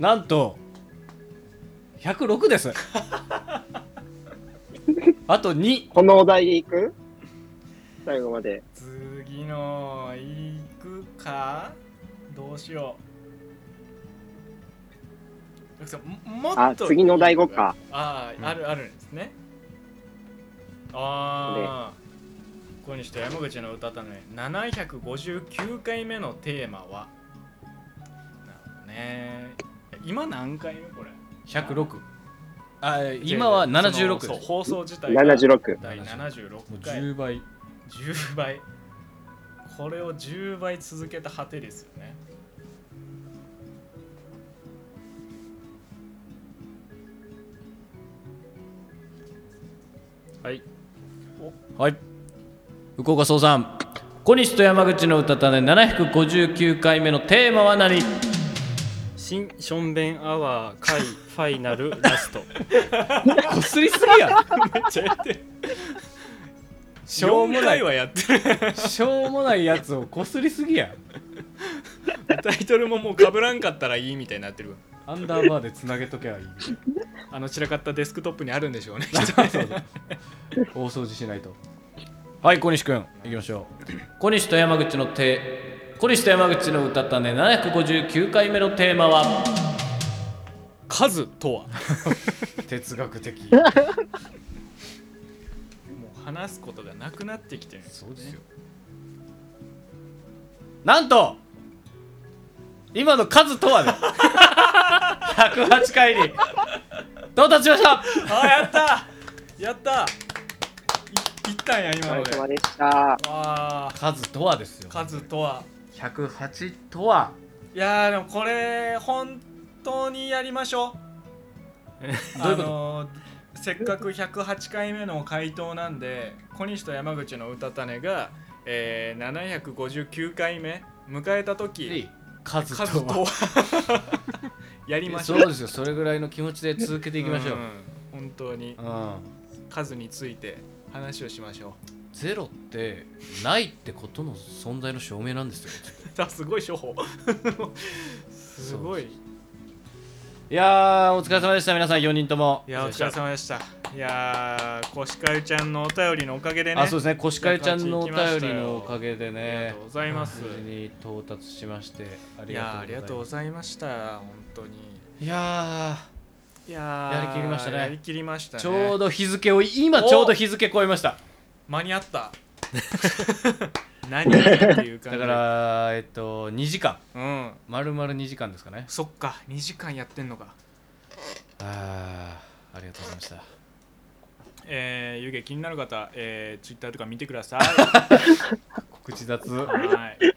S1: なんと106ですあと2
S9: このお題でいく最後まで。
S2: 次の行くかどうしようさんもも
S9: あ
S2: っ、と
S9: 次の第5か。
S2: あああるあるんですねああ小西と山口の歌たね759回目のテーマはなるほどね今何回目これ
S1: 106あ今は76
S2: そ
S1: で
S2: のそう
S1: す
S2: 放送自体が
S9: 76。
S2: 第
S1: もう
S2: 76回
S1: 10倍
S2: 10倍これを10倍続けた果てですよねはい
S1: はい福岡総さん小西と山口の歌種759回目のテーマは何
S5: 新ションベンアワー回ファイナ ルラスト
S1: こすりすぎやめっちゃやってるしょうもない
S2: 4回はやってる
S1: しょうもないやつをこすりすぎや
S2: タイトルももうかぶらんかったらいいみたいになってるわ
S1: アンダーバーでつなげとけばいい
S2: あの散らかったデスクトップにあるんでしょうね
S1: 大掃除しないとはい小西君いきましょう小西と山口の手小西と山口の歌ったね759回目のテーマは
S2: 数とは
S1: 哲学的
S2: もう話すことがなくなってきてるそうですよ
S1: なんと今の数と はね108回に到達しました
S2: あやったやったいいったんや今ので
S9: 様でした
S2: あー
S1: 数とはですよ
S2: 数とは
S1: 108とはい
S2: やーでもこれ本当にやりまし ょう
S1: どういうこと
S2: あのーせっかく108回目の回答なんで小西と山口の歌種が、えー、759回目迎えた時
S1: 数と
S2: 数と
S1: は
S2: は やりましょう
S1: そうですよそれぐらいの気持ちで続けていきましょう、
S2: ん本当に
S1: うん
S2: 数について話をしましょ
S1: ゼロってないってことの存在の証明なんですよ
S2: う あすごい処方すごい
S1: いやーお疲れ様でした皆さん4人とも
S2: いやお疲れ様でしたいやーコシカユちゃんのお便りのおかげでね
S1: あそうですねコシカリちゃんのお便りのおか
S2: げ
S1: げでね
S2: ありがとうございます
S1: 無事に到達しましてあ
S2: い
S1: り
S2: やーあ
S1: が
S2: りが
S1: と
S2: と
S1: う
S2: う
S1: ご
S2: ご
S1: ざい
S2: ざいました本当に
S1: ますいや
S2: いやー
S1: やりきりましたね
S2: やりきりました
S1: ー
S2: ね
S1: ちょうど日付を今ちょうど日付超えました
S2: 間に合った 何っていう感
S1: だ
S2: じ
S1: からえっと2時間
S2: うん
S1: 丸々2時間ですかね
S2: そっか2時間やってんのか
S1: あーありがとうございました
S2: えー、湯気気になる方、えー、ツイッターとか見てください
S1: 告知雑
S2: はい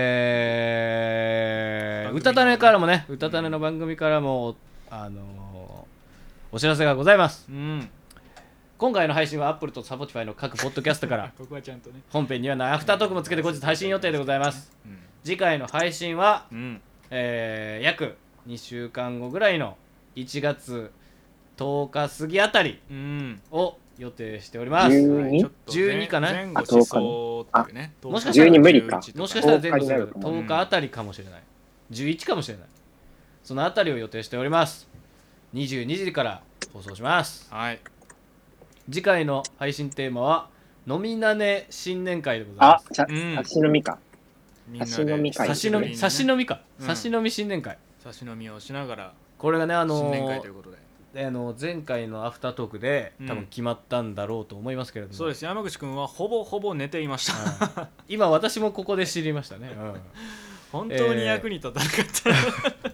S1: えー、歌種からもね、歌種の番組からも、あのーお知らせがございます。
S2: うん
S1: 今回の配信は Apple と Spotify の各ポッドキャストから、
S2: ここはちゃんとね
S1: 本編にはないアフタートークもつけて後日配信予定でございます。
S2: うん
S1: 次回の配信は、
S2: うん
S1: えー約2週間後ぐらいの1月10日過ぎあたり
S2: うん
S1: を予定しております。
S9: 12?
S1: 12かな
S2: 前後しそうっていうね
S1: もしかしたら
S9: 12無理か
S1: もしかしたら前後す
S9: 10日になる
S1: る
S9: かも
S1: 10日あたりかもしれない、11かもしれないそのあたりを予定しております22時から放送します
S2: はい
S1: 次回の配信テーマは「飲みなね新年会」でございま
S9: あ
S1: す、
S9: じゃ
S2: うん
S9: あ、足のみか。
S2: みんなで
S9: 差し飲み会
S1: 差
S9: 久
S1: し
S9: し
S1: 飲
S9: ぶ
S1: み差し飲みか、
S2: うん
S1: 差し飲み新年会
S2: 差し飲みをしながら
S1: これがねあ
S2: 新
S1: の
S2: 年会ということで、
S1: あの前回のアフタートークで
S2: うん
S1: 多分決まったんだろうと思いますけれども、
S2: そうです山口くんはほぼほぼ寝ていました、
S1: 今私もここで知りましたね、うん
S2: 本当に役に立たなかった、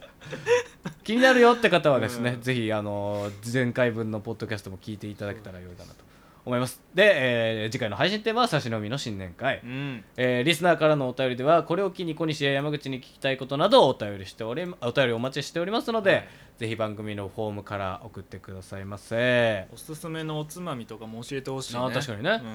S1: 気になるよって方はですね、
S2: うん
S1: ぜひあの前回分のポッドキャストも聞いていただけたらよいかなと思いますで、えー次回の配信テーマは「差し飲みの新年会」
S2: うん
S1: えーリスナーからのお便りではこれを機に小西や山口に聞きたいことなどをお便りしておりお便りお待ちしておりますので、ぜひ番組のフォームから送ってくださいませ、
S2: おすすめのおつまみとかも教えてほしいね
S1: あ確かにね
S2: うん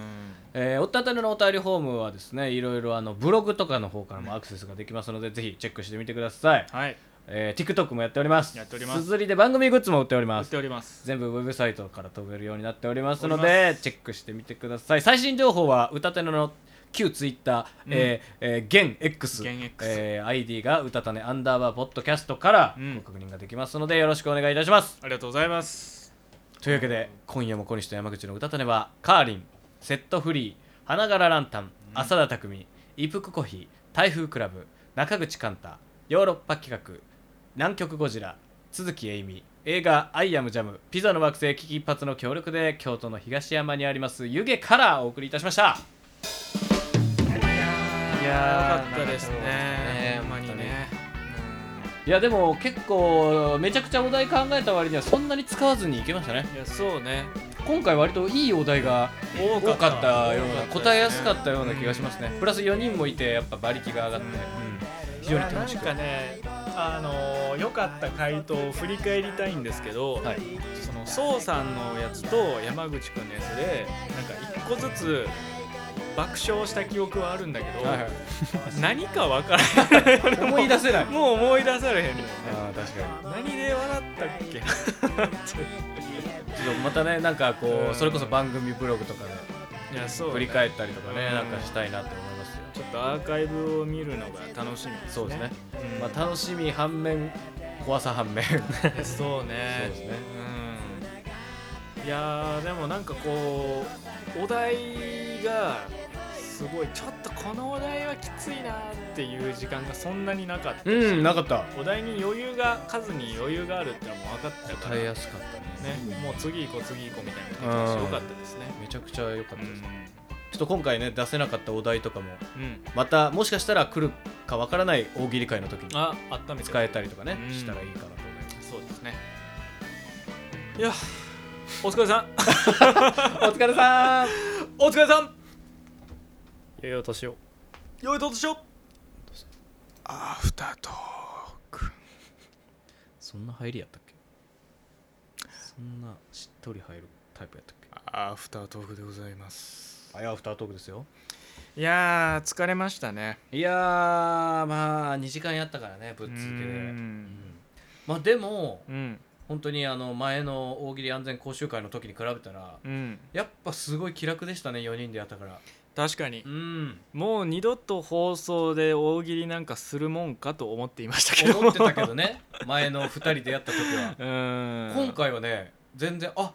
S1: えーおったたねのお便りフォームはですねいろいろあのブログとかの方からもアクセスができますので、ぜひチェックしてみてください、
S2: はい
S1: えー TikTok もやっております
S2: やっております
S1: すずりで番組グッズも売っており
S2: 売
S1: ま
S2: っ
S1: す
S2: ております
S1: 全部ウェブサイトから飛べるようになっておりますの
S2: おり
S1: でチェックしてみてください最新情報は歌たねの旧ツイッター、
S2: うん
S1: えーえー現 X,
S2: 現 X
S1: えー ID が歌たねアンダーバーポッドキャストから
S2: うん
S1: ご確認ができますのでよろしくお願いいたします、
S2: ありがとうございます
S1: というわけで今夜も小西と山口の歌たねはカーリンセットフリー花柄ランタン浅田匠一服コーヒー台風クラブ中口寛太ヨーロッパ企画南極ゴジラ鈴木えいみ映画「アイアムジャム」ピザの惑星危機一髪の協力で京都の東山にあります湯気からお送りいたしました
S2: いやーよかったですねほんまにね
S1: いやでも結構めちゃくちゃお題考えた割にはそんなに使わずにいけましたね
S2: うんいやそうね
S1: 今回割といいお題が
S2: 多
S1: 多かったような
S2: 多かったですね
S1: 答えやすかったような気がしますねプラス4人もいてやっぱ馬力が上がって、うん非常に楽しく
S2: なんかねあの良かった回答を振り返りたいんですけど、その宋さんのやつと山口くんのやつでなんか一個ずつ爆笑した記憶はあるんだけど、
S1: はいは
S2: 何かわからない
S1: 思い出 せない
S2: もう思い出されへんね
S1: あー確かに
S2: 何で笑ったっけ
S1: ちょっとまたねなんかこう、それこそ番組ブログとかで
S2: いやそうね
S1: 振り返ったりとかね、
S2: うん
S1: なんかしたいなって思いますよ
S2: ちょっとアーカイブを見るのが楽しみですね
S1: そうですね、
S2: うん
S1: まあ楽しみ反面怖さ反面
S2: そうね
S1: そうですね
S2: うん、いやーでもなんかこうお題がすごいちょっとこのお題はきついなっていう時間がそんなになかったし
S1: うんなかった
S2: お題に余裕が数に余裕があるってのも分かったから
S1: 答えやすかったね
S2: ねもう次行こう次行こうみたいな感じでよ
S1: うん
S2: かったですね
S1: めちゃくちゃ良かったです、ちょっと今回ね出せなかったお題とかも、
S2: うん
S1: またもしかしたら来るかわからない大喜利会の時に
S2: あ温めて
S1: 使えたりとかね
S2: うん
S1: したらいいかなと思います
S2: そうですねいやお疲れさん
S1: お疲れさん
S2: お疲れさん
S5: 良いお年を
S2: 良いお年をアフタート
S1: そんな入りやったっけそんなしっとり入るタイプやったっけ
S2: アフタートークでございます
S1: あいやアフタートークですよ
S2: いやー疲れましたね
S1: いやーまあ2時間やったからねぶっ続けでうんまあでも、
S2: ん
S1: 本当にあの前の大喜利安全講習会の時に比べたら、
S2: うん
S1: やっぱすごい気楽でしたね4人でやったから
S2: 確かに
S1: うん
S2: もう二度と放送で大喜利なんかするもんかと思っていましたけど
S1: 思ってたけどね前の2人でやった時は
S2: うん
S1: 今回はね全然あ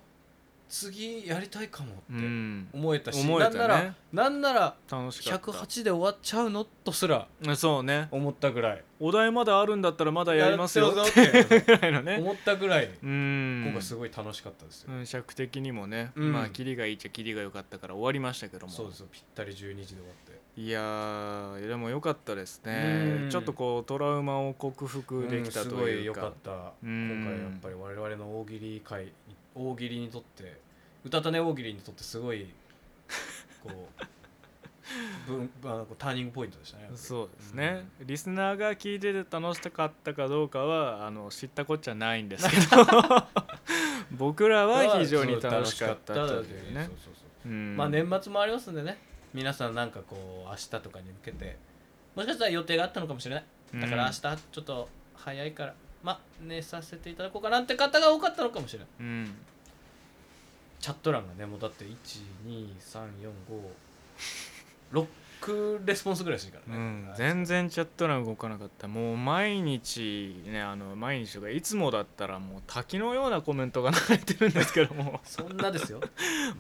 S1: 次やりたいかも
S2: うん
S1: 思えたし
S2: 思えたね
S1: なんならなんなら
S2: 楽しかった
S1: 108で終わっちゃうのとすら
S2: そうね
S1: 思ったぐらい
S2: お題まだあるんだったらまだやりますよ
S1: やっ
S2: ってて
S1: よって
S2: ぐらいのね
S1: 思ったぐらい
S2: うん
S1: 今回すごい楽しかったですよ
S2: うん尺的にもね、
S1: うん
S2: まあキリがいいっちゃキリが良かったから終わりましたけども
S1: そうですよぴったり12時で終わって
S2: いやーでも良かったです
S1: うん
S2: ねちょっとこうトラウマを克服できた
S1: うんす
S2: というか、
S1: ごい良かった
S2: うん
S1: 今回やっぱり我々の大喜利会に大喜利にとって歌種大喜利にとってすごいこ うぶんあのターニングポイントでしたね
S2: そうですね、リスナーが聞いてて楽しかったかどうかはあの知ったこっちゃないんです けど僕らは非常に楽しかったというね
S1: そうそうそう
S2: うん
S1: まあ年末もありますんでね皆さんなんかこう明日とかに向けてもしかしたら予定があったのかもしれないだから明日ちょっと早いからまあ寝させていただこうかなって方が多かったのかもしれない
S2: うん
S1: チャット欄がねもうだって12345レスポンスぐらいしか
S2: う
S1: らね、
S2: ん、全然チャット欄動かなかったもう毎日ねあの毎日とかいつもだったらもう滝のようなコメントが流れてるんですけども
S1: そんなです よ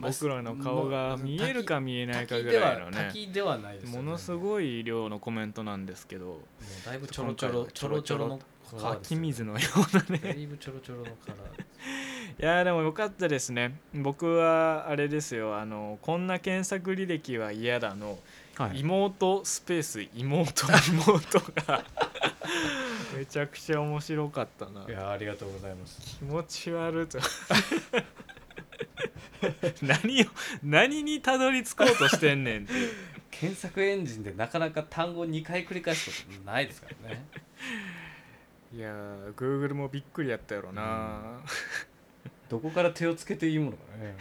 S2: 僕らの顔が見えるか見えないかぐ
S1: 滝で
S2: らい
S1: は
S2: のね
S1: 滝ではないですよ
S2: ものすごい量のコメントなんですけども
S1: うだいぶちょろちょろちょろちょろの
S2: 湧き水のようなね
S1: だいぶちょろちょろのカラー
S2: いやーでもよかったですね僕はあれですよあのこんな検索履歴は嫌だの、妹スペース妹妹が めちゃくちゃ面白かったない
S1: やありがとうございます
S2: 気持ち悪いと 何を何にたどり着こうとしてんねんっていう
S1: 検索エンジンでなかなか単語2回繰り返すことないですからね
S2: いやー Google もびっくりやったやろな、
S1: どこから手をつけていいものかね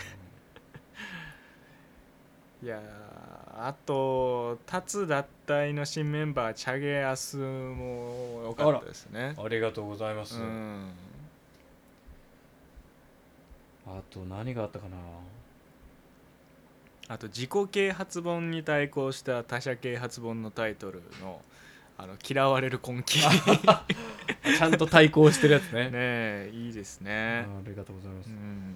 S2: いやーあと立つ脱退の新メンバーチャゲアスも良かったですね
S1: ありがとうございます、
S2: うん
S1: あと何があったかな
S2: あと自己啓発本に対抗した他者啓発本のタイトルの「あの嫌われる根 気」
S1: ちゃんと対抗してるやつ ね
S2: ねえいいですね
S1: ありがとうございます、
S2: うん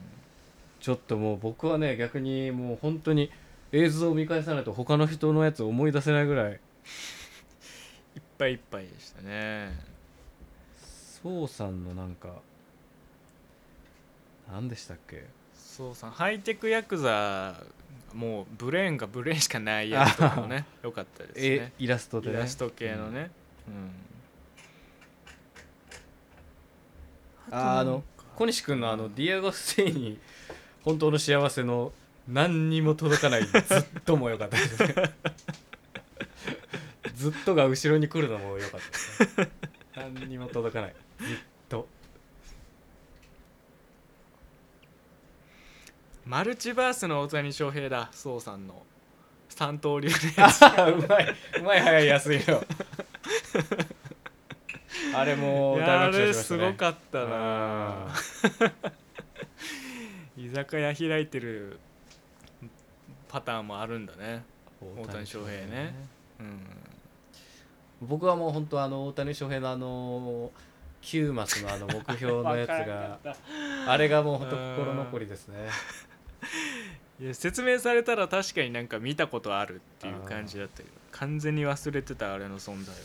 S1: ちょっともう僕はね逆にもう本当に映像を見返さないと他の人のやつを思い出せないぐらい
S2: いっぱいいっぱいでしたね
S1: 宋さんのなんか何でしたっけ
S2: そうさんハイテクヤクザもうブレーンがブレーンしかないやつとか もねよかったですね
S1: えイラストでね
S2: イラスト系のね、うん
S1: ああの小西君のあのディアゴステイに本当の幸せの何にも届かないずっとも良かった ですねずっとが後ろに来るのも良かったですねなん何にも届かないずっと
S2: マルチバースの大谷翔平だそうさんの三刀流で
S1: うまいうまい早い安い のあれも
S2: い や
S1: 大爆
S2: あ
S1: 笑
S2: れ
S1: しました
S2: す
S1: ね
S2: ごかったな 居酒屋開いてるパターンもあるんだね大谷翔平ね
S1: 僕はもう本当あの大谷翔平のあの9マスのあの目標のや つが
S2: わかんなかった
S1: あれがもう本当心残りですね
S2: いや説明されたら確かになんか見たことあるっていう感じだったけど完全に忘れてたあれの存在を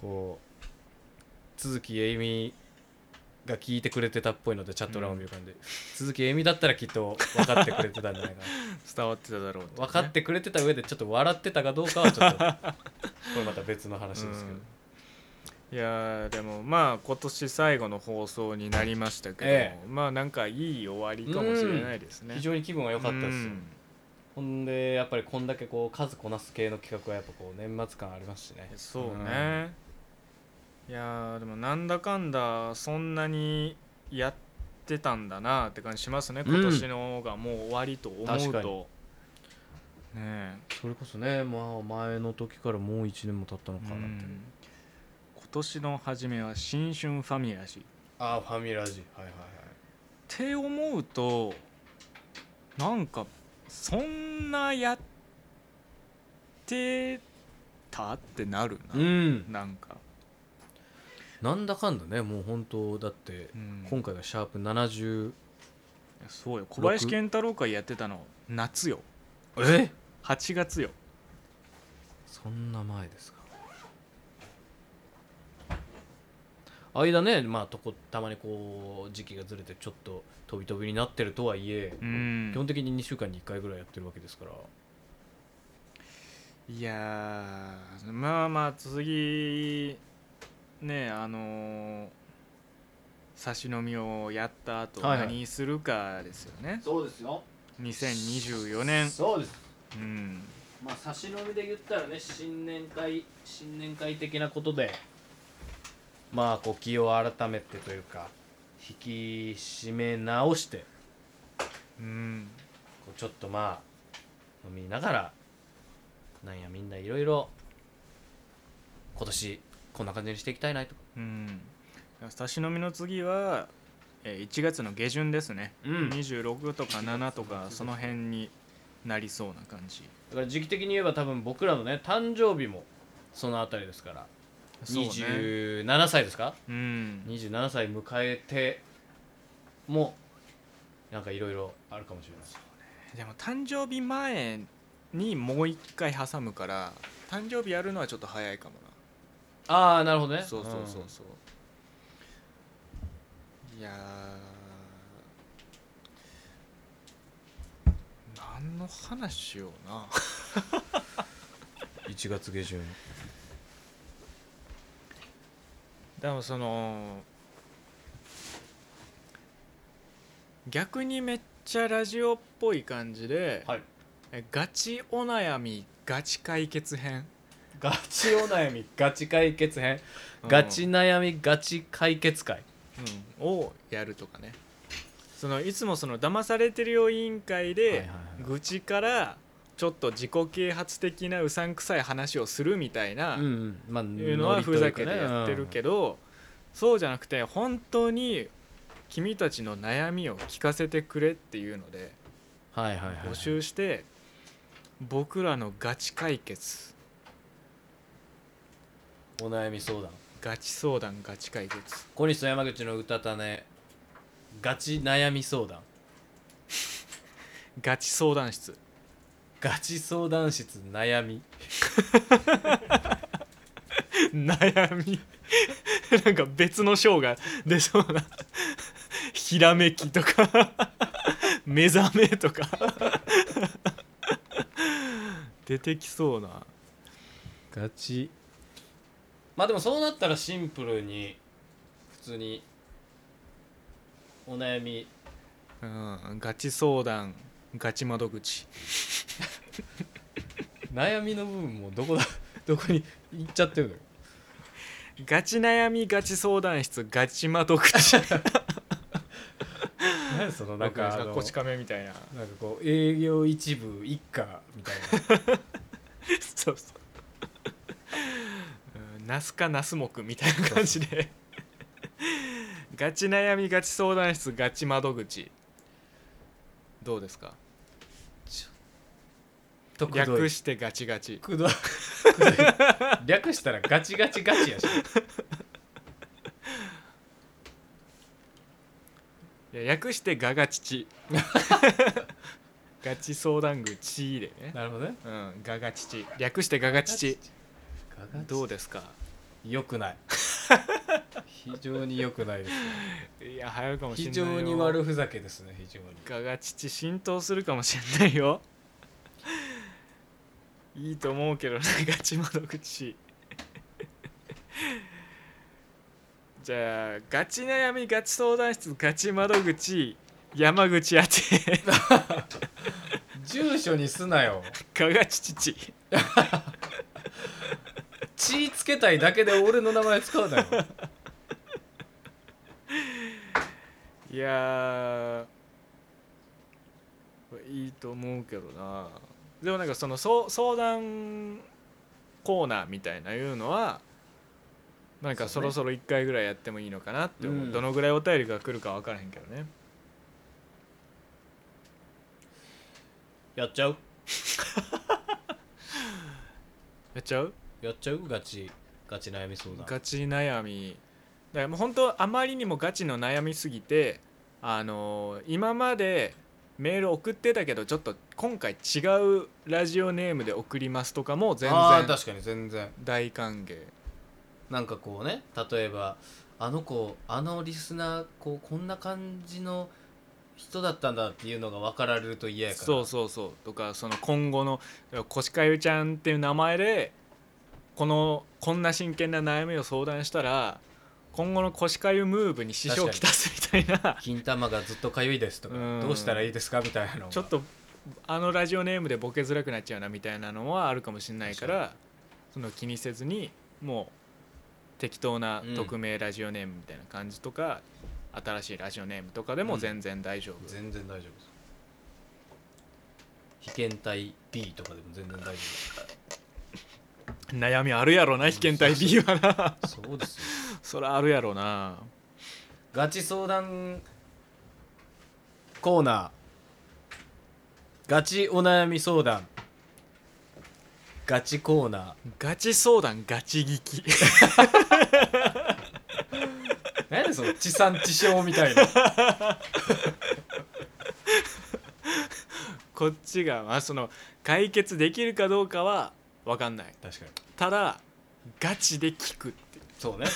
S1: こう鈴木えいみが聞いてくれてたっぽいのでチャット欄を見る感じ、鈴木えいみだったらきっと分かってくれてたんじゃないかな
S2: 伝わってただろう
S1: 分かってくれてた上でちょっと笑ってたかどうかはちょっとこれまた別の話ですけど、
S2: いやーでもまあ今年最後の放送になりましたけど、
S1: え
S2: まあなんかいい終わりかもしれないですね
S1: うん非常に気分は良かったですよ、
S2: うん
S1: ほんでやっぱりこんだけこう数こなす系の企画はやっぱこう年末感ありますしね
S2: そうね、いやーでもなんだかんだそんなにやってたんだなって感じしますね
S1: うん
S2: 今年のがもう終わりと思
S1: 確
S2: う
S1: か
S2: と、ね
S1: それこそねまあ前の時からもう1年も経ったのかなっていう、
S2: 今年の初めは新春ファミラジっ
S1: ああファミラジはいはいはい
S2: て思うとなんかそんなやってたってなるな、
S1: うん
S2: なんか
S1: なんだかんだねもう本当だって、今回がシャープ70
S2: そうよ小林健太郎会やってたの夏よ
S1: え
S2: 8月よ
S1: そんな前ですか間ねまあとこたまにこう時期がずれてちょっと飛び飛びになってるとはいえ、
S2: うん
S1: 基本的に2週間に1回ぐらいやってるわけですから
S2: いやーまあまあ次ねあのー差し飲みをやった後
S6: はいはい
S2: 何するかですよね、
S6: そうですよ
S2: 2024年
S6: そうです
S2: うん
S1: まあ差し飲みで言ったらね新年会新年会的なことでまあこう気を改めてというか引き締め直して
S2: うん
S1: こうちょっとまあ飲みながらなんやみんないろいろ今年こんな感じにしていきたいなと
S2: うん差し飲みの次はえー1月の下旬ですね、
S1: うん
S2: 26とか7とかその辺になりそうな感じ
S1: だから時期的に言えば多分僕らのね誕生日もそのあたりですから、
S2: そうね
S1: 27歳ですか、
S2: うん、
S1: 27歳迎えてもなんかいろいろあるかもしれないです
S2: でも誕生日前にもう一回挟むから誕生日やるのはちょっと早いかも
S1: ああなるほど
S2: な
S1: ね
S2: そうそうそうそう、いやー何の話しような
S1: 1月下旬
S2: でもその逆にめっちゃラジオっぽい感じで、えガチお悩みガチ解決編
S1: ガチお悩 みガチ解決編、ガチ悩みガチ解決会
S2: うん、をやるとかねそのいつもその騙されてるよ委員会で愚痴からちょっと自己啓発的なうさんくさい話をするみたいな、
S1: うんうんまあ
S2: いうのはふざけてやってる
S1: ど、
S2: けど、そうじゃなくて本当に君たちの悩みを聞かせてくれっていうので
S1: はいはいはい
S2: 募集して僕らのガチ解決
S1: お悩み相談
S2: ガチ相談ガチ解決
S1: 小西と山口の歌たねガチ悩み相談
S2: ガチ相談室
S1: ガチ相談室悩み
S2: 悩みなんか別の章が出そうなひらめきとか目覚めとか出てきそうな
S1: ガチまあでもそうなったらシンプルに普通にお悩み
S2: うんガチ相談ガチ窓口
S1: 悩みの部分もどこだどこに行っちゃってるのよ
S2: ガチ悩みガチ相談室ガチ窓口
S1: 何そのなんかあの
S2: こち亀みたいな
S1: なんかこう営業一部一家みたい
S2: そうそううんナスかナス目みたいな感じでガチ悩みガチ相談室ガチ窓口どうですか
S1: とくどい
S2: 略してガチガチ
S1: くどい略したらガチガチガチやし
S2: いや略してガガ チチガチ相談口でね
S1: なるほどね
S2: うんガガチチ略してガガチチ
S1: ガガチ
S2: どうですか
S1: 良くない非常に良くない ですね
S2: いや流行るかもしれ
S1: 非
S2: ない
S1: 常
S2: よ
S1: に悪ふざけですね非常に
S2: ガガチチ浸透するかもしれないよ いいと思うけどねガチ窓口 じゃあガチ悩みガチ相談室ガチ窓口山口宛て
S1: 住所にすなよ
S2: ガガチチチ
S1: 血つけたいだけで俺の名前使うなよ
S2: いやーいいと思うけどなでもなんかそのそう相談コーナーみたいないうのはなんかそろそろ1回ぐらいやってもいいのかなって思う
S1: うん
S2: どのぐらいお便りが来るか分からへんけどね
S1: やっちゃう
S2: やっちゃう
S1: やっちゃうガチガチ悩み相談
S2: ガチ悩みだからもう本当あまりにもガチの悩みすぎてあのー今までメール送ってたけどちょっと今回違うラジオネームで送りますとかも全
S1: ああ
S2: 然
S1: 確かに全然
S2: 大歓迎
S1: なんかこうね例えばあの子あのリスナーこうこんな感じの人だったんだっていうのが分かられると嫌やから
S2: そうそうそうとかその今後のコシカユちゃんっていう名前でこのこんな真剣な悩みを相談したら今後のコシカユムーブに支障をきたすみたいな
S1: 金玉がずっとかゆいですとか
S2: うん
S1: どうしたらいいですかみたいなのが
S2: ちょっとあのラジオネームでボケづらくなっちゃうなみたいなのはあるかもしれないからその気にせずにもう適当な
S1: うん
S2: 匿名ラジオネームみたいな感じとか、新しいラジオネームとかでも全然大丈夫、
S1: 全然大丈夫です被験体 B とかでも全然大丈夫で
S2: 悩みあるやろな被験体 B はな
S1: すそうですよ
S2: そらあるやろな
S1: ガチ相談コーナーガチお悩み相談ガチコーナ
S2: ガチ相談ガチ聞き
S1: ー何でその地産地消みたいな
S2: こっちが、まあ、その解決できるかどうかは分かんない
S1: 確かに
S2: ただガチで聞くって
S1: そうね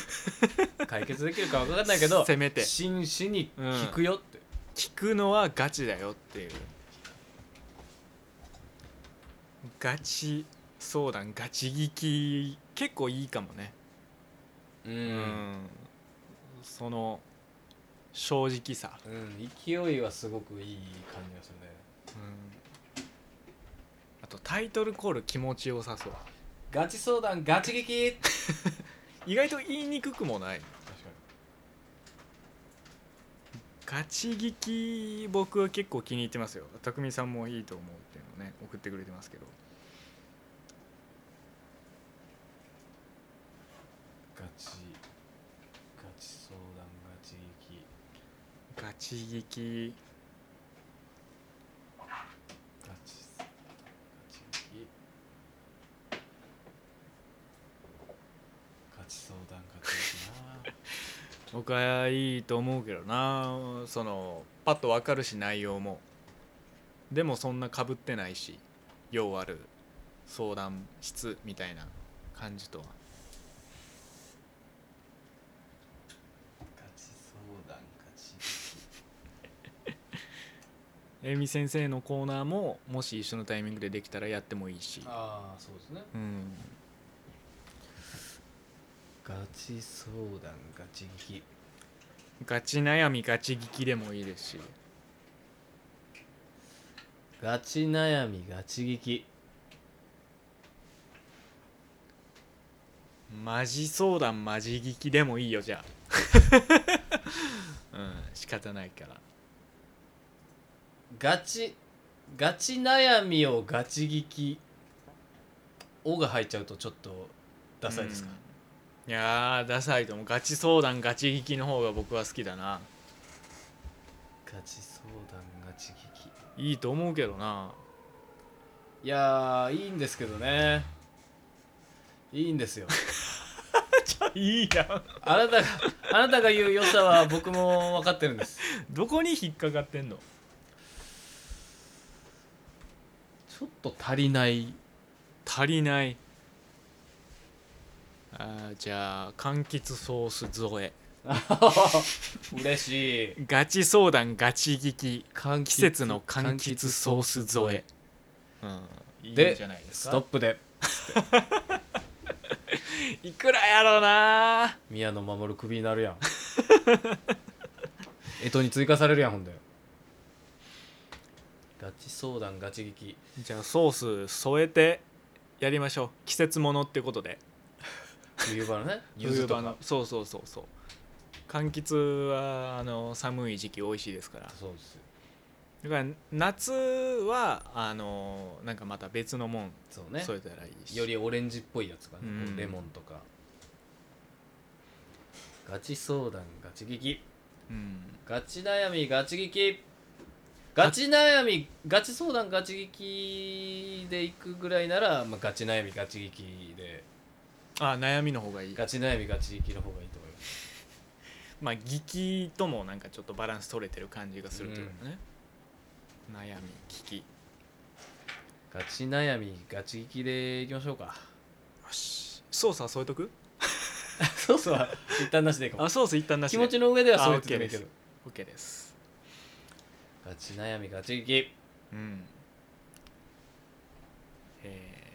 S1: 解決できるか分かんないけ ど
S2: せめて
S1: 真摯に聞くよって、
S2: 聞くのはガチだよっていうガチ相談ガチ聞き結構いいかもね
S1: うん
S2: うんその正直さ、
S1: うん勢いはすごくいい感じがするね
S2: うんあとタイトルコール気持ちよさそう
S1: ガチ相談ガチ劇
S2: 意外と言いにくくもないガチ聞き僕は結構気に入ってますよ匠さんもいいと思うっていうのをね送ってくれてますけど
S1: ガチガチ相談ガチ劇
S2: ガチ聞き
S1: ガチガチ劇ガチ相談ガチ劇な
S2: 僕はいいと思うけどなそのパッとわかるし内容もでもそんなかぶってないしようある相談室みたいな感じとは
S1: ガチ相談ガチ劇
S2: えみ先生のコーナーももし一緒のタイミングでできたらやってもいいし
S1: ああそうですね
S2: うん
S1: ガチ相談ガチ劇
S2: ガチ悩みガチ聞きでもいいですし
S1: ガチ悩みガチ劇
S2: うんマジ相談マジ聞きでもいいよじゃあ うん仕方ないから
S1: ガチガチ悩みをガチ聞き「お」が入っちゃうとちょっとダサいですか、
S2: いやーダサいと思うガチ相談ガチ聞きの方が僕は好きだな
S1: ガチ相談ガチ聞き
S2: いいと思うけど ない
S1: やーいいんですけどねいいんですよ
S2: じゃあいいやん
S1: あなたがあなたが言う良さは僕も分かってるんです
S2: どこに引っかかってんの
S1: ちょっと足りない
S2: 足りないあーじゃあ柑橘ソース添え
S1: 嬉しい
S2: ガチ相談ガチ聞き
S1: 柑橘
S2: 季節の柑橘ソース添え、うん、いいん
S1: で
S2: じゃないです
S1: ス
S2: か
S1: トップで
S2: いくらやろうな
S1: 宮野守るクビになるやん 干支に追加されるやんほんでガチ相談ガチ聞き
S2: じゃあソース添えてやりましょう季節ものってことで
S1: 冬場のね柚
S2: 冬
S1: 子とか
S2: 場のそうそうそうそう柑橘はあの寒い時期美味しいですから
S1: そうですよ
S2: だから夏はあのなんかまた別のもん
S1: そうね
S2: 添えたらいいし
S1: よりオレンジっぽいやつかね、
S2: うん
S1: こうレモンとかガチ相談ガチ聞き
S2: うん
S1: ガチ悩みガチ聞きガチ悩みガチ相談ガチ聞きでいくぐらいなら、まあ、ガチ悩みガチ聞きで
S2: あ悩みの方がいい
S1: ガチ悩みガチ聞きの方がいいと思います
S2: まあ聞きともなんかちょっとバランス取れてる感じがするというかね、悩み聞きよ
S1: ガチ悩みガチ聞きでいきましょうか
S2: しソースは添えとく
S1: そうそう一旦なしでいいかも
S2: あソース一旦なし
S1: 気
S2: で
S1: 持ちの上ではそう
S2: あ
S1: 言ってて
S2: OK
S1: もいい
S2: で
S1: け
S2: す
S1: ど
S2: OK です
S1: ガチ悩みガチ聞き
S2: うんえ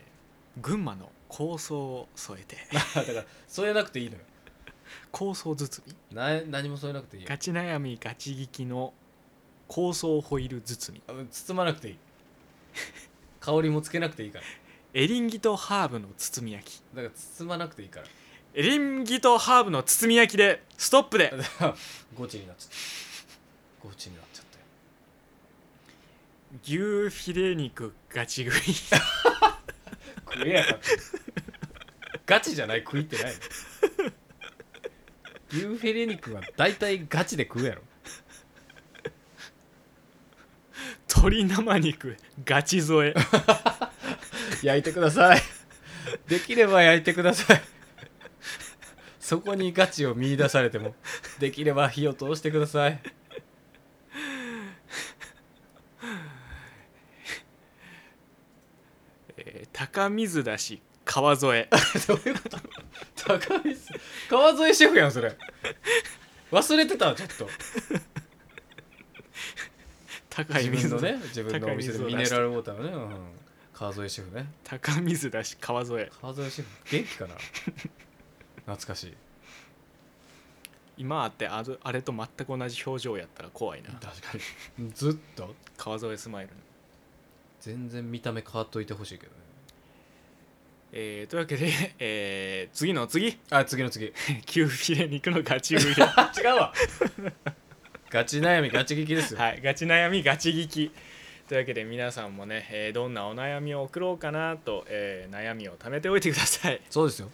S2: ー群馬の構想を添え て
S1: だから添えなくていいのよ
S2: 構想包み
S1: な何も添えなくていいよ
S2: ガチ悩みガチ聞きの構想ホイール包み
S1: あ包まなくていい香りもつけなくていいから
S2: エリンギとハーブの包み焼き
S1: だから包まなくていいから
S2: エリンギとハーブの包み焼きでストップで
S1: だからゴチになっちゃったゴチになっちゃったよ
S2: 牛フィレ肉ガチ食い
S1: 食えやかってガチじゃない食いってないの牛フィレ肉は大体ガチで食うやろ
S2: 鶏生肉ガチ添え
S1: 焼いてくださいできれば焼いてくださいそこにガチを見出されて もできれば火を通してください
S2: えー高水だし川 添え
S1: どういうこと高橋川添シェフやんそれ忘れてたわちょっと
S2: 高い
S1: 自
S2: 水
S1: 分のね
S2: ね
S1: 自分のお店でミネラルウォーターのね、うん、川添シェフね
S2: 高水だし川添え
S1: 川添シェフ元気 かな懐かしい
S2: 今あってあれあれと全く同じ表情やったら怖いな
S1: 確かにずっと
S2: 川添スマイルの
S1: 全然見た目変わっといてほしいけどね
S2: えーというわけで、 えー次の次
S1: あ次の次違
S2: 牛フィレ肉のガチ 食いでは
S1: うわガチ悩みガチ聞きですよ、
S2: いガチ悩みガチ聞きというわけで皆さんもね、えーどんなお悩みを送ろうかなと、えー悩みを貯めておいてください
S1: そうですよ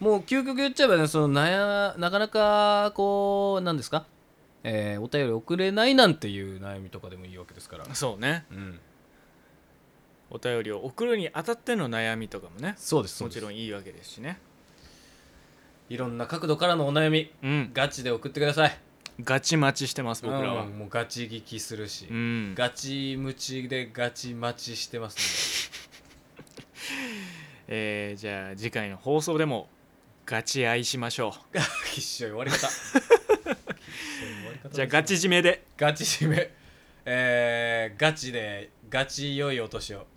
S1: もう究極言っちゃえばねその悩なかなかこう何ですか、えーお便り送れないなんていう悩みとかでもいいわけですから
S2: そうね
S1: うん
S2: お便りを送るにあたっての悩みとかもね
S1: そうですそう
S2: も
S1: です
S2: ちろんいいわけですしね
S1: いろんな角度からのお悩み
S2: うん
S1: ガチで送ってください
S2: ガチ待ちしてます僕らは
S1: うんもうガチ聞きするし、
S2: うん
S1: ガチムチでガチ待ちしてます
S2: えーじゃあ次回の放送でもガチ愛しましょ
S1: んで一緒に終わり方一緒に終わり方
S2: うじゃあガチ締めで
S1: ガチ締めえー、ガチでガチ良いお年を